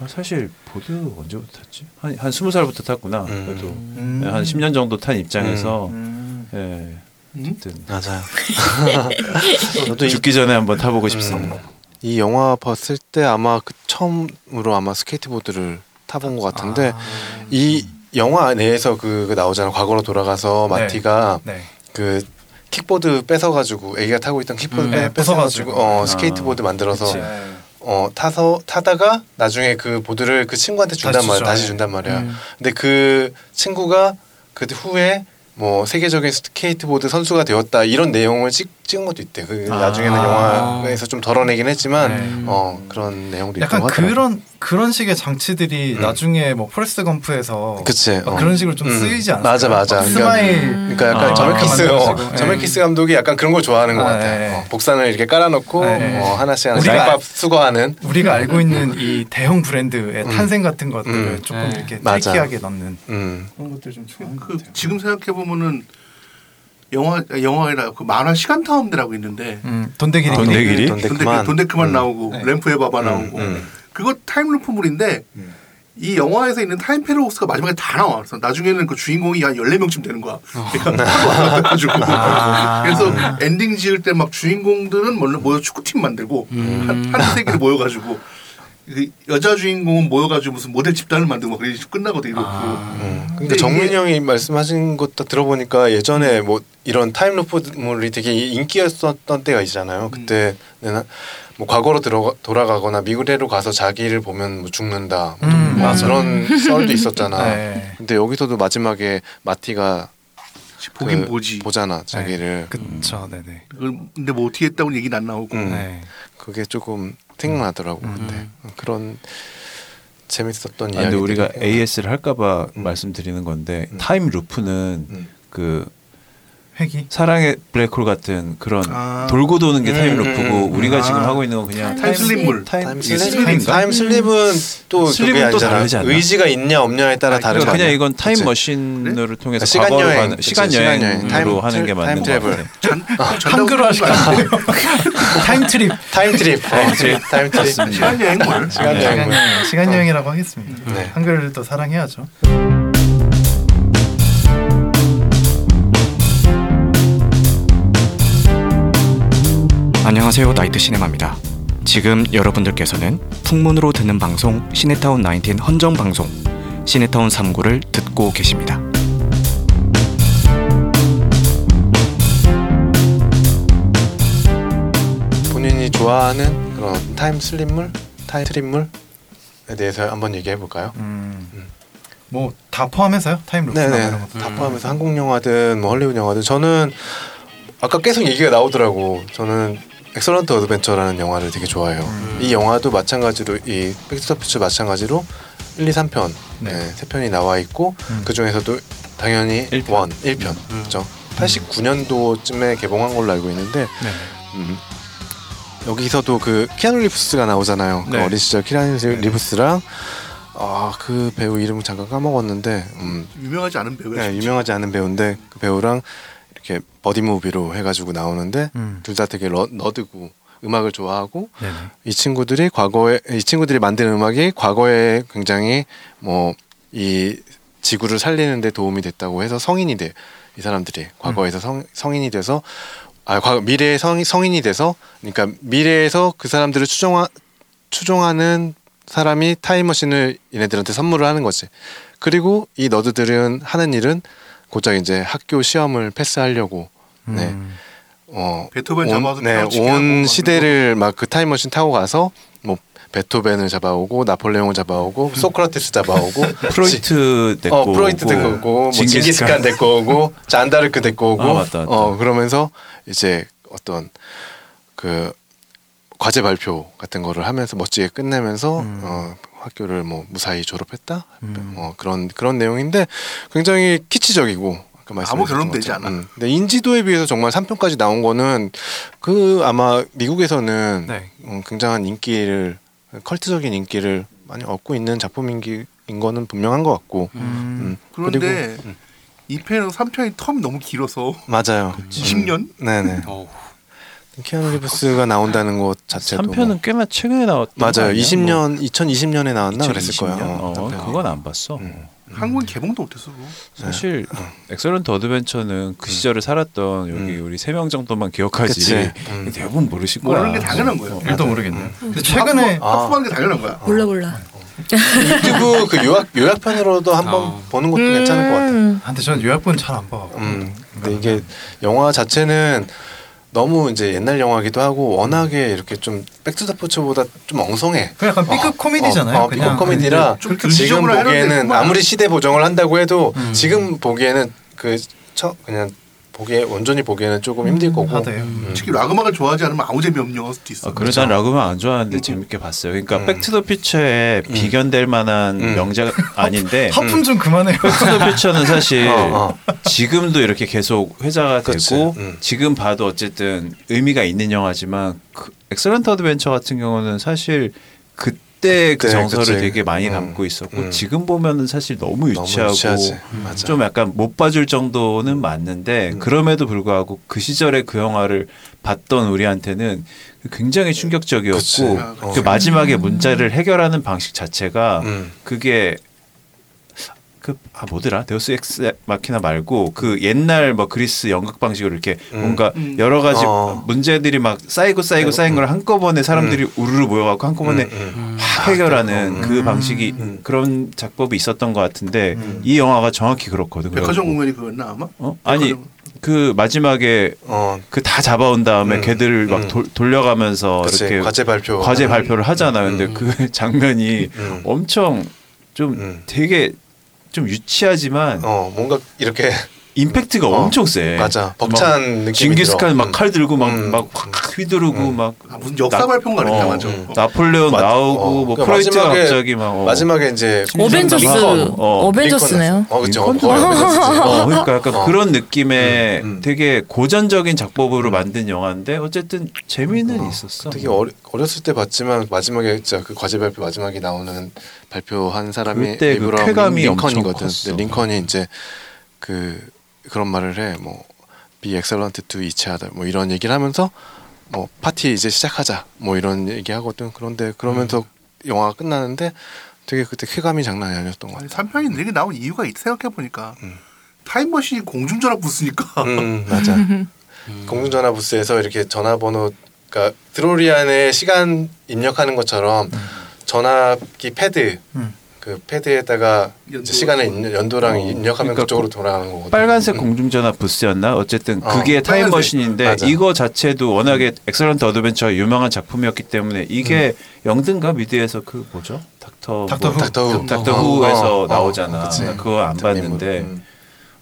S6: 아, 사실 보드 언제부터 탔지? 한한 스무 살부터 탔구나.
S2: 음.
S6: 그래도
S5: 음.
S6: 한 10년 정도 탄 입장에서
S5: 음.
S6: 예.
S3: 음?
S6: 어쨌든
S2: 맞아요
S6: 저도 죽기 전에 한번 타보고 싶습니다.
S2: 음.
S6: 아,
S2: 이 영화 봤을 때 아마 그 처음으로 아마 스케이트보드를 타본 것 같은데 이 영화 내에서 그, 그 나오잖아. 과거로 돌아가서
S5: 네.
S2: 마티가
S5: 네.
S2: 그 킥보드 뺏어가지고 애기가 타고 있던 킥보드
S5: 음,
S2: 빼
S5: 네,
S2: 뺏어가지고
S5: 부숴가지고.
S2: 어
S6: 아,
S2: 스케이트보드 만들어서
S6: 그치.
S2: 어 타서 타다가 나중에 그 보드를 그 친구한테 준단
S5: 다시
S2: 말이야
S5: 주죠.
S2: 다시
S5: 네.
S2: 준단 말이야
S5: 음.
S2: 근데 그 친구가 그 후에 뭐 세계적인 스케이트보드 선수가 되었다 이런 내용을 찍, 찍은 것도 있대 그
S5: 아.
S2: 나중에는 영화에서 좀 덜어내긴 했지만
S5: 네.
S2: 어 그런 내용도
S5: 약간
S2: 있고 하더라고.
S5: 그런 그런 식의 장치들이
S2: 음.
S5: 나중에 뭐 포레스트 검프에서
S2: 그치
S5: 막
S2: 어.
S5: 그런 식으로 좀
S2: 음.
S5: 쓰이지 않아요?
S2: 맞아, 맞아. 그러니까-
S5: 스마일
S2: 그러니까 약간
S5: 아,
S2: 저멜키스
S5: 만들어가지고.
S2: 어,
S5: 예.
S2: 저멜키스 감독이 약간 그런 걸 좋아하는 것
S5: 아,
S2: 같아.
S5: 예.
S2: 요 복산을 이렇게 깔아놓고
S5: 예.
S2: 어, 하나씩 하나씩
S5: 우리가
S2: 쌀밥 수거하는.
S5: 우리가 알고 있는 이 대형 브랜드의 탄생 같은 것들을
S2: 음.
S5: 조금 이렇게
S2: 맞아.
S5: 트리키하게 넣는
S2: 음.
S5: 그런 것들 좀 좋아하는 것
S3: 그
S5: 같아요.
S3: 지금 생각해 보면은 영화 영화이라 그 만화 시간 타운데라고 있는데
S5: 음, 돈대기리
S6: 돈
S5: 돈
S2: 돈데
S3: 아,
S6: 내기리?
S3: 돈데
S2: 그만.
S3: 그만, 돈데 그만
S2: 음.
S3: 나오고
S5: 네.
S3: 램프의 바바 나오고
S2: 음.
S3: 그거 타임루프물인데
S5: 음.
S3: 이 영화에서 있는 타임 패러독스가 마지막에 다 나와. 그래서 나중에는 그 주인공이 한 14명쯤 되는 거야.
S5: 어.
S3: 그러니까 하도 와가지고.
S5: 아.
S3: 그래서 엔딩 지을 때 막 주인공들은 몰래 모여 축구팀 만들고
S5: 음.
S3: 한, 한 세계로 모여가지고 그 여자 주인공은 모여가지고 무슨 모델 집단을 만들고 막 그래서 끝나거든 이러고.
S5: 아.
S2: 음.
S3: 근데
S2: 근데
S3: 이게-
S2: 정민 이 형이 말씀하신 것도 들어보니까 예전에 뭐 이런 타임루프물이 되게 인기였었던 때가 있잖아요. 그때는 한- 뭐 과거로 들어 돌아가거나 미래로 가서 자기를 보면 뭐 죽는다 뭐
S5: 음,
S2: 뭐
S5: 맞아.
S2: 그런 썰도 있었잖아.
S5: 네.
S2: 근데 여기서도 마지막에 마티가
S3: 보긴
S2: 그
S3: 보지.
S2: 보잖아 자기를.
S5: 그쵸, 네네.
S3: 그걸 근데 뭐 어떻게 했다고는 얘기는 안 나오고.
S2: 음.
S5: 네.
S2: 그게 조금 생각나더라고. 근데 그런 재밌었던
S6: 아, 근데
S2: 이야기. 음.
S6: 우리가 AS를 할까봐 말씀드리는 건데 타임 루프는
S2: 음.
S6: 그
S5: 회기.
S6: 사랑의 블랙홀 같은 그런
S3: 아.
S6: 돌고 도는 게
S2: 음,
S6: 타임
S2: 음,
S6: 루프고
S2: 음.
S6: 우리가
S3: 아.
S6: 지금 하고 있는 건 그냥
S4: 타임
S3: 슬립물.
S6: 타임,
S2: 타임
S6: 이게
S2: 슬립?
S6: 슬립인가? 음.
S2: 타임 슬립은 또
S6: 슬립은
S2: 그게
S6: 또
S2: 아니잖아.
S6: 다르지 않나?
S2: 의지가 있냐 없냐에 따라
S6: 그러니까
S2: 다른 거
S6: 그냥
S2: 아니야?
S6: 이건 타임
S2: 그치?
S6: 머신을 통해서
S2: 시간
S6: 과거로
S2: 여행,
S6: 가는
S2: 그치,
S6: 시간
S2: 시간
S6: 여행으로
S2: 여행. 타임
S6: 하는 게
S2: 트래-
S6: 맞는
S2: 타임
S6: 것
S2: 트래블.
S6: 같아요.
S3: 전, 전담
S5: 한글로 하시면 안 돼요. 타임트립.
S2: 타임 트립.
S6: 아,
S2: 타임
S6: 네.
S2: 트립. 타임 트립.
S3: 시간 여행물.
S5: 아,
S2: 시간 여행.
S5: 네, 시간여행. 시간여행이라고 하겠습니다.
S2: 네.
S5: 한글을 또 사랑해야죠.
S1: 안녕하세요 나이트 시네마입니다. 지금 여러분들께서는 풍문으로 듣는 방송 시네타운 19 헌정 방송 시네타운 3구를 듣고 계십니다.
S2: 본인이 좋아하는 그런 타임 슬립물, 타임 트립물에 대해서 한번 얘기해 볼까요?
S5: 음. 뭐 다 포함해서요? 타임루프
S2: 네네.
S5: 뭐 이런 것도.
S2: 다 포함해서 한국 영화든 뭐 헐리우드 영화든 저는 아까 계속 얘기가 나오더라고. 저는 엑설런트 어드벤처라는 영화를 되게 좋아해요.
S5: 음.
S2: 이 영화도 마찬가지로 이 백스터퓨처 마찬가지로 1, 2, 3편
S5: 네.
S2: 네. 세 편이 나와 있고
S5: 음.
S2: 그 중에서도 당연히
S6: 일 편.
S2: 원 1편 그렇죠. 89년도쯤에 개봉한 걸로 알고 있는데
S5: 네.
S2: 음. 여기서도 그 키아누 리브스가 나오잖아요. 그
S5: 네.
S2: 어린 시절 키아누 리브스랑 아 그 배우 이름 잠깐 까먹었는데 음,
S3: 유명하지 않은 배우야.
S2: 네,
S3: 진짜.
S2: 유명하지 않은 배우인데 그 배우랑 이렇게 버디 무비로 해가지고 나오는데
S5: 음.
S2: 둘 다 되게 러, 너드고 음악을 좋아하고
S5: 네네.
S2: 이 친구들이 과거에 이 친구들이 만든 음악이 과거에 굉장히 뭐 이 지구를 살리는데 도움이 됐다고 해서 성인이 돼 이 사람들이
S5: 음.
S2: 과거에서 성, 성인이 돼서 아 과거 미래의 성, 성인이 돼서 그러니까 미래에서 그 사람들을 추종하 추종하는 사람이 타임머신을 얘네들한테 선물을 하는 거지 그리고 이 너드들은 하는 일은 고작 이제 학교 시험을 패스하려고 네. 어,
S3: 베토벤
S2: 온-
S3: 잡아서
S2: 네,
S3: 뼈치게 하고
S2: 온
S3: 만들고.
S2: 시대를 막 그 타임머신 타고 가서 뭐 베토벤을 잡아오고 나폴레옹을 잡아오고 소크라테스 잡아오고 지-
S6: 프로이트 데리고 그
S2: 어, 프로이트 데리고 오고 뭐 징기스칸 데리고 오고 잔다르크 데리고 오고
S6: 아, 맞다, 맞다.
S2: 어 그러면서 이제 어떤 그 과제 발표 같은 거를 하면서 멋지게 끝내면서
S3: 음.
S2: 어, 학교를 뭐 무사히 졸업했다 어, 그런 그런 내용인데 굉장히 키치적이고 아까 말씀하셨던
S3: 아무
S2: 것처럼. 음.
S3: 결론도 되지 않아.
S2: 근데 인지도에 비해서 정말 3편까지 나온 거는 그 아마 미국에서는
S5: 네.
S2: 음, 굉장한 인기를 컬트적인 인기를 많이 얻고 있는 작품인 기- 인 거는 분명한 것 같고
S5: 음.
S2: 음,
S3: 그런데
S2: 그리고-
S3: 이 2편에서 3편이 텀이 너무 길어서
S2: 맞아요. 음.
S3: 20년?
S2: 네네.
S7: 어우.
S2: 키아누 리브스가 나온다는 것 자체도 뭐
S6: 3편은 꽤나 최근에 나왔던 거
S2: 맞아요.
S6: 아니야?
S2: 20년 2020년에 나왔나 그랬을
S6: 2020
S2: 거예요.
S6: 년?
S2: 어,
S6: 어,
S2: 남편이. 음, 네.
S6: 그건 안 봤어.
S3: 한국은 개봉도 못했어. 그거.
S6: 사실 엑설런트 어드벤처는 그 시절을 살았던 여기 우리 세 명 정도만 기억하지
S2: 음. 그치. 음.
S6: 대부분 모르실 거야.
S5: 네.
S3: 모르는 게 당연한 거예요.
S2: 아.
S5: 일도 모르겠네요. 근데 최근에
S3: 합법한 게 당연한 거야.
S4: 몰라 몰라.
S2: 유튜브 그 요약 요약편으로도 한번
S6: 아.
S7: 어.
S2: 보는 것도 괜찮을 것 같아요.
S4: 음.
S5: 아, 근데 저는 요약본 잘 안 네. 봐.
S2: 음, 근데 이게 영화 자체는 너무 이제 옛날 영화기도 하고 워낙에 이렇게 좀 백투더포츠보다 좀 엉성해.
S5: 그 약간 B급 코미디잖아요,
S2: 어, 어,
S5: 그냥.
S2: B급 코미디라
S3: 좀
S2: 지금
S3: 지적으로 해놓은 데
S2: 보기에는
S3: 있구만.
S2: 아무리 시대 보정을 한다고 해도
S5: 음.
S2: 지금 보기에는 그 처, 그냥 보기에 온전히 보기에는 조금 힘들 거고.
S5: 아, 네.
S2: 음.
S3: 특히 락 음악을 좋아하지 않으면 아무 재미 없는 영화일 수도 있어. 그렇죠.
S6: 아,
S2: 그렇죠.
S6: 그래서 난 라그만 안
S2: 음.
S6: 좋아하는데 재밌게 봤어요. 그러니까 백투더피처에 비견될 만한
S2: 음.
S6: 명작 아닌데
S5: 하품 좀 그만해요.
S6: 백투더피처는 사실
S2: 어,
S6: 지금도 이렇게 계속 회자가
S2: 그치,
S6: 되고
S2: 음.
S6: 지금 봐도 어쨌든 의미가 있는 영화지만 그 엑셀런트 어드벤처 같은 경우는 사실 그때 그
S2: 그때,
S6: 정서를
S2: 그치.
S6: 되게 많이
S2: 음.
S6: 담고 있었고
S2: 음.
S6: 지금 보면은 사실 너무
S2: 너무
S6: 유치하고 음.
S2: 유치하지. 맞아. 음.
S6: 좀 약간 못 봐줄 정도는 맞는데 그럼에도 불구하고 그 시절에 그 영화를 봤던 우리한테는 굉장히 충격적이었고
S2: 그치.
S6: 그
S2: 어.
S6: 마지막에 문제를 해결하는 방식 자체가
S2: 음.
S6: 그게 그 아 뭐더라 데우스 엑스 마키나 말고 그 옛날 뭐 그리스 연극 방식으로 이렇게
S2: 음.
S6: 뭔가
S3: 음.
S6: 여러 가지
S2: 어.
S6: 문제들이 막 쌓이고 쌓이고 쌓인 걸 한꺼번에 사람들이 우르르 모여갖고 한꺼번에
S2: 음, 음.
S6: 확 해결하는
S2: 음.
S6: 그 방식이
S2: 음.
S6: 그런 작법이 있었던 것 같은데 이 영화가 정확히 그렇거든.
S3: 백화점
S2: 뭐.
S6: 그래갖고.
S3: 공연이 그거였나 아마? 뭐.
S6: 어? 아니
S3: 백화점.
S6: 그 마지막에
S2: 어,
S6: 그 다 잡아온 다음에
S2: 음.
S6: 걔들을 막
S2: 음.
S6: 돌- 돌려가면서
S2: 그치.
S6: 어, 이렇게
S2: 과제
S6: 과제,
S2: 발표.
S6: 발표를 어. 하잖아. 근데 그 장면이
S2: 음.
S6: 엄청 좀
S2: 음.
S6: 되게 좀 유치하지만
S2: 어, 뭔가 이렇게
S6: 임팩트가
S2: 어,
S6: 엄청 세.
S2: 맞아.
S6: 막
S2: 벅찬 느낌이
S6: 네. 음. 징기스칸
S2: 들어.
S6: 막 칼 들고 막
S2: 음.
S6: 막 확 휘두르고 막
S3: 아, 무슨 역사
S6: 나-
S3: 발표인가 그랬나
S6: 어,
S3: 맞아.
S2: 음.
S3: 어.
S6: 나폴레온
S2: 맞-
S6: 나오고
S2: 어,
S6: 뭐
S2: 그러니까
S6: 프로이트가
S2: 마지막에-
S6: 갑자기 막 어.
S2: 마지막에 이제
S4: 어벤져스.
S2: 링컨.
S6: 어,
S4: 어벤져스네요.
S2: 어, 그쵸.
S6: 링컨도
S2: 어,
S6: 나오고.
S2: 어벤져스.
S6: 어, 그러니까 약간
S2: 어.
S6: 그런 느낌의
S2: 음, 음.
S6: 되게 고전적인 작법으로 만든 영화인데 어쨌든 재미는 있었어.
S2: 되게 음. 어리, 어렸을 때 봤지만 마지막에 진짜 그 과제 발표 마지막에 나오는 발표한 사람이
S6: 그때 그
S2: 에이브러함
S6: 쾌감이 엄청
S2: 링컨이거든.
S6: 컸어.
S2: 근데 링컨이 이제 그 그런 말을 해. 뭐 be excellent to each other. 뭐 이런 얘기를 하면서 뭐 파티 이제 시작하자. 뭐 이런 얘기하거든. 그런데 그러면서
S6: 음.
S2: 영화가 끝나는데 되게 그때 쾌감이 장난이 아니었던 것
S3: 아니,
S2: 같아.
S3: 3편이 늘게 나온 이유가 있 생각해 보니까 타임머신이 공중전화 부스니까
S2: 음, 맞아. 공중전화 부스에서 이렇게 전화번호, 그러니까 드로리안의 시간 입력하는 것처럼 전화기 패드,
S5: 음.
S2: 그 패드에다가 이제
S3: 연도.
S2: 시간을 입력- 연도랑 입력하면
S6: 그러니까
S2: 그쪽으로
S6: 그
S2: 돌아가는 거거든.
S6: 빨간색
S2: 음.
S6: 공중전화 부스였나? 어쨌든
S2: 어, 빨간색.
S6: 그게 타임머신인데
S2: 맞아.
S6: 이거 자체도 워낙에 엑셀런트 어드벤처가 유명한 작품이었기 때문에 이게 영등가 미드에서 그 뭐죠? 닥터
S5: 닥터 후.
S2: 닥터 후.
S6: 닥터
S2: 어,
S6: 후에서
S2: 어,
S6: 나오잖아.
S2: 그치.
S6: 나 그거 안
S2: 닥터님
S6: 봤는데
S2: 음.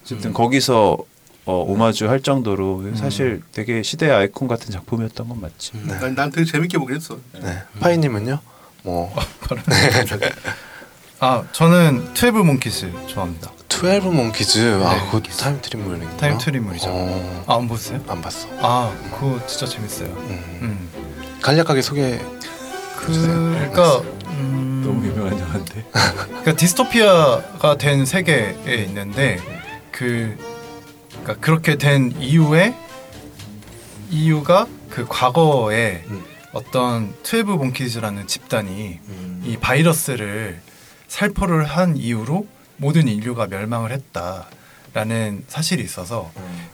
S6: 어쨌든 거기서 어, 오마주 할 정도로 사실 되게 시대의 아이콘 같은 작품이었던 건 맞지.
S3: 난, 난 되게 재밌게 보긴 했어.
S2: 네. 파이님은요? 뭐
S5: 아, 저는 12 몽키스 좋아합니다.
S2: 12 몽키즈
S5: 네.
S2: 아, 그 타임 트리블링.
S5: 타임 트리블이죠.
S2: 어,
S5: 아, 안 보세요?
S2: 안 봤어.
S5: 아, 그거 진짜 재밌어요.
S2: 음.
S5: 음.
S2: 간략하게 소개.
S5: 그, 그러니까 음,
S6: 너무 유명한 영화인데.
S5: 그러니까 디스토피아가 된 세계에 있는데 그 그러니까 그렇게 된 이유에 이유가 그 과거에
S2: 음.
S5: 어떤 트웨브 본키즈라는 집단이 이 바이러스를 살포를 한 이후로 모든 인류가 멸망을 했다라는 사실이 있어서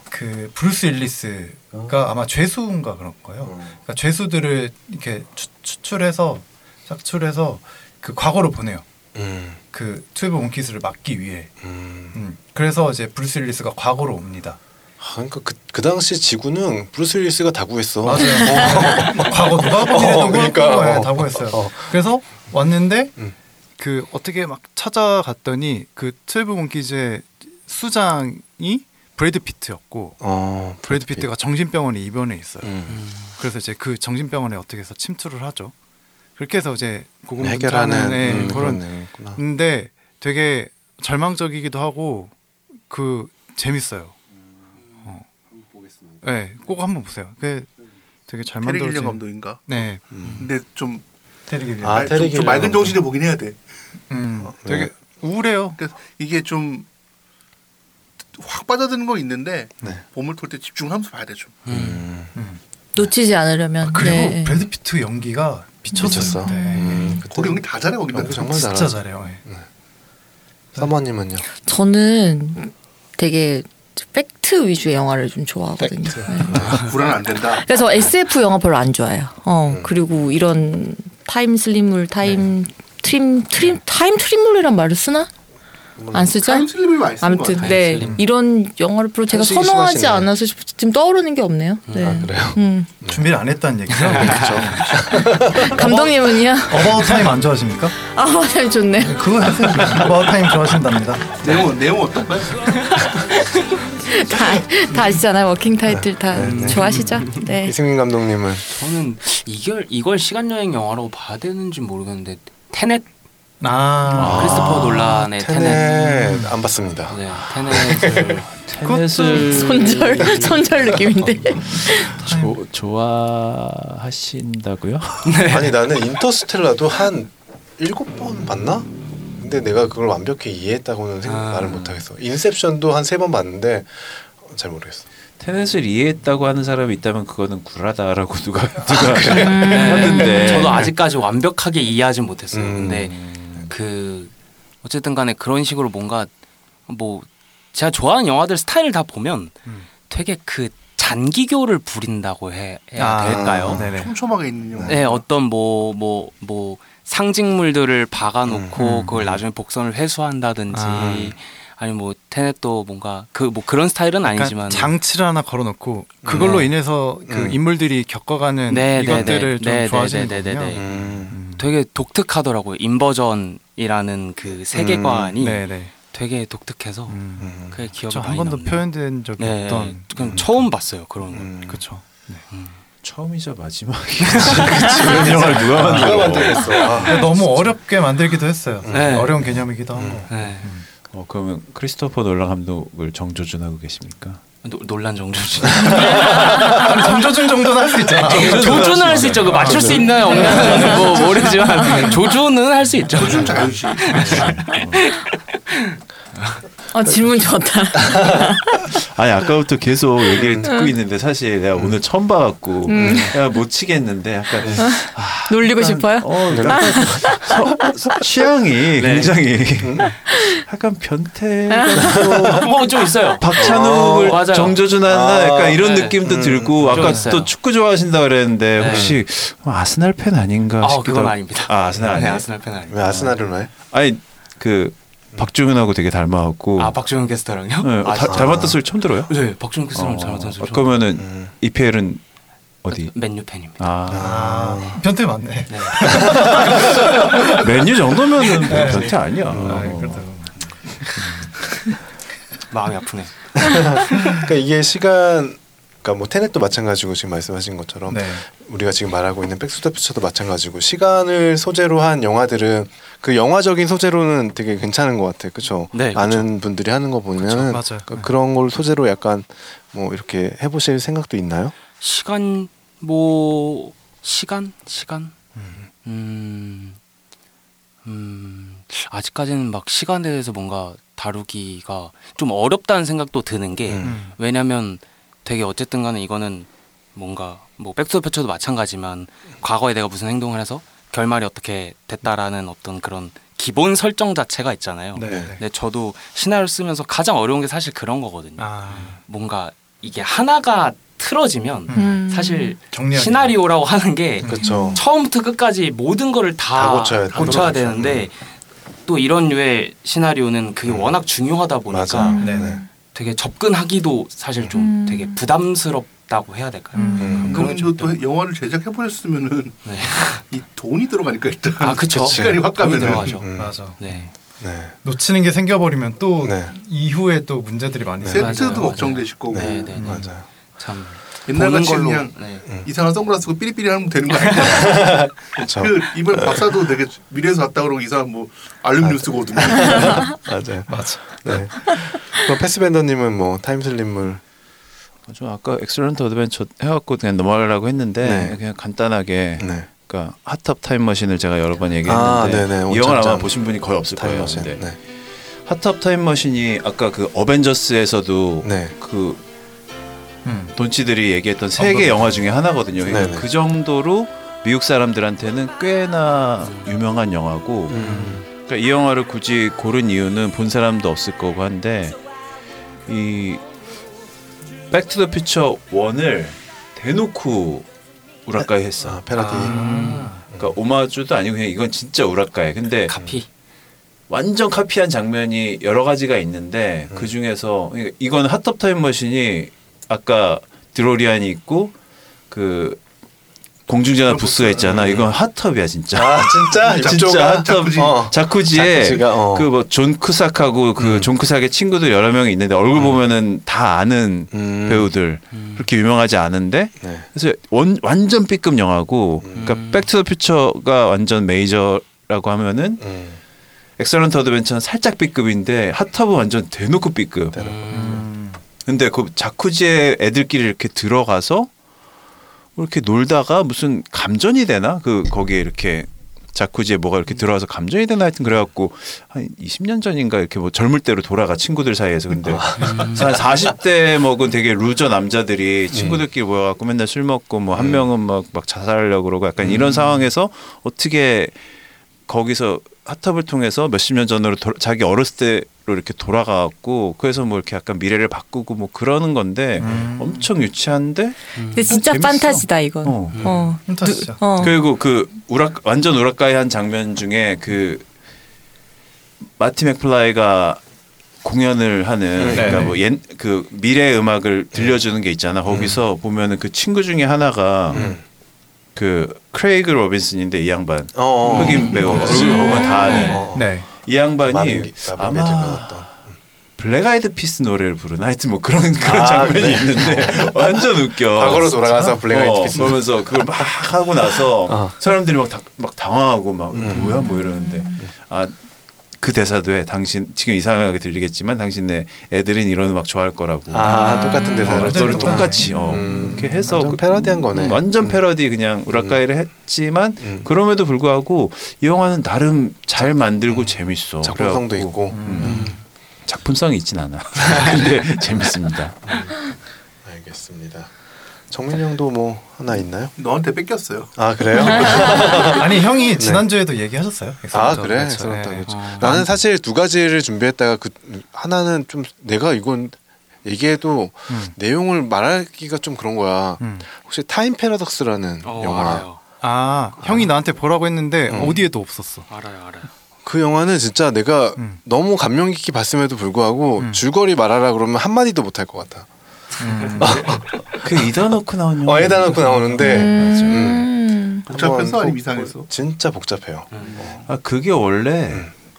S5: 그 브루스 일리스가 아마 죄수인가 그런 거예요. 그러니까 죄수들을 이렇게 추, 추출해서 착출해서 그 과거로 보내요.
S2: 음.
S5: 그 트웨브 몽키스를 막기 위해.
S2: 음.
S5: 음. 그래서 이제 브루스 윌리스가 과거로 옵니다.
S2: 아, 그러니까 그, 그 당시 지구는 브루스 윌리스가 다 구했어.
S5: 맞아요. 뭐 과거 누가
S2: 어,
S5: 보내던
S2: 그러니까.
S5: 거예요.
S2: 어.
S5: 다 보였어요.
S2: 어.
S5: 그래서 왔는데
S2: 음.
S5: 그 어떻게 막 찾아갔더니 그 트웨브 몽키즈의 수장이 브래드 피트였고
S2: 어,
S5: 브래드 피트가 정신병원에 입원해 있어요.
S2: 음.
S5: 그래서 이제 그 정신병원에 어떻게 해서 침투를 하죠. 그렇게 해서 이제
S2: 해결하는
S5: 고공분투하는 네,
S2: 음,
S5: 그런
S2: 그런
S5: 근데 되게 절망적이기도 하고 그 재밌어요. 어. 네, 꼭 한번 보세요. 그 되게 잘
S3: 테리 길리
S5: 만들어진.
S3: 감독인가?
S5: 네,
S3: 근데 좀,
S5: 테리길리.
S2: 음. 아,
S3: 말- 좀,
S2: 테리
S3: 좀
S2: 길리
S3: 맑은
S2: 감독.
S3: 정신을 보긴 해야 돼.
S5: 음,
S2: 네.
S5: 되게 우울해요.
S3: 그러니까 이게 좀 확 빠져드는 건 있는데
S2: 네.
S3: 보물 털 때 집중하면서 봐야 돼 좀.
S7: 음.
S4: 놓치지 않으려면.
S5: 아, 그리고
S4: 네.
S5: 브래드 피트 연기가 미쳤어요.
S2: 미쳤어.
S5: 네.
S2: 음,
S3: 거기
S2: 그때
S3: 연기 다 잘해 거기는.
S2: 연기 정말
S5: 진짜
S2: 잘하.
S5: 잘해요. 네.
S2: 사모님은요.
S4: 저는 되게 팩트 위주의 영화를 좀 좋아하거든요. 네.
S3: 불안 안 된다.
S4: 그래서 SF 영화 별로 안 좋아해요. 어, 그리고 이런 타임 슬림물, 타임 트림 트림 타임 트리블이란 말을 쓰나? 안 쓰죠?
S3: 타임 슬립을 많이 쓰는 것
S4: 아무튼
S3: 같아요.
S4: 네
S7: 슬림.
S4: 이런 영화를 별로 제가
S2: 한식이
S4: 선호하지
S2: 심하시네요.
S4: 않아서 지금 떠오르는 게 없네요. 네.
S2: 아 그래요?
S4: 음.
S5: 준비를 안 했다는 얘기죠?
S4: 감독님은요?
S5: 어바웃 타임 안 좋아하십니까?
S4: 아, 맞아요. 좋네요.
S5: 그거 하세요. 어바웃 타임 좋아하신답니다.
S3: 내용 내용 어떤가요?
S4: 다, 다 아시잖아요. 워킹 타이틀 다 좋아하시죠? 네.
S2: 이승민 감독님은
S7: 저는 이걸 이걸 시간 여행 영화라고 봐야 되는지 모르겠는데 테넷
S5: 아,
S7: 크리스토퍼 놀란의 네, 테넷.
S2: 테넷 안 봤습니다.
S7: 네, 테넷을
S6: 테넷을
S4: 손절 손절 느낌인데.
S6: 조, 좋아하신다고요?
S2: 아니 나는 인터스텔라도 한 일곱 번 봤나? 근데 내가 그걸 완벽히 이해했다고는 생각
S7: 아.
S2: 말을 못하겠어. 인셉션도 한 세 번 봤는데 어, 잘 모르겠어.
S6: 테넷을 이해했다고 하는 사람이 있다면 그거는 굴하다라고 누가 누가 하는데
S7: 저도 아직까지 완벽하게 이해하지 못했어요.
S2: 음.
S7: 근데 그 어쨌든 간에 그런 식으로 뭔가 뭐 제가 좋아하는 영화들 스타일을 다 보면 되게 그 잔기교를 부린다고 해, 해야
S5: 아,
S7: 될까요? 네.
S5: 네네.
S3: 촘촘하게 있는 영화.
S7: 어떤 뭐 뭐 뭐 상징물들을 박아놓고 그걸 나중에 복선을 회수한다든지
S5: 음, 아.
S7: 아. 니뭐 테넷도 뭔가 그 뭐 그런 스타일은
S5: 그러니까
S7: 아니지만
S5: 장치를 하나 걸어놓고 그걸로
S7: 네.
S5: 인해서 그
S2: 음.
S5: 인물들이 겪어가는
S7: 네, 네,
S5: 이것들을
S7: 네,
S5: 좀
S7: 네,
S5: 좋아하시는
S7: 네, 네,
S5: 거군요.
S7: 네, 네.
S2: 음.
S7: 되게 독특하더라고요. 인버전이라는 그 세계관이
S5: 음, 네네.
S7: 되게 독특해서
S5: 음.
S7: 그게 기억이
S5: 그쵸, 한
S7: 많이
S5: 번도
S7: 남네요.
S5: 표현된 적이
S7: 네,
S5: 없던.
S7: 그냥 처음 봤어요 그런 거.
S2: 음.
S5: 그렇죠.
S6: 처음이자 마지막이지. 그런 영화를 누가
S2: 누가
S6: 만들어?
S2: 만들겠어? 아.
S5: 너무 어렵게 만들기도 했어요.
S7: 네.
S5: 어려운 개념이기도 하고.
S7: 네.
S5: 음.
S6: 어, 그러면 크리스토퍼 놀란 감독을 정조준하고 계십니까?
S7: 노, 논란 정조준.
S5: 점조준 정도는 할 수 있잖아.
S7: 네, 조준은 할 수 있죠. 그 맞출 수 있나요? 없나요? 뭐 모르지만 조준은 할 수 있죠.
S3: 요즘 자유시.
S4: 아, 질문 좋다.
S6: 아니 아까부터 계속 얘기를
S4: 음.
S6: 듣고 있는데 사실 내가 오늘 처음 봐갖고 내가 못 치겠는데 약간
S4: 놀리고 음. 싶어요? 아.
S6: 어 약간 서- 서- 취향이 굉장히 약간 변태
S7: 뭐좀 있어요.
S6: 박찬욱을
S7: 어, 맞아요.
S6: 정조준하나
S2: 아,
S6: 약간 이런
S7: 네.
S6: 느낌도 들고
S7: 좀
S6: 아까
S7: 있어요.
S6: 또 축구 좋아하신다 그랬는데
S7: 네.
S6: 혹시 뭐 아스날 팬 아닌가
S7: 아,
S6: 싶기도
S7: 그건
S6: 하고.
S7: 아닙니다.
S6: 아 아스날
S7: 네,
S6: 아니에요?
S7: 아스날 팬 아니에요.
S2: 왜 아스날을 왜?
S6: 아니 그 박주민하고 되게 닮아갖고
S7: 아 박준영 캐스터랑요?
S6: 네,
S7: 아,
S6: 다-
S7: 진짜?
S6: 닮았다 소리 처음 들어요?
S7: 네, 박준영 캐스터랑
S6: 어,
S7: 잘 맞는 소리.
S6: 그러면은
S2: 음.
S6: EPL은 어디?
S7: 맨유 팬입니다.
S6: 아,
S5: 아, 변태 맞네.
S7: 네.
S6: 메뉴 정도면은 뭐 변태 아니야. 어.
S7: 마음이 아프네.
S2: 그러니까 이게 시간 그러니까 뭐 테넷도 마찬가지고 지금 말씀하신 것처럼
S5: 네.
S2: 우리가 지금 말하고 있는 백투더퓨처도 마찬가지고 시간을 소재로 한 영화들은 그 영화적인 소재로는 되게 괜찮은 것 같아요. 그렇죠?
S7: 네, 그쵸.
S2: 아는 분들이 하는 거 보면은
S5: 그쵸, 맞아요.
S2: 그런 걸 소재로 약간 뭐 이렇게 해보실 생각도 있나요?
S7: 시간 뭐 시간 시간 음, 음 아직까지는 막 시간에 대해서 뭔가 다루기가 좀 어렵다는 생각도 드는 게
S2: 음.
S7: 왜냐면 되게 어쨌든 간에 이거는 뭔가 뭐 백투더퓨처도 마찬가지만 과거에 내가 무슨 행동을 해서 결말이 어떻게 됐다라는 어떤 그런 기본 설정 자체가 있잖아요.
S5: 네.
S7: 근데 저도 시나리오 쓰면서 가장 어려운 게 사실 그런 거거든요.
S5: 아,
S7: 뭔가 이게 하나가 틀어지면
S4: 음.
S7: 사실
S5: 정리하기.
S7: 시나리오라고 하는 게
S2: 그렇죠.
S7: 처음부터 끝까지 모든 거를 다,
S2: 다 고쳐야 돼.
S7: 고쳐야 되는데 또 이런 류의 시나리오는 그게 워낙 중요하다
S2: 음.
S7: 보니까
S2: 맞아.
S4: 음.
S2: 네.
S5: 네.
S7: 되게 접근하기도 사실 좀
S4: 음.
S7: 되게 부담스럽다고 해야 될까요?
S2: 음.
S3: 그런
S7: 그렇죠.
S3: 것도 영화를 제작해 보셨으면은
S7: 네.
S3: 이 돈이 들어가니까 일단
S7: 아 그쵸.
S3: 시간이 확
S7: 거기
S3: 가면은.
S7: 들어가죠.
S2: 음.
S5: 맞아.
S7: 네.
S2: 네.
S5: 놓치는 게 생겨버리면 또
S2: 네.
S5: 이후에 또 문제들이 많이
S2: 네.
S5: 생겨.
S3: 세트도
S7: 맞아요,
S3: 걱정되실 거고
S7: 네, 네, 네.
S2: 맞아요.
S7: 참
S3: 어, 옛날
S7: 보는
S3: 같이
S7: 걸로,
S3: 그냥
S7: 네.
S3: 이상한 선글라스 쓰고 삐리삐리 하면 되는 거 아니야?
S2: 그렇죠.
S3: 그 이번
S7: 네.
S3: 박사도 되게 미래에서 왔다 그러고 이상한 뭐
S7: 아,
S3: 알루미늄 쓰고
S7: 네.
S3: 오더니
S2: 맞아요.
S5: 맞아.
S2: 네. 그럼 패스밴더님은 뭐 타임슬립물
S6: 좀 아까 엑셀런트 어드벤처 해갖고 그냥 넘어가려고 했는데
S2: 네.
S6: 그냥 간단하게
S2: 네.
S6: 그러니까 핫탑 타임머신을 제가 여러
S2: 아,
S6: 번
S2: 네네.
S6: 얘기했는데 이
S2: 오천
S6: 영화 아마
S2: 장.
S6: 보신 분이 거의 없을 거예요.
S2: 타임머신.
S6: 근데
S2: 네.
S6: 핫탑 타임머신이 아까 그 어벤져스에서도
S2: 네.
S6: 그
S5: 음.
S6: 돈치들이 얘기했던 세 개 영화 중에 하나거든요. 그러니까
S2: 네네.
S6: 그 정도로 미국 사람들한테는 꽤나 유명한 영화고
S2: 음.
S6: 그러니까 이 영화를 굳이 고른 이유는 본 사람도 없을 거고 한데 이 백투더퓨처 1을 대놓고 우라카이 했어.
S2: 아, 패러디.
S5: 아,
S6: 그러니까 오마주도 아니고 그냥 이건 진짜 우라카예. 근데
S7: 카피.
S6: 완전 카피한 장면이 여러 가지가 있는데
S2: 음.
S6: 그 중에서 이건 핫top 타임머신이 아까 드로리안이 있고 그 공중전화 부스가 있잖아. 이건 핫텁이야 진짜.
S2: 아 진짜
S6: 진짜
S2: 입조가?
S6: 핫텁
S2: 어.
S6: 자쿠지에
S2: 자쿠지가, 어. 음.
S6: 그 뭐 존 크삭하고 그 존 크삭의 친구들 여러 명이 있는데 얼굴 보면은 다 아는
S2: 음.
S6: 배우들 그렇게 유명하지 않은데
S2: 네. 음.
S6: 그래서 원, 완전 B급 영화고 그러니까 백투더퓨처가 완전 메이저라고 하면은
S2: 음.
S6: 엑셀런트 어드벤처는 살짝 B급인데 핫탑은 완전 대놓고 B급. 근데 그 자쿠지에 애들끼리 이렇게 들어가서 뭐 이렇게 놀다가 무슨 감전이 되나? 그 거기에 이렇게 자쿠지에 뭐가 이렇게 들어와서 감전이 되나 하여튼 그래갖고 한 20년 전인가 이렇게 뭐 젊을 때로 돌아가 친구들 사이에서 근데 한 40대 먹은 되게 루저 남자들이 친구들끼리 모여갖고 맨날 술 먹고 뭐 한 명은 막, 막 자살하려고 그러고 약간 이런 상황에서 어떻게 거기서 핫탑을 통해서 몇십 년 전으로 돌- 자기 어렸을 때로 이렇게 돌아가고 그래서 뭐 이렇게 약간 미래를 바꾸고 뭐 그러는 건데
S2: 음.
S6: 엄청 유치한데
S4: 근데 진짜
S6: 재밌어.
S4: 판타지다 이건.
S6: 어.
S4: 어.
S5: 음. 판타지죠.
S4: 누- 어.
S6: 그리고 그 우락 완전 우락가의 한 장면 중에 그 마티 맥플라이가 공연을 하는 그러니까
S5: 네.
S6: 뭐옛그 미래
S2: 네.
S6: 음악을 들려주는 게 있잖아
S2: 음.
S6: 거기서 보면은 그 친구 중에 하나가 그 크레이그 로빈슨인데 이 양반
S2: 어, 어.
S6: 흑인 배우 얼굴 보면 다 아는
S2: 어.
S5: 네.
S6: 이 양반이
S2: 많은 게- 많은 게
S6: 아마
S2: 들려왔던.
S6: 블랙 아이드 피스 노래를 부르나 하여튼 뭐 그런 그런
S2: 아,
S6: 장면이
S2: 그래?
S6: 있는데 완전 웃겨.
S2: 과거로 돌아가서 블랙 아이드
S6: 어,
S2: 피스. 어.
S6: 그러면서 그걸 막 하고 나서 사람들이 막, 다, 막 당황하고 막
S2: 음.
S6: 뭐야 뭐 이러는데 아 그 대사도 해 당신 지금 이상하게 들리겠지만 당신의 애들은 이런 음악 좋아할 거라고
S2: 아 똑같은
S6: 어,
S2: 대사를
S6: 너를 똑같이 어,
S2: 음.
S6: 이렇게 해서
S2: 완전
S6: 그-
S2: 패러디한 거네.
S6: 음, 완전 패러디 그냥 우라카이를 했지만
S2: 음.
S6: 그럼에도 불구하고 이 영화는 나름 잘 만들고 재밌어
S2: 음. 작품성도
S6: 그래갖고
S2: 있고. 음.
S6: 음. 작품성이 있진 않아. 근데 재밌습니다.
S2: 알겠습니다. 정민 형도 뭐 하나 있나요?
S3: 너한테 뺏겼어요.
S2: 아 그래요?
S5: 아니
S7: 네.
S5: 형이 지난주에도 얘기하셨어요.
S2: 아 그래?
S5: 그렇죠.
S2: 그렇다,
S5: 네.
S2: 그렇죠. 나는 사실 두 가지를 준비했다가 그 하나는 좀 내가 이건 얘기해도 내용을 말하기가 좀 그런 거야.
S5: 음.
S2: 혹시 타임 패러독스라는
S7: 어,
S2: 영화
S7: 알아요.
S5: 아 형이 나한테 보라고 했는데 어디에도 없었어.
S7: 알아요, 알아요.
S2: 그 영화는 진짜 내가
S5: 음.
S2: 너무 감명 깊게 봤음에도 불구하고 줄거리 말하라 그러면 한 마디도 못 할 것 같아.
S6: 그 이다 넣고 나온 영화.
S2: 어에다 놓고 나오는데 한번
S4: 음.
S3: 복잡해서
S2: 꼭-
S3: 아니면 이상해서.
S2: 진짜 복잡해요. 음.
S6: 아 그게 원래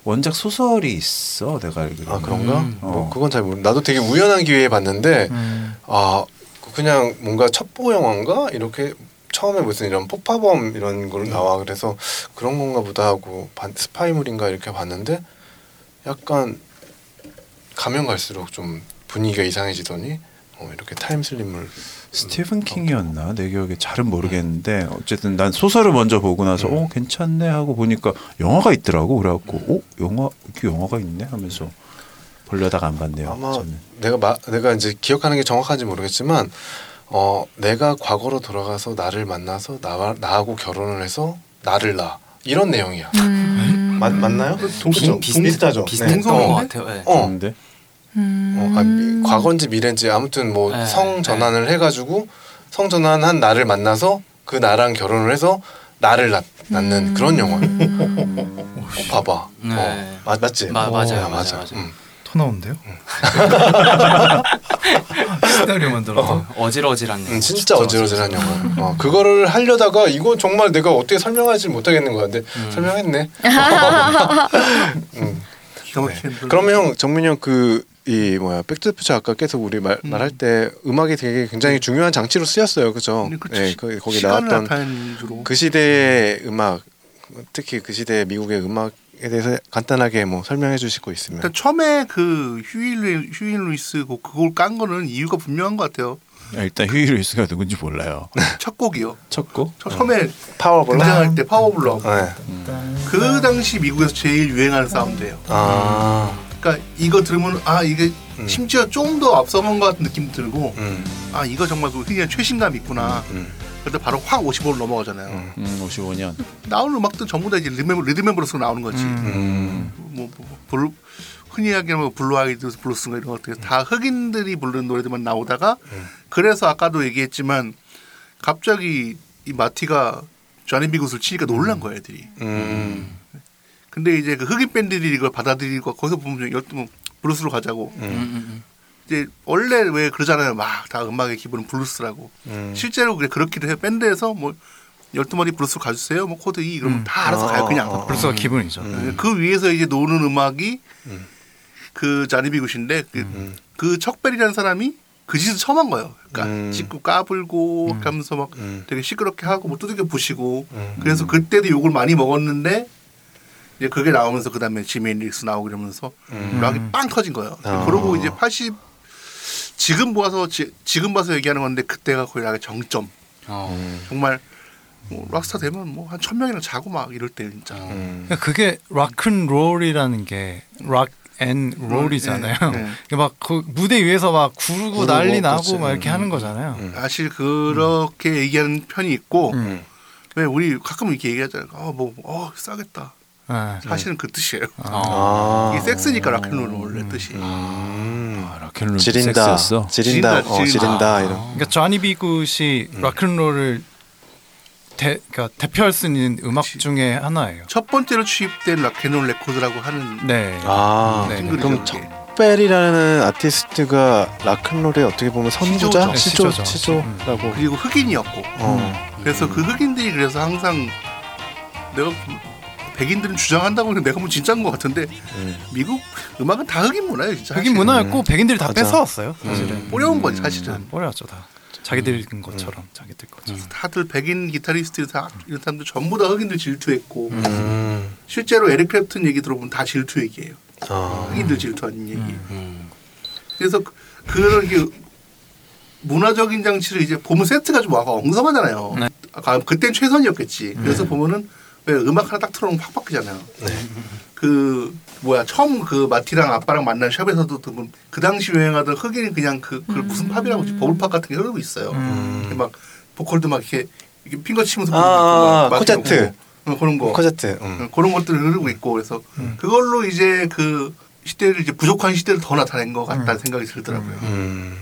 S6: 원작 소설이 있어 내가 알기로.
S2: 아 그런가?
S6: 어.
S2: 뭐 그건 잘 모르. 나도 되게 우연한 기회에 봤는데
S5: 음,
S2: 아 그냥 뭔가 첩보 영화인가 이렇게 처음에 무슨 이런 폭파범 이런 걸로 나와 그래서 그런 건가 보다 하고 반- 스파이물인가 이렇게 봤는데 약간 가면 갈수록 좀 분위기가 이상해지더니 어, 이렇게 타임슬림을
S6: 스티븐 킹이었나 내 기억에 잘은 모르겠는데 어쨌든 난 소설을 먼저 보고 나서
S2: 음.
S6: 어 괜찮네 하고 보니까 영화가 있더라고 그래갖고 어 영화 이게 영화가 있네 하면서 보려다가 안 봤네요.
S2: 아마
S6: 저는.
S2: 내가 마, 내가 이제 기억하는 게 정확한지 모르겠지만 어 내가 과거로 돌아가서 나를 만나서 나 나하고 결혼을 해서 나를 낳아 이런 내용이야.
S6: 음.
S2: 맞 맞나요?
S3: 동시죠.
S2: 비슷하죠.
S7: 비슷한
S2: 네.
S7: 것
S2: 어.
S7: 같아요. 예.
S2: 어,
S6: 근데
S2: 어, 아, 미- 과거인지 미래인지 아무튼
S7: 네,
S2: 뭐 성 전환을 해가지고 성 전환한 나를 만나서 그 나랑 결혼을 해서 나를 낳, 낳는 그런 영화. 어, 봐봐.
S7: 네.
S2: 어, 맞, 맞지?
S7: 마- 맞아요,
S2: 어,
S7: 맞아요, 맞아요.
S2: 음.
S5: 토 나온대요. 시나리오 만들어서.
S7: 어질어질하네요.
S2: 음, 진짜 어지러지한 영화. 어, 그거를 하려다가 이건 정말 내가 어떻게 설명하지 못하겠는 거야. 근데 설명했네. 음.
S3: 기가 막히게
S5: 네.
S3: 힘들어.
S2: 그러면 형, 정민이 형 그 이 뭐야 백투더퓨처 아까 계속 우리 말,
S7: 음.
S2: 말할 때 음악이 되게 굉장히 중요한 장치로 쓰였어요, 그죠?
S3: 근데 그치,
S2: 네,
S3: 시-
S2: 그, 거기
S3: 시간을
S2: 나왔던
S3: 나타내는 주로.
S2: 그 시대의 음악, 특히 그 시대 미국의 음악에 대해서 간단하게 뭐 설명해 주시고 있으면.
S3: 그러니까 처음에 그 휴일 휴일 루이스 곡 그걸 깐 거는 이유가 분명한 것 같아요.
S6: 일단 휴이 루이스가 누군지 몰라요.
S3: 첫 곡이요.
S6: 쳤고
S3: 저 처음에
S2: 어. 파워블라.
S3: 등장할 때 파워블러.
S2: 네.
S3: 그 당시 미국에서 제일 유행하는 사운드예요.
S2: 아.
S3: 그러니까 이거 들으면 아 이게 심지어 좀 더 앞서간 것 같은 느낌 들고
S2: 음.
S3: 아 이거 정말 그 흔히 최신감 있구나.
S2: 음.
S3: 그때 바로 확 55로 넘어가잖아요.
S2: 음.
S6: 음, 55년.
S3: 나오는 음악들 전부 다 이제 리멤버, 리멤버로서 나오는 거지. 뭐, 뭐 블루, 흔히 얘기하면 뭐 블루 아이드 블루스인가 이런 것들 다 흑인들이 부르는 노래들만 나오다가 그래서 아까도 얘기했지만 갑자기 이 마티가 쟈니비 굿을 치니까 놀란 거야 애들이.
S2: 음.
S3: 근데 이제 그 흑인 밴드들이 이걸 받아들이고 거기서 보면 열두 블루스로 가자고
S7: 음.
S3: 이제 원래 왜 그러잖아요 막 다 음악의 기본은 블루스라고
S2: 음.
S3: 실제로 그래 그렇기도 해요 밴드에서 뭐 열두 마리 블루스로 가주세요 뭐 코드 E 이러면
S5: 음.
S3: 다 알아서 가요 그냥
S2: 어, 어, 어.
S5: 벌써 기분이죠.
S3: 그 위에서 이제 노는 음악이 그 자니비 굿인데 그,
S2: 음,
S3: 그 척벨이라는 사람이 그 짓을 처음 한 거예요. 그러니까
S2: 음.
S3: 짓고 까불고 이렇게 하면서 막
S2: 음.
S3: 되게 시끄럽게 하고 뭐 두들겨 부시고
S2: 음.
S3: 그래서 그때도 욕을 많이 먹었는데 이제 그게 나오면서 그다음에 지미 앤릭스 나오고 이러면서
S2: 음.
S3: 락이 빵 터진 거예요.
S2: 어.
S3: 그러고 이제 80 지금 봐서 지, 지금 봐서 얘기하는 건데 그때가 거의 락의 정점.
S2: 음.
S3: 정말 뭐 락스타 되면 뭐 한 천 명이나 자고 막 이럴 때 진짜.
S2: 음.
S5: 그러니까 그게 락앤롤이라는 게락앤 롤이잖아요.
S3: 네, 네.
S5: 막그 무대 위에서 막 구르고,
S2: 구르고 그치.
S5: 난리 나고 막 이렇게
S2: 음.
S5: 하는 거잖아요.
S3: 사실 그렇게 얘기하는 편이 있고
S5: 음.
S3: 왜 우리 가끔 이렇게 얘기하잖아요. 어뭐 어, 싸겠다.
S5: 네.
S3: 사실은 그 뜻이에요.
S2: 아.
S3: 이게 섹스니까 락앤롤은 원래 뜻이.
S2: 음.
S6: 아, 락앤롤
S2: 지린다.
S6: 섹스였어.
S2: 지린다. 어,
S3: 지린다,
S2: 지린다.
S3: 지린다.
S2: 이런.
S5: 그러니까 쟈니 비굿이 락앤롤을 대, 그러니까 대표할 수 있는 음악 중에 하나예요.
S3: 첫 번째로 취입된 락앤롤 레코드라고 하는
S5: 네.
S2: 아.
S5: 네.
S3: 싱글이죠.
S2: 그럼
S3: 그게.
S2: 척벨이라는 아티스트가 락큰롤의 어떻게 보면 선구자,
S5: 시조죠.
S2: 시조,
S5: 네, 시조죠. 음.
S2: 시조라고.
S5: 뭐.
S3: 그리고 흑인이었고
S2: 어.
S3: 그래서 그 흑인들이 그래서 항상 내가 백인들은 주장한다고 하는데 내가 뭐 진짜인 것 같은데 미국 음악은 다 흑인 문화예요 진짜
S5: 음. 흑인 문화였고 백인들이 다
S2: 맞아.
S5: 뺏어왔어요. 사실은.
S3: 뿌려온 거지
S5: 음.
S3: 사실은
S5: 뿌려왔죠 다. 자기들 인 것처럼 자기들 것처럼.
S3: 다들 백인 기타리스트 다 이런 사람들 전부 다 흑인들 질투했고
S2: 음.
S3: 실제로 에릭 클랩튼 얘기 들어보면 다 질투 얘기예요.
S2: 어.
S3: 흑인들 질투하는 얘기.
S2: 음,
S3: 그래서 그- 그런 게 문화적인 장치를 이제 보면 세트가 좀 와가 엉성하잖아요.
S5: 네.
S3: 아까 그땐 최선이었겠지. 그래서 보면은 왜 음악 하나 딱 틀어놓으면 팍 바뀌잖아요.
S2: 네.
S3: 그 뭐야 처음 그 마티랑 아빠랑 만난 샵에서도 보면 그 당시 유행하던 흑인 그냥 그 그걸 무슨 팝이라고 그러지? 버블팝 같은 게 흐르고 있어요. 이렇게 막 보컬도 막 이렇게, 이렇게 핑거 치면서
S2: 아, 아,
S3: 막 이렇게
S2: 코제트.
S3: 어, 그런 거.
S2: 커제트. 음.
S3: 음, 그런 것들을 흐르고 있고 그래서
S5: 음,
S3: 그걸로 이제 그 시대를 이제 부족한 시대를 더 나타낸 것 같다는 생각이 들더라고요.
S2: 음.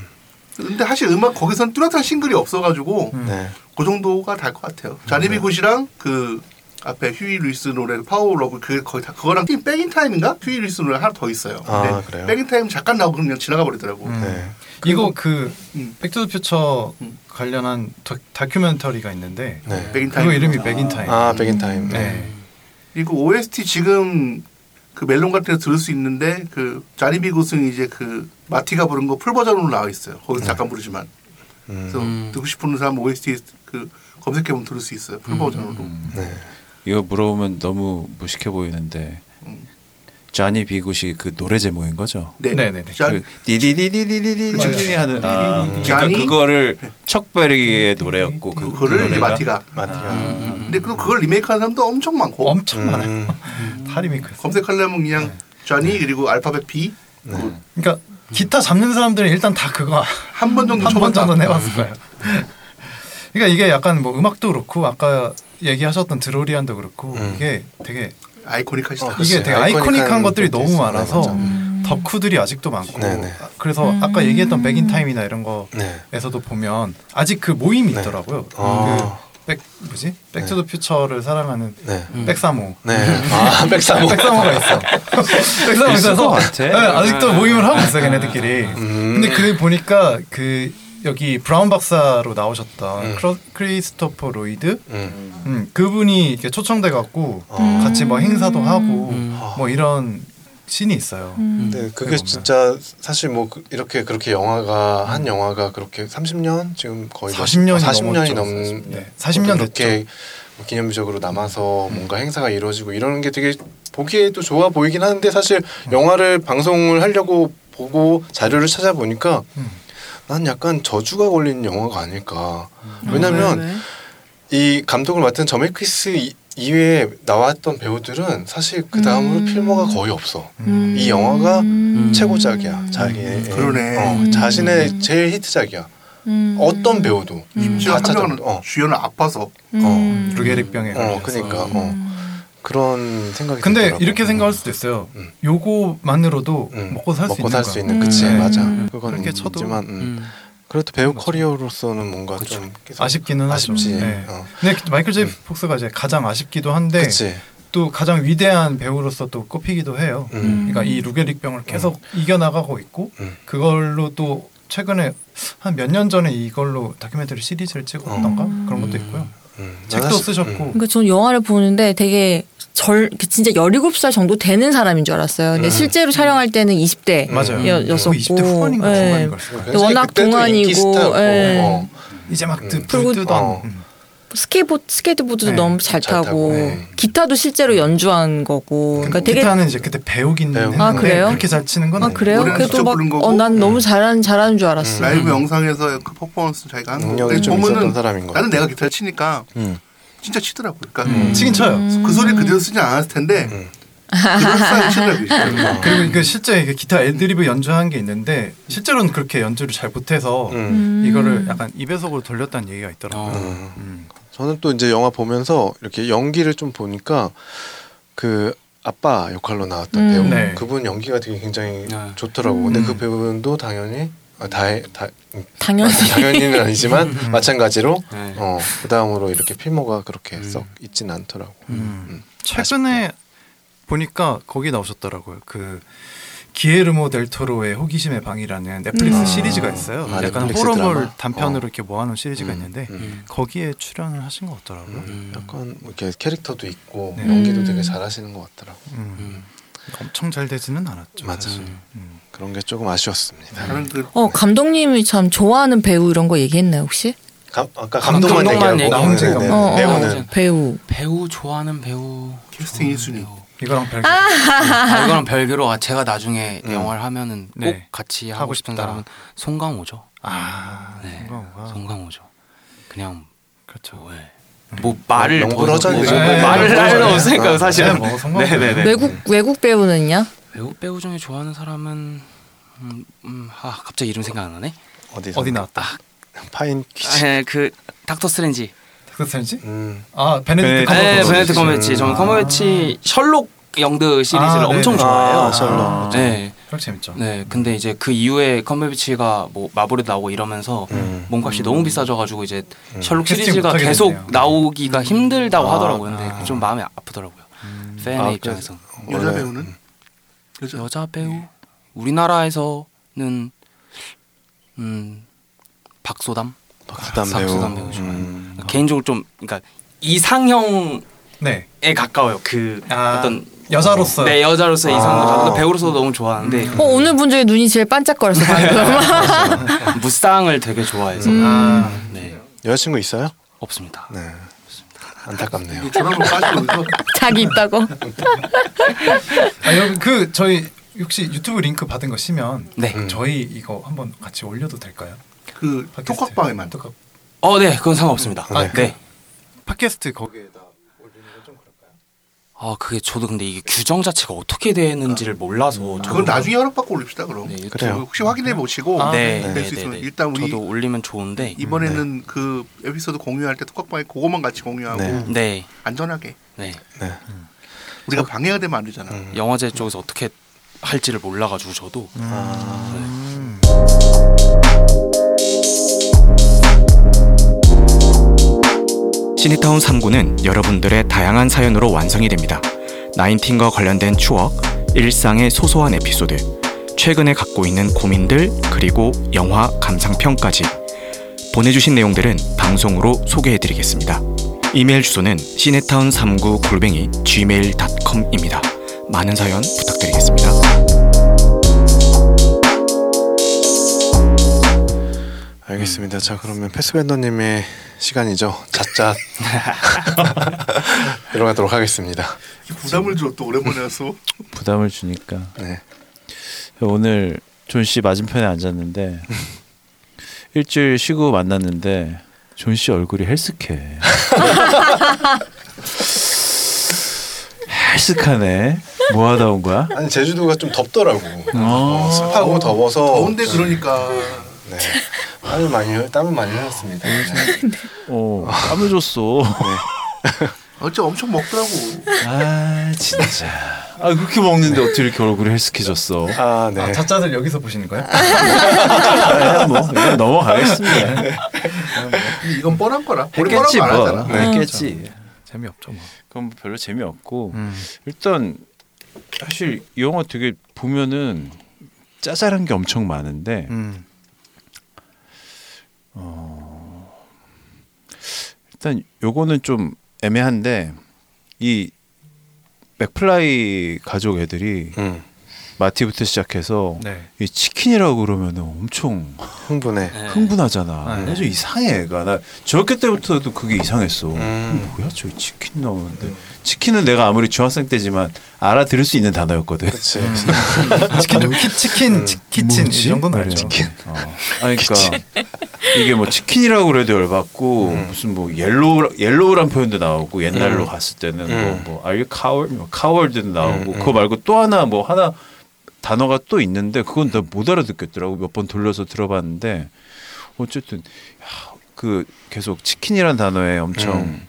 S3: 근데 사실 음악 거기선 뚜렷한 싱글이 없어가지고
S5: 음.
S2: 네.
S3: 그 정도가 달 것 같아요.
S5: 네.
S3: 자니비 굿이랑 그 앞에 휴이 루이스 노래 파워 러브 그 거의 다 그거랑 팀 백인 타임인가 휴이 루이스 노래 하나 더 있어요.
S2: 아,
S3: 근데
S2: 그래요?
S3: 백인 타임 잠깐 나오고 그냥 지나가 버리더라고.
S5: 음.
S2: 네.
S5: 이거 그
S3: 음.
S5: 백투더퓨처
S3: 음.
S5: 관련한 다, 다큐멘터리가 있는데
S2: 네.
S3: 백인 타임.
S5: 그거 이름이 백인타임.
S2: 아, 백인타임. 네.
S5: 네.
S3: 그리고 OST 지금 그 멜론 같은 데 들을 수 있는데 그 자니비 굿은 이제 그 마티가 부른 거 풀 버전으로 나와 있어요. 거기서 잠깐 부르지만.
S2: 음.
S3: 그래서 듣고 싶은 사람 OST 그 검색해보면 들을 수 있어요. 풀 버전으로.
S2: 네.
S6: 이거 물어보면 너무 무식해 보이는데 쟈니 비굿이 그 노래 제목인 거죠?
S3: 네.
S5: 네네네.
S3: 자,
S6: 그
S3: 그렇죠.
S6: 디디디디디디디디 하는 아, 그러니까
S3: 쟈니?
S6: 그거를 척베리의 노래였고 그
S3: 그거를 이제
S6: 노래가?
S3: 마티가.
S2: 마티아.
S3: 근데 그 그걸 리메이크한 사람도 엄청 많고
S5: 엄청 많아요.
S2: 음.
S5: 다 리메이크했어.
S3: 검색하려면 그냥 쟈니
S2: 네.
S3: 그리고 알파벳 B
S5: 그러니까 기타 잡는 사람들은 일단 다 그거
S3: 한 번 정도
S5: 한 번
S3: 쳐봤다.
S5: 정도 해봤을 거예요. 그러니까 이게 약간 뭐 음악도 그렇고 아까 얘기하셨던 드로리안도 그렇고
S2: 음.
S5: 이게 되게
S3: 아이코닉하시다.
S2: 어,
S5: 이게
S2: 글쎄,
S5: 되게
S2: 아이코닉한
S5: 아이코닉한 것들이
S2: 것도
S5: 너무
S2: 있어요.
S5: 많아서
S2: 맞아. 음.
S5: 덕후들이 아직도 많고
S2: 네네.
S5: 아, 그래서 아까 얘기했던 백인타임이나 이런
S2: 네.
S5: 거에서도 보면 아직 그 모임이
S2: 네.
S5: 있더라고요.
S2: 아.
S5: 그백 뭐지? 백투더퓨처를 사랑하는
S2: 네.
S5: 백사모.
S2: 네. 아, 백사모.
S5: 백사모가 있어. 백사모가
S6: 것
S5: 있어서
S6: 같아.
S5: 네, 아직도 모임을 하고 있어 걔네들끼리.
S2: 음.
S5: 근데 그 보니까 그 여기 브라운 박사로 나오셨던 크로, 크리스토퍼 로이드
S2: 음.
S5: 음, 그분이 이렇게 초청돼 갖고
S2: 어.
S5: 같이 뭐 행사도
S4: 음.
S5: 하고
S2: 음.
S5: 뭐 이런 씬이 있어요.
S4: 음.
S2: 근데 네, 그게
S5: 해보면.
S2: 진짜 사실 뭐 그- 이렇게 그렇게 영화가 한 영화가 그렇게 30년 지금 거의 뭐
S8: 뭐
S2: 아,
S5: 40년이
S2: 40년이 뭐
S5: 넘었죠.
S2: 넘는
S5: 네, 40년 음.
S2: 이렇게 뭐 기념비적으로 남아서 뭔가 행사가 이루어지고 이러는 게 되게 보기에도 좋아 보이긴 하는데 사실 영화를 방송을 하려고 보고 자료를 찾아보니까
S5: 음.
S2: 난 약간 저주가 걸린 영화가 아닐까.
S5: 음.
S2: 네, 왜냐면
S4: 왜, 왜?
S2: 이 감독을 맡은 저메키스 이- 이외에 나왔던 배우들은 사실 그 다음으로
S4: 음.
S2: 필모가 거의 없어.
S5: 음.
S2: 이 영화가
S4: 음.
S2: 최고작이야. 자기의
S3: 그러네.
S2: 어, 자신의 제일 히트작이야.
S4: 음.
S2: 어떤 어, 배우도
S3: 심지어 한
S2: 찾아도-
S3: 명은
S2: 어.
S3: 주연은 아파서
S4: 음.
S5: 루게릭병에
S2: 어,
S5: 걸려서.
S2: 그러니까 어. 그런 생각이
S5: 근데
S2: 들더라고.
S5: 이렇게 생각할 수도 있어요.
S2: 음.
S5: 요거만으로도
S2: 음,
S5: 먹고 살 수 있는
S2: 먹고 살 수
S5: 거야.
S2: 있는 그치
S5: 음.
S2: 맞아
S5: 음.
S2: 그건
S5: 그렇게 쳐도-
S2: 있지만 음. 그래도 배우 커리어로서는 뭔가 좀 계속
S8: 아쉽기는 하죠.
S2: 아쉽지.
S8: 네.
S2: 어.
S8: 근데 마이클 제이 폭스가 이제 가장 아쉽기도
S5: 네.
S8: 한데
S2: 그치.
S8: 또 가장 위대한 배우로서 또 꼽히기도 해요.
S2: 음.
S8: 그러니까 이 루게릭병을 계속 이겨나가고 있고
S2: 음.
S8: 그걸로 또 최근에 한 몇 년 전에 이걸로 다큐멘터리 시리즈를 찍었던가 그런 것도 있고요.
S2: 음.
S8: 책도
S2: 사실-
S8: 쓰셨고
S4: 그러니까 저는 영화를 보는데 되게 절 진짜 17살 정도 되는 사람인 줄 알았어요. 근데 실제로 촬영할 때는 20대
S8: 맞아요.
S5: 음.
S4: 여- 였었고.
S8: 20대 후반인가
S4: 예.
S8: 중반인 걸
S5: 그러니까
S8: 거예요.
S2: 굉장히
S4: 워낙
S2: 그때도
S4: 동안이고,
S2: 인기 스타였고,
S4: 예.
S2: 어,
S8: 이제 막 뜨,
S4: 그리고-
S8: 뜨던
S2: 어.
S8: 음.
S4: 뭐 스케이보 스케이트보드도
S8: 네,
S4: 너무 잘,
S2: 잘 타고,
S4: 타고
S2: 네.
S4: 기타도 실제로 연주한 거고. 그러니까
S5: 뭐
S4: 되게
S8: 기타는 이제 그때 배우긴
S2: 배우.
S8: 했는데
S4: 아, 그래요?
S8: 그렇게 잘 치는 건
S4: 아 그래요?
S3: 노래는
S4: 그래도
S3: 직접 부른 거고.
S4: 막어난 너무 잘하는 잘하는 줄 알았어.
S3: 라이브 영상에서 그 퍼포먼스 자기가 한 거.
S2: 능력이 좀 있었던
S3: 네, 보면은
S2: 사람인 것
S3: 나는
S2: 같아.
S3: 내가 기타를 치니까
S2: 음.
S3: 진짜 치더라고. 그러니까
S8: 음. 치긴 쳐요.
S3: 그 소리 그대로 쓰진 않았을 텐데 그럴싸하게 치더라고.
S5: 음.
S3: 진짜.
S8: 그리고 이게 실제 이게 기타 애드리브 연주한 게 있는데 실제로는 그렇게 연주를 잘 못해서
S2: 음.
S8: 이거를 약간
S5: 약간 입에속으로 돌렸다는 얘기가
S4: 아.
S5: 있더라고요.
S2: 음.
S5: 음.
S2: 저는 또 이제 영화 보면서 이렇게 연기를 좀 보니까 그 아빠 역할로 나왔던
S4: 음.
S2: 배우
S8: 네.
S2: 그분 연기가 되게 굉장히
S7: 아.
S2: 좋더라고. 근데
S8: 음.
S2: 그 배우분도 당연히 아, 다, 다
S4: 당연히
S2: 당연히는 아니지만 마찬가지로
S7: 네.
S2: 어, 그 다음으로 이렇게 필모가 그렇게 썩 있진 않더라고.
S8: 음.
S5: 최근에 보니까 거기 나오셨더라고요. 그 기에르모 델 토로의 호기심의 방이라는 넷플릭스
S4: 음.
S5: 시리즈가 있어요.
S2: 아,
S5: 약간
S2: 넷플릭스
S5: 호러물
S2: 드라마?
S5: 단편으로
S2: 어.
S5: 이렇게 모아놓은 시리즈가
S2: 음,
S5: 있는데
S7: 음.
S5: 거기에 출연을 하신 것 같더라고요.
S7: 음.
S2: 약간 뭐 이렇게 캐릭터도 있고
S8: 네.
S2: 연기도
S4: 음.
S2: 되게 잘하시는 것 같더라고.
S5: 음.
S7: 음.
S5: 엄청 잘 되지는 않았죠.
S2: 맞아.
S5: 사실.
S2: 음.
S5: 음.
S2: 그런 게 조금 아쉬웠습니다.
S3: 나는 그
S4: 어 감독님이 참 좋아하는 배우 이런 거 얘기했나요 혹시?
S2: 감, 아까
S7: 감독-
S2: 감독만,
S7: 감독만
S2: 얘기하고
S8: 얘기.
S2: 네, 네, 네.
S8: 어,
S4: 어, 어,
S2: 배우는
S4: 배우.
S7: 배우 좋아하는 배우
S3: 캐스팅
S7: 좋아하는
S3: 1순위.
S7: 배우.
S5: 음.
S8: 이거랑 별개.
S7: 아, 이거랑 별개로 아, 제가 나중에
S2: 음.
S7: 영화를 하면은 꼭
S5: 네.
S7: 같이 하고,
S5: 하고
S7: 싶은
S5: 싶다.
S7: 사람은 송강호죠.
S5: 아,
S7: 네.
S5: 송강호가
S7: 송강호죠. 그냥
S5: 그렇죠.
S7: 뭐, 예. 뭐 말을
S2: 영-
S7: 더-
S2: 영구러전이
S7: 뭐-
S2: 되죠.
S7: 뭐
S8: 네,
S7: 말을 할
S8: 영구러전이야.
S7: 수 없으니까 사실은
S8: 뭐 성공.
S5: 네.
S4: 외국 외국 배우는요?
S7: 배우 배우 중에 좋아하는 사람은 음, 음, 아 갑자기 이름 생각 안 나네.
S2: 어디서
S5: 어디 나왔다.
S2: 파인 퀴즈.
S7: 아, 그 닥터 스트레인지.
S8: 닥터 스트레인지?
S2: 음.
S8: 아 베네딕트
S5: 네,
S7: 네,
S8: 컴버배치.
S7: 베네트 아. 커머치.
S5: 아.
S7: 저는 커머치 셜록 영드 시리즈를
S8: 아, 네,
S7: 엄청
S8: 네.
S7: 좋아해요.
S2: 아, 셜록.
S7: 네,
S8: 그럼 재밌죠.
S7: 네. 근데 이제 그 이후에 컴베비치가 뭐 마블에 나오고 이러면서
S2: 음.
S7: 몸값이 너무 비싸져가지고 이제 셜록
S8: 캐스팅
S7: 시리즈가
S8: 못하게
S7: 계속
S8: 됐네요. 음.
S7: 나오기가 힘들다고
S2: 아,
S7: 하더라고요. 근데 좀 마음이 아프더라고요. 팬의
S2: 아,
S7: 입장에서
S3: 여자
S2: 원래-
S3: 배우는 여자
S7: 여자 배우 우리나라에서는 음 박소담
S2: 박수담 배우.
S7: 박수담 배우 좋아해요.
S2: 음.
S7: 개인적으로 좀 그러니까 이상형에
S8: 네.
S7: 가까워요. 그
S8: 아,
S7: 어떤
S8: 여자로서
S7: 네 여자로서 이상형
S2: 아. 음.
S7: 가까운 배우로서도 너무 좋아하는데
S4: 어 오늘 본 중에 눈이 제일 반짝거렸어 방금.
S7: 무쌍을 되게 좋아해서
S8: 아,
S7: 네
S2: 여자친구 있어요?
S7: 없습니다.
S2: 네. 안타깝네요.
S3: 저랑은 빠지고 있어.
S4: 자기 있다고.
S8: 아 여러분 그 저희 혹시 유튜브 링크 받은 거 시면
S7: 네.
S2: 음.
S5: 음.
S8: 저희 이거 한번 같이 올려도 될까요?
S3: 그
S8: 팟캐스트에.
S3: 톡각방에만
S8: 똑각-
S7: 어, 네, 그건 상관없습니다.
S2: 아,
S7: 네. 네.
S5: 팟캐스트 거기에다
S7: 아, 그게 저도 근데 이게 규정 자체가 어떻게 되는지를 몰라서
S3: 음. 그건
S7: 저도
S3: 나중에 허락받고 올립시다 그럼.
S7: 네, 유튜브-
S2: 그래요.
S3: 혹시 확인해 보시고
S7: 네,
S3: 될
S7: 네,
S3: 수
S7: 네,
S3: 있으면
S7: 네.
S3: 일단 우리
S7: 저도 올리면 좋은데.
S3: 이번에는 그 에피소드 공유할 때 톡각방에 그것만 같이 공유하고
S2: 네.
S7: 네.
S3: 안전하게
S7: 네.
S2: 네.
S3: 우리가 방해가 되면 안 되잖아.
S2: 음.
S7: 영화제 쪽에서 어떻게 할지를 몰라 가지고 저도
S3: 음.
S1: 시니타운 3구는 여러분들의 다양한 사연으로 완성이 됩니다. 나인틴과 관련된 추억, 일상의 소소한 에피소드, 최근에 갖고 있는 고민들, 그리고 영화 감상평까지 보내주신 내용들은 방송으로 소개해드리겠습니다. 이메일 주소는 시네타운 3구 골뱅이 gmail.com입니다. 많은 사연 부탁드리겠습니다.
S2: 알겠습니다. 자 그러면 패스밴더님의 시간이죠. 자자 들어가도록 하겠습니다.
S3: 부담을 줄었다 오랜만에 와서
S6: 부담을 주니까
S2: 네.
S6: 오늘 존 씨 맞은편에 앉았는데 일주일 쉬고 만났는데 존 씨 얼굴이 헬스케. 헬스카네. 뭐 하다 온 거야?
S2: 아니 제주도가 좀 덥더라고.
S6: 어.
S2: 어, 습하고 더워서
S3: 더운데 그러니까
S2: 네. 땀을 많이 흘- 땀을 많이 흘렸습니다. 네.
S6: 어, 땀을 줬어.
S3: 어째 엄청 먹더라고.
S6: 아 진짜. 아 그렇게 먹는데 어떻게 이렇게 얼굴이 헬스케졌어?
S2: 아, 네.
S8: 아, 자자들 여기서 보시는 거예요?
S6: 아, 뭐 이건 넘어가겠습니다.
S3: 근데 이건 뻔한 거라. 우리 뻔한
S6: 네. 했겠지
S3: 거 안
S6: 뭐.
S3: 하잖아.
S6: 네, 했겠지.
S5: 재미없죠 뭐.
S6: 그건 별로 재미없고
S5: 음.
S6: 일단 사실 이 영화 되게 보면은 짜잘한 게 엄청 많은데
S5: 음.
S6: 일단 요거는 좀 애매한데 이 맥플라이 가족 애들이
S2: 음,
S6: 마티부터 시작해서
S5: 네.
S6: 이 치킨이라고 그러면 엄청
S2: 흥분해.
S7: 네.
S6: 흥분하잖아.
S5: 네.
S6: 아주 이상해 애가. 나 중학교 때부터도 그게 이상했어.
S2: 음.
S6: 뭐야 저 치킨 나오는데 치킨은 내가 아무리 중학생 때지만 알아들을 수 있는 단어였거든. 음.
S2: 그렇지.
S8: 아, 치킨
S5: 음.
S8: 키친 치- 키친 이
S6: 뭐지?
S8: 정도는
S6: 아,
S8: 알죠.
S6: 치킨. 어. 아니, 그러니까 이게 뭐 치킨이라고 그래도 열받고 무슨 뭐 옐로우 옐로우란 표현도 나오고 옛날로
S2: 음.
S6: 갔을 때는
S2: 음.
S6: 뭐, 뭐 are you coward 뭐 coward도 나오고
S2: 음, 음.
S6: 그거 말고 또 하나 뭐 하나 단어가 또 있는데 그건 나 못 알아듣겠더라고 몇 번 돌려서 들어봤는데 어쨌든 야, 그 계속 치킨이란 단어에 엄청
S2: 음.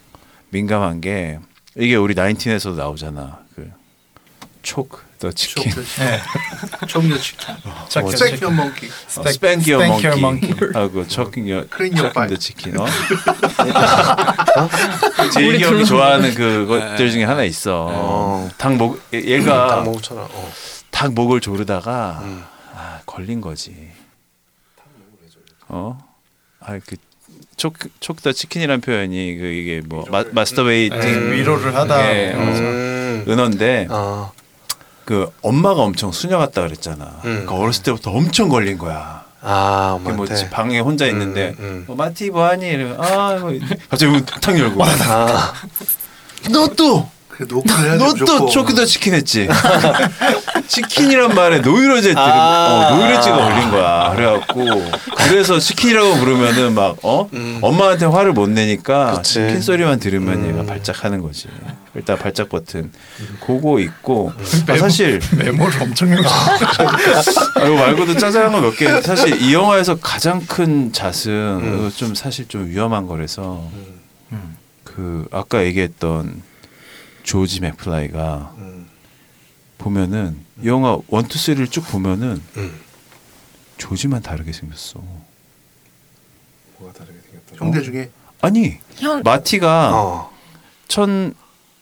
S6: 민감한 게 이게 우리 나인틴에서도 나오잖아 그 초크 더 치킨
S8: 네.
S3: 점녀 치킨.
S8: 자,
S3: 어, 스펙 휴먼 멍키.
S6: 어, 스팽 기어
S8: Spank your
S6: 멍키 하고 초킹 여
S3: Clean your
S6: 초킹 더
S3: bite.
S6: 치킨 어? 제일 형이 좋아하는 그것들 중에 하나 있어
S2: 어.
S6: 닭목
S2: 딱
S6: 얘가
S2: 먹처럼. 어.
S6: 닭목을 조르다가
S2: 음.
S6: 아 걸린 거지 어? 어아그 초크더 치킨이란 표현이 그 이게 뭐 마, 마스터베이팅
S8: 네, 위로를 하다.
S6: 예, 어.
S2: 음.
S6: 은어인데
S2: 아,
S6: 그 엄마가 엄청 수녀 같다 그랬잖아
S2: 음.
S6: 그러니까 어렸을 때부터 엄청 걸린 거야
S2: 아,
S6: 이렇게 뭐
S2: 엄마한테.
S6: 집 방에 혼자 있는데
S2: 음, 음.
S6: 어, 마티 뭐하니 이러면 아 뭐, 갑자기 문 탁 열고
S2: 아,
S6: 너또너또
S3: 그래 노크해야 돼 무조건.
S6: 초크더 치킨 했지 치킨이란 말에 노이로제 들은
S2: 아.
S6: 어, 노이로제가 걸린 거야 그래갖고 그래서 치킨이라고 부르면은 막어 엄마한테 화를 못 내니까
S2: 음. 그치. 음.
S6: 치킨 소리만 들으면 얘가 발작하는 거지 일단 발작 버튼 그거 있고
S2: 음.
S6: 아, 사실
S8: 메모를 엄청 열고.
S6: 아, 이거 말고도 짜잘한 거 몇 개. 사실 이 영화에서 가장 큰 잣은
S2: 음.
S6: 이거 좀 사실 좀 위험한 거라서 그 아까 얘기했던 조지 맥플라이가
S2: 음.
S6: 보면은 이 영화 원투 쓰리를 쭉 보면은
S2: 음.
S6: 조지만 다르게 생겼어.
S2: 뭐가 다르게 생겼던
S3: 형제 중에
S6: 어. 아니
S4: 형
S6: 마티가
S2: 어.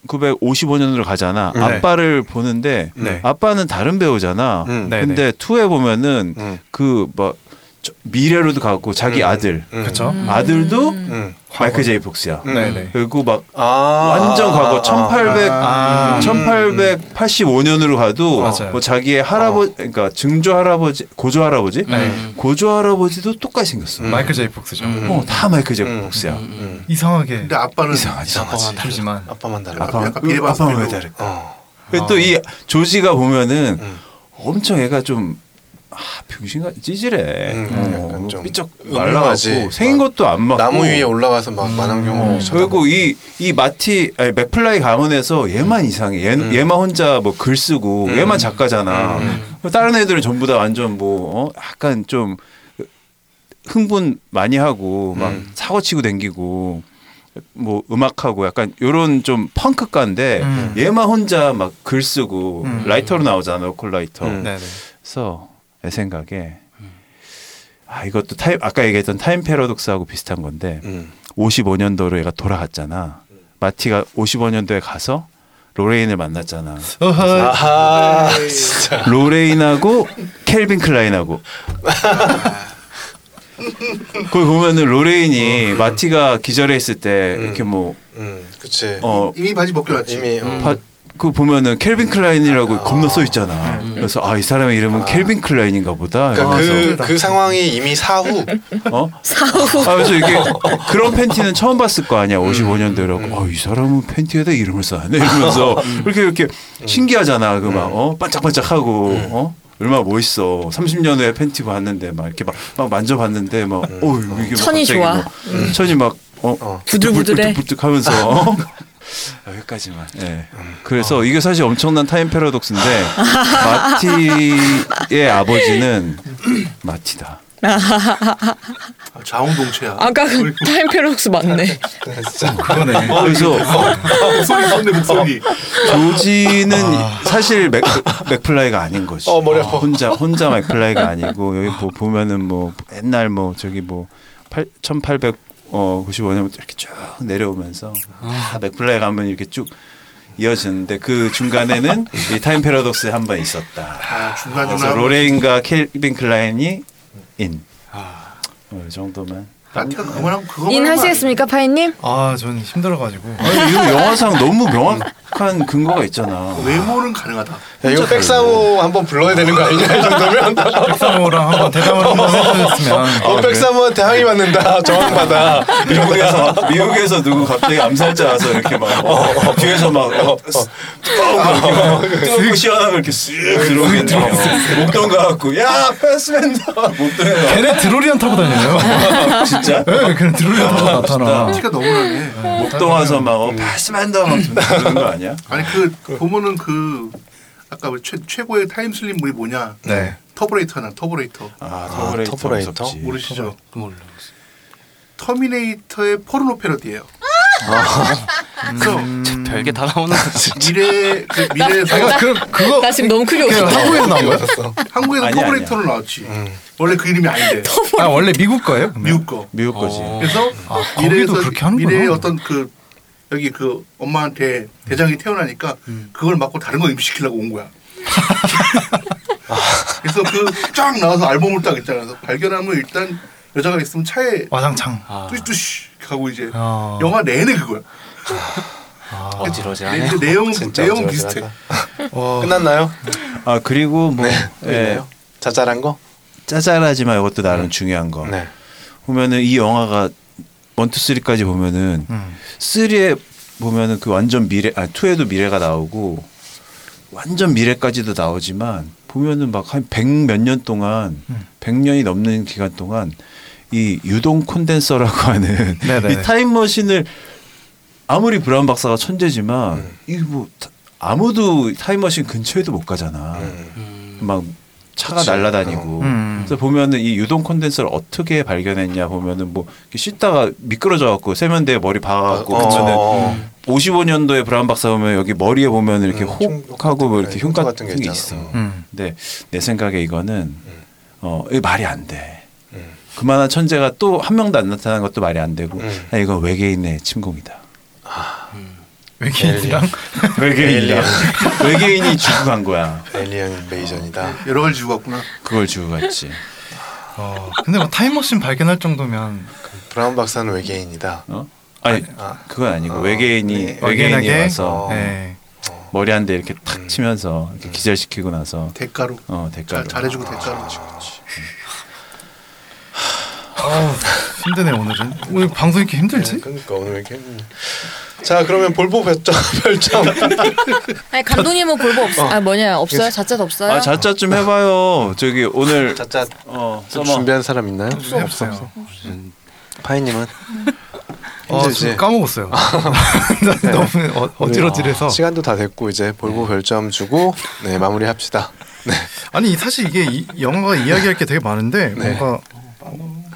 S6: 1955년으로 가잖아.
S2: 네.
S6: 아빠를 보는데
S2: 네.
S6: 아빠는 다른 배우잖아.
S2: 음.
S5: 네,
S6: 근데 투에 보면은
S2: 음.
S6: 그막 뭐 미래로도 가고 자기
S2: 음.
S6: 아들
S2: 음.
S8: 그렇죠.
S6: 아들도
S2: 음.
S6: 마이클 제이 폭스야.
S2: 음.
S8: 네, 네.
S6: 그리고 막
S2: 아,
S6: 완전
S2: 아, 아,
S6: 과거
S2: 음.
S6: 1800
S8: 아,
S6: 1885년으로 가도
S8: 맞아요.
S6: 뭐 자기의
S2: 어.
S6: 할아버지 그러니까 증조 할아버지 고조 할아버지
S7: 음.
S6: 고조 할아버지도 똑같이 생겼어.
S2: 네. 음.
S8: 마이클 제이 폭스죠.
S2: 음.
S6: 어, 다 마이클 제이
S2: 음.
S6: 폭스야.
S7: 음,
S8: 이상하게
S3: 근데 아빠는
S5: 어,
S6: 이상하지.
S8: 하지만
S2: 아빠만 달라.
S6: 아빠
S3: 약간 비례
S6: 음, 아빠 왜
S3: 방식으로.
S6: 다를까?
S2: 어.
S6: 또이 조지가 보면은
S2: 음.
S6: 엄청 애가 좀 아, 병신같 찌질해.
S2: 음,
S6: 어,
S2: 약간 좀
S6: 삐쩍
S2: 음흉하지.
S6: 말라가지고 생긴 것도 안 맞고.
S2: 어. 나무 위에 올라가서 막
S6: 음.
S2: 만환경으로
S6: 그리고 이, 이 마티, 아니, 맥플라이 강원에서 얘만 이상해. 얘,
S2: 음.
S6: 얘만 혼자 뭐 글 쓰고, 얘만 작가잖아.
S2: 음.
S6: 다른 애들은 전부 다 완전 뭐, 어? 약간 좀 흥분 많이 하고, 막
S2: 음.
S6: 사고 치고 댕기고, 뭐 음악하고 약간 요런 좀 펑크가인데
S8: 음.
S6: 얘만 혼자 막 글 쓰고 라이터로 나오잖아 로컬라이터
S2: 음.
S8: 네네.
S6: 그래서 내 생각에 아 이것도 타임 아까 얘기했던 타임 패러독스하고 비슷한 건데
S2: 음.
S6: 55년도로 얘가 돌아갔잖아. 마티가 55년도에 가서 로레인을 만났잖아.
S8: 어허.
S2: 아하 진짜
S6: 로레인하고 켈빈 클라인하고. 거기 보면은 로레인이 마티가 기절해 있을 때 이렇게 뭐,
S2: 음 그치
S6: 뭐어
S3: 이미 바지 벗겨놨지.
S2: 이미 어.
S6: 바- 그 보면은 켈빈 클라인이라고
S2: 아.
S6: 겁나 써 있잖아. 그래서 아 이 사람의 이름은 켈빈 클라인인가 보다.
S2: 그러니까
S6: 이러면서.
S2: 그, 그 상황이 이미
S5: 음.
S2: 사후 네,
S6: 어? 아, 그래서 이게 그런 팬티는 처음 봤을 거 아니야. 55년대라고. 아, 이 사람은 팬티에다 이름을 써네 이러면서 이렇게 이렇게 신기하잖아. 그 막 어? 반짝반짝하고 어? 얼마나 멋있어. 30년 후에 팬티 봤는데 막 이렇게 막, 막 만져봤는데 막 어, 이게 막
S4: 천이
S6: 갑자기
S4: 좋아.
S6: 뭐 천이 막 어?
S4: 부들부들해. 아.
S6: 부들부들하면서 어? 여기까지만. 예. 그래서 이게 사실 엄청난 타임 패러독스인데 마티의 아버지는 마티다.
S3: 자웅동체야.
S4: 아까 그 타임 패러독스 맞네.
S2: 진짜
S9: 그러네.
S2: 어,
S6: 아, 그래서
S2: 아.
S3: 아, 목소리 좋네 목소리.
S6: 어. 조지는 사실 맥, 맥플라이가 아닌 거지.
S2: 아. 어, 머리 아파.
S6: 혼자 혼자 맥플라이가 아니고 여기 뭐 보면은 뭐 옛날 뭐 저기 뭐 1800 어, 95년부터 이렇게 쭉 내려오면서 아, 맥플라이 가면 이렇게 쭉 이어지는데 그 중간에는 이 타임 패러독스 한 번 있었다.
S3: 아, 중간
S6: 그래서
S3: 중간
S6: 로레인과 켈빈 클라인이 인.
S2: 아.
S6: 어, 이 정도만.
S3: 나티가 그만하고 그거
S4: 인 하시겠습니까, 파이님?
S5: 아, 전 힘들어가지고.
S6: 아니, 이거 영화상 너무 명확한 근거가 있잖아.
S3: 외모는 가능하다.
S2: 야, 이거 백사모 한번 불러야 되는 거 그렇죠. 네. 아니냐 네. 이 정도면
S5: 백상호랑 한번 대담을 한번 네. 해주셨으면.
S2: 어, 백사모한테 항의 받는다 저항 받아
S6: 미국에서 미국에서 누구 갑자기 암살자 와서 이렇게 막 뒤에서 막 어, 뚫고 시원하게 이렇게 쓱 들어오게 목동 가갖고 야 패스맨다 목동에
S5: 걔네 드로리안 타고 다녀요.
S6: 나 진짜
S5: 네, 걔네 드로리안 타고 나타나.
S3: 티가 너무나네.
S6: 목동 와서 막어 패스맨다 막 그런 거 아니야?
S3: 아니 그 보면은 그 아까 왜 최, 최고의 타임슬립물이 뭐냐?
S2: 네.
S3: 터보레이터나 터보레이터
S6: 아
S2: 터브레이터 터브레이터? 무섭지.
S5: 예,
S3: 모르시죠?
S7: 몰라.
S3: 터미네이터의 포르노 패러디예요. 음. 그래서
S7: 네, 별게 다 나오는
S3: 미래 그 미래에서
S5: 내가 그 그거
S4: 나 지금 너무 크게 웃어.
S5: 한국에서 나온 거야?
S3: 그
S5: 음.
S3: 한국에서
S6: 아니야,
S3: 터보레이터로 나왔지. 원래 그 이름이 아닌데
S5: 아 원래 미국 거예요? 그러면?
S3: 미국 거. 어.
S6: 미국 거지.
S2: 어,
S3: 그래서
S5: 어. 아, 거기도
S3: 미래에서
S5: 그렇게 하는구나.
S3: 미래의 어떤 그 여기 그 엄마한테 대장이 태어나니까
S5: 음.
S3: 그걸 맞고 다른 거 임시키려고 온 거야. 그래서 그 쫙 나와서 앨범을 딱 있잖아. 그래서 발견하면 일단 여자가 있으면 차에
S5: 와장창.
S3: 아, 뚜시뚜시 하고 이제
S5: 아.
S3: 영화 내내 그거야.
S7: 어지러지하네.
S3: 근데 내용
S2: 진짜
S3: 내용
S2: 어지러지하다.
S3: 비슷해.
S2: 끝났나요?
S6: 아 그리고 뭐
S2: 네.
S6: 예,
S2: 끝났나요? 자잘한 거?
S6: 짜잘하지만 이것도 나름 중요한 거.
S2: 네.
S6: 보면은 이 영화가 원투 쓰리까지 보면은
S5: 음.
S6: 쓰리에 보면은 그 완전 미래 아 투에도 미래가 나오고 완전 미래까지도 나오지만 보면은 막 한 백 몇 년 동안
S5: 음.
S6: 백 년이 넘는 기간 동안 이 유동 콘덴서라고 하는
S5: 네네.
S6: 이 타임머신을 아무리 브라운 박사가 천재지만
S5: 음.
S6: 이뭐 아무도 타임머신 근처에도 못 가잖아. 막 차가
S2: 그치.
S6: 날아다니고
S5: 음.
S6: 그래서 보면은 이 유동 콘덴서를 어떻게 발견했냐 보면은 뭐 이렇게 씻다가 미끄러져 갖고 세면대에 머리 박아갖고
S2: 어,
S6: 그러면은
S2: 어.
S6: 55년도에 브라운 박사 보면 여기 머리에 보면 이렇게
S2: 음,
S6: 혹하고 뭐 이렇게 흉
S2: 흉터
S6: 같은 게
S2: 있잖아.
S6: 있어.
S2: 음.
S5: 음.
S6: 근데 내 생각에 이거는 어 이거 말이 안 돼.
S2: 음.
S6: 그만한 천재가 또 한 명도 안 나타나는 것도 말이 안 되고
S2: 음.
S6: 아, 이건 외계인의 침공이다.
S5: 외계인이랑
S6: 외계인이다. 외계인이 주고 간 거야.
S2: 에일리언 인베이전이다.
S3: 여러 가지 주고 왔구나.
S6: 그걸 주고 갔지.
S5: 어, 근데 뭐 타임머신 발견할 정도면
S2: 브라운 박사는 외계인이다.
S6: 어? 아니
S2: 아.
S6: 그건 아니고
S2: 어.
S6: 외계인이
S5: 네.
S6: 외계인이
S5: 외계인에게
S2: 어.
S6: 와서
S5: 네.
S6: 머리 한 대 이렇게 탁 치면서 이렇게 기절시키고 나서
S3: 대가로
S6: 어 대가로
S3: 잘, 잘해주고 대가로.
S5: 어우, 힘드네 오늘은. 오늘 방송 이렇게 힘들지?
S2: 그러니까 오늘 왜 이렇게 했니? 자 그러면 볼보 별점 별점
S4: 아니 감독님은 골보 없어. 아 뭐냐 없어요? 자체도 없어요?
S6: 아 자짜 좀 해봐요. 저기 오늘
S2: 자자
S6: 어 써머
S2: 준비한 사람 있나요?
S5: 없어요.
S2: 파이님은
S5: 어, 저
S2: 힘들지.
S5: 까먹었어요. 너무 어, 어지러지해서.
S2: 아, 시간도 다 됐고 이제 볼보 별점 주고 네 마무리합시다.
S5: 아니 사실 이게 이, 영화가 이야기할 게 되게 많은데
S2: 네.
S5: 뭔가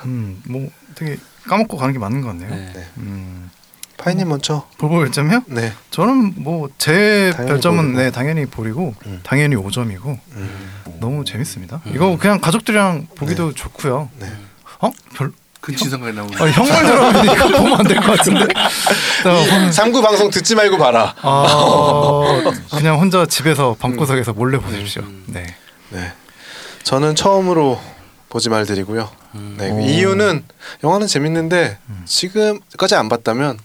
S5: 음, 뭐 되게 까먹고 가는 게 맞는 것 같네요.
S7: 네.
S5: 음,
S2: 파이님 먼저.
S5: 볼보 별점이요?
S2: 네.
S5: 저는 뭐 제
S2: 당연히
S5: 별점은
S2: 볼이고.
S5: 네 당연히 볼이고
S2: 음.
S5: 당연히 5점이고
S2: 음.
S5: 너무 재밌습니다. 이거 그냥 가족들이랑 보기도 좋고요.
S2: 네.
S5: 어? 별
S3: 근친 생각이 나오네.
S5: 아, 형말 들어보면 이거 보면 안 될 것 같은데. 자,
S2: 삼구 방송 듣지 말고 봐라.
S5: 어, 그냥 혼자 집에서 방구석에서 몰래 보십시오. 네.
S2: 네. 저는 처음으로 보지 말드리고요. 네,
S6: 음.
S2: 그 이유는 영화는 재밌는데 지금까지 안 봤다면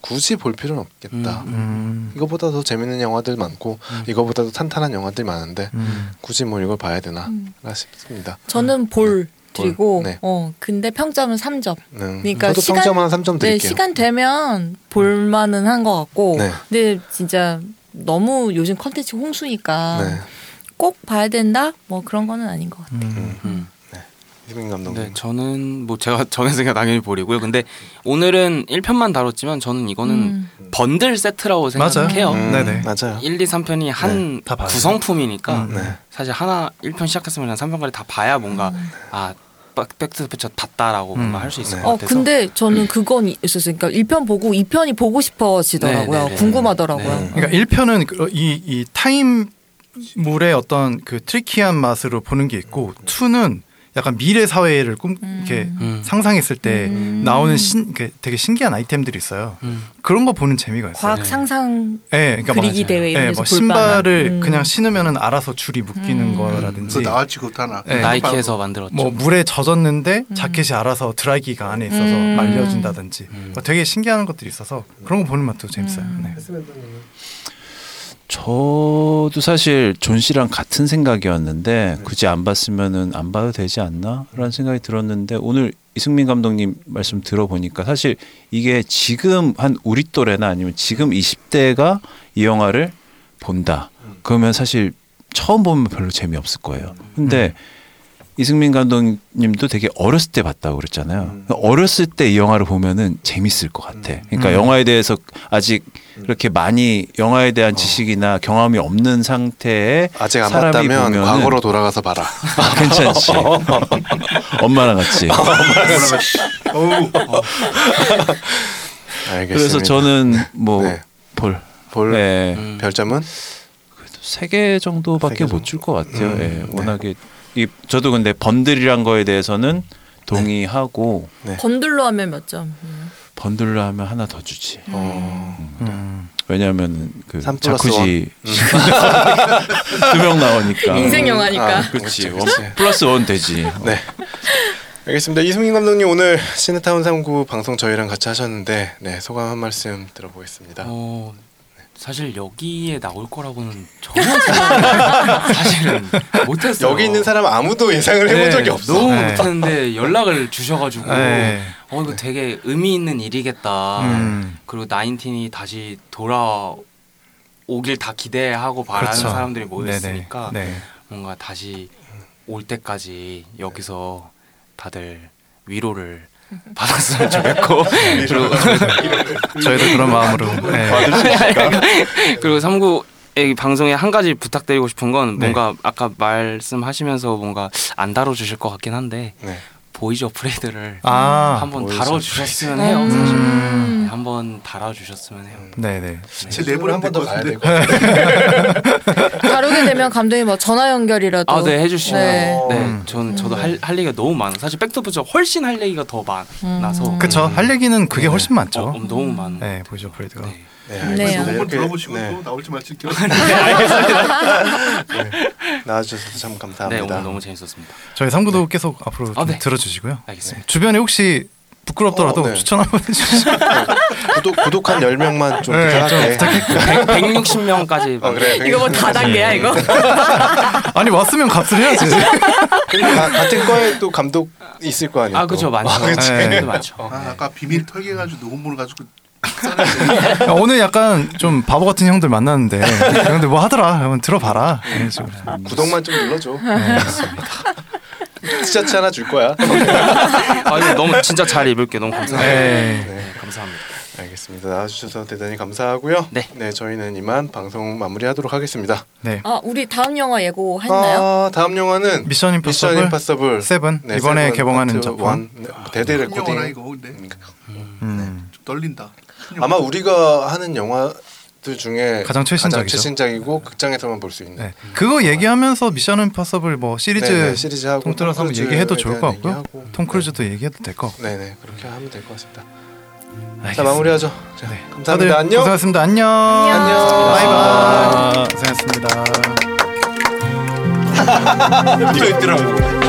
S2: 굳이 볼 필요는 없겠다.
S5: 음,
S2: 이거보다 더 재밌는 영화들 많고
S6: 음.
S2: 이거보다 더 탄탄한 영화들 많은데
S5: 음.
S2: 굳이 뭐 이걸 봐야 되나
S4: 음.
S2: 싶습니다.
S4: 저는 볼 드리고
S2: 네.
S4: 어 근데 평점은 3점.
S2: 음,
S4: 그러니까
S2: 저도
S4: 시간-
S2: 평점 한 3점
S4: 네,
S2: 드릴게요.
S4: 시간 되면 볼만은 한 것 같고,
S2: 네.
S4: 근데 진짜 너무 요즘 컨텐츠 홍수니까
S2: 네.
S4: 꼭 봐야 된다? 뭐 그런 거는 아닌 것 같아요.
S7: 음.
S2: 이승민 감독님.
S7: 네, 저는 뭐 제가 정의 생각 당연히 보리고요. 근데 오늘은 1편만 다뤘지만 저는 이거는
S4: 음.
S7: 번들 세트라고
S5: 맞아요.
S7: 생각해요.
S5: 음. 네네.
S2: 맞아요.
S7: 1, 2, 3편이 한
S5: 네, 다 봐요.
S7: 구성품이니까
S5: 음,
S2: 네.
S7: 사실 하나 1편 시작했으면 3편까지 다 봐야 뭔가 아 백투더퓨처
S5: 음.
S7: 봤다라고 뭔가 할 수 있을
S2: 네.
S7: 것
S4: 어
S7: 같아서.
S4: 근데 저는 그건 있었어요. 그러니까 1편 보고 2편이 보고 싶어지더라고요.
S7: 네, 네, 네.
S4: 궁금하더라고요. 음.
S7: 네.
S5: 그러니까 1편은 이, 이 타임물의 어떤 그 트리키한 맛으로 보는 게 있고 2는 약간 미래 사회를 꿈 이렇게
S7: 음.
S5: 상상했을 때 나오는 신, 그 되게 신기한 아이템들이 있어요.
S7: 음.
S5: 그런 거 보는 재미가 있어요.
S4: 과학 상상
S5: 예, 그러니까
S4: 그리기 대회 이런
S5: 예,
S4: 데서
S5: 뭐
S4: 볼 바나.
S5: 신발을
S4: 음.
S5: 그냥 신으면은 알아서 줄이 묶이는 거라든지
S3: 그거 나왔지 그것도 하나.
S5: 네.
S7: 나이키에서 만들었죠.
S5: 뭐 물에 젖었는데 자켓이 알아서 드라이기가 안에 있어서
S4: 음.
S5: 말려진다든지 뭐 되게 신기한 것들이 있어서 그런 거 보는 맛도 재밌어요. 네.
S6: 저도 사실 존 씨랑 같은 생각이었는데 굳이 안 봤으면은 안 봐도 되지 않나라는 생각이 들었는데 오늘 이승민 감독님 말씀 들어보니까 사실 이게 지금 한 우리 또래나 아니면 지금 20대가 이 영화를 본다. 그러면 사실 처음 보면 별로 재미없을 거예요. 근데 이승민 감독님도 되게 어렸을 때 봤다고 그랬잖아요.
S2: 음.
S6: 그러니까 어렸을 때 이 영화를 보면은 재밌을 것 같아. 그러니까
S5: 음.
S6: 영화에 대해서 아직
S2: 음.
S6: 그렇게 많이 영화에 대한 지식이나 경험이 없는 상태에
S2: 어. 아직 안
S6: 사람이
S2: 봤다면
S6: 보면은
S2: 과거로 돌아가서 봐라.
S6: 아, 괜찮지. 엄마랑 같이.
S3: 어우,
S2: 알겠습니다.
S6: 그래서 저는
S2: 네.
S6: 뭐볼
S2: 볼
S6: 네.
S7: 음.
S2: 별점은
S6: 세개
S2: 세
S6: 정도밖에
S2: 개 정도?
S6: 못 줄 것 같아요.
S2: 음,
S6: 예,
S2: 네.
S6: 워낙에 이 저도 근데 번들이란 거에 대해서는
S2: 네.
S6: 동의하고
S4: 번들로 하면 몇 점? 음.
S6: 번들로 하면 하나 더 주지. 음.
S2: 어,
S6: 왜냐하면 그
S2: 삼 플러스
S6: 자쿠지 음. 두 명 나오니까
S4: 인생 영화니까.
S2: 아.
S6: 그렇지
S2: 그치,
S6: 원
S2: 그치.
S6: 플러스 원 되지.
S2: 네. 알겠습니다. 이승민 감독님 오늘 시네타운 3구 방송 저희랑 같이 하셨는데 네, 소감 한 말씀 들어보겠습니다.
S7: 어,
S5: 네.
S7: 사실 여기에 나올 거라고는 전혀 생각 사실은 못했어요.
S2: 여기 있는 사람 아무도 예상을 해본
S5: 네,
S2: 적이 없어.
S7: 너무
S5: 네.
S7: 못했는데 연락을 주셔가지고
S5: 네.
S7: 어 이거 되게 의미 있는 일이겠다.
S5: 음.
S7: 그리고 나인틴이 다시 돌아오길 다 기대하고 바라는
S5: 그렇죠.
S7: 사람들이 뭐
S5: 네네.
S7: 모였으니까
S5: 네.
S7: 뭔가 다시 올 때까지 여기서 다들 위로를 받았으면 좋겠고 그리고
S5: 저희도 그런 마음으로 네.
S7: 그러니까. 그리고 삼구 의 방송에 한 가지 부탁드리고 싶은 건
S5: 네.
S7: 뭔가 아까 말씀하시면서 뭔가 안 다뤄주실 것 같긴 한데
S2: 네.
S7: 보이즈 어프레이드를
S5: 아,
S7: 한번
S2: 보이즈
S7: 다뤄주셨으면 해요 사실 네,
S4: 음.
S7: 한번 다뤄주셨으면 해요
S5: 네네.
S3: 제 내부를 한번 더 가야 돼.
S4: 다루게 되면 감독님 뭐 전화 연결이라도
S7: 아 네 해주시면
S4: 네.
S7: 네, 저는 저도 할, 할 얘기가 너무 많아 사실 백투부처 훨씬 할 얘기가 더 많아서
S5: 그렇죠. 할 얘기는 그게 훨씬 많죠.
S7: 어, 음, 너무 많은
S5: 네, 보죠 브레드가.
S7: 네.
S2: 네,
S4: 네.
S2: 알겠습니다.
S3: 한번
S2: 이렇게,
S3: 들어보시고
S2: 네,
S3: 또 나올지 말지 기억.
S2: 나와주셔서 참
S7: 네
S2: 감사합니다.
S7: 오늘 너무 재밌었습니다
S5: 저희 삼구도 계속 앞으로 좀
S7: 아, 네.
S5: 들어주시고요.
S7: 알겠습니다
S5: 주변에 혹시 부끄럽더라도
S2: 어, 네.
S5: 추천 한번 해주시면
S2: 구독, 구독한 10명만 좀
S5: 네, 좀
S2: 부탁할게.
S7: 160명까지
S2: 어, 그래. 네,
S4: 이거 뭐 다단계야 이거?
S5: 아니 왔으면 값을 해야지.
S2: 그리고 가- 같은 과에 또 감독 있을 거 아니에요.
S7: 아 그렇죠 많죠
S5: 그치.
S7: 네, 많죠
S3: 아, 아까 비밀 털기해가지고 녹음물을 가지고
S5: 야, 오늘 약간 좀 바보 같은 형들 만났는데 형들 뭐 하더라 한번 들어봐라 이런 식으로.
S2: 아, 구독만 좀 눌러줘. 네, 티셔츠 하나 줄 거야.
S7: 아 이거 너무 진짜 잘 입을게 너무 감사합니다
S5: 네.
S7: 네, 감사합니다
S2: 알겠습니다. 나와주셔서 대단히 감사하고요.
S7: 네.
S2: 저희는 이만 방송 마무리하도록 하겠습니다.
S5: 네.
S4: 아 우리 다음 영화 예고 했나요?
S2: 아, 다음 영화는
S5: 미션 임파서블
S2: 미션 임파서블
S5: 세븐.
S2: 네,
S5: 이번에 개봉하는 작품. 네.
S2: 대대
S3: 영화라
S2: 네, 레코딩.
S3: 아, 이거 근데
S5: 음.
S3: 좀 떨린다.
S2: 아마 우리가 하는 영화들 중에
S5: 가장 최신작이죠.
S2: 최신작이고 극장에서만 볼 수 있는.
S5: 네. 그거 얘기하면서 미션 임파서블 뭐 시리즈,
S2: 음. 네네, 시리즈하고
S5: 통틀어서 한번
S2: 톰
S5: 얘기해도
S2: 크루즈에
S5: 좋을 것 같고요.
S2: 대한 얘기하고. 네.
S5: 톰 크루즈도 얘기해도 될 것 같고.
S2: 네네 그렇게 하면 될 것 같습니다. 자
S5: 알겠습니다.
S2: 마무리하죠. 자,
S5: 네. 다들
S2: 감사합니다. 안녕. 아.
S5: 고생하셨습니다. 안녕.
S4: 안녕.
S5: 바이바이. 고생하셨습니다.
S2: 이거 있더라고.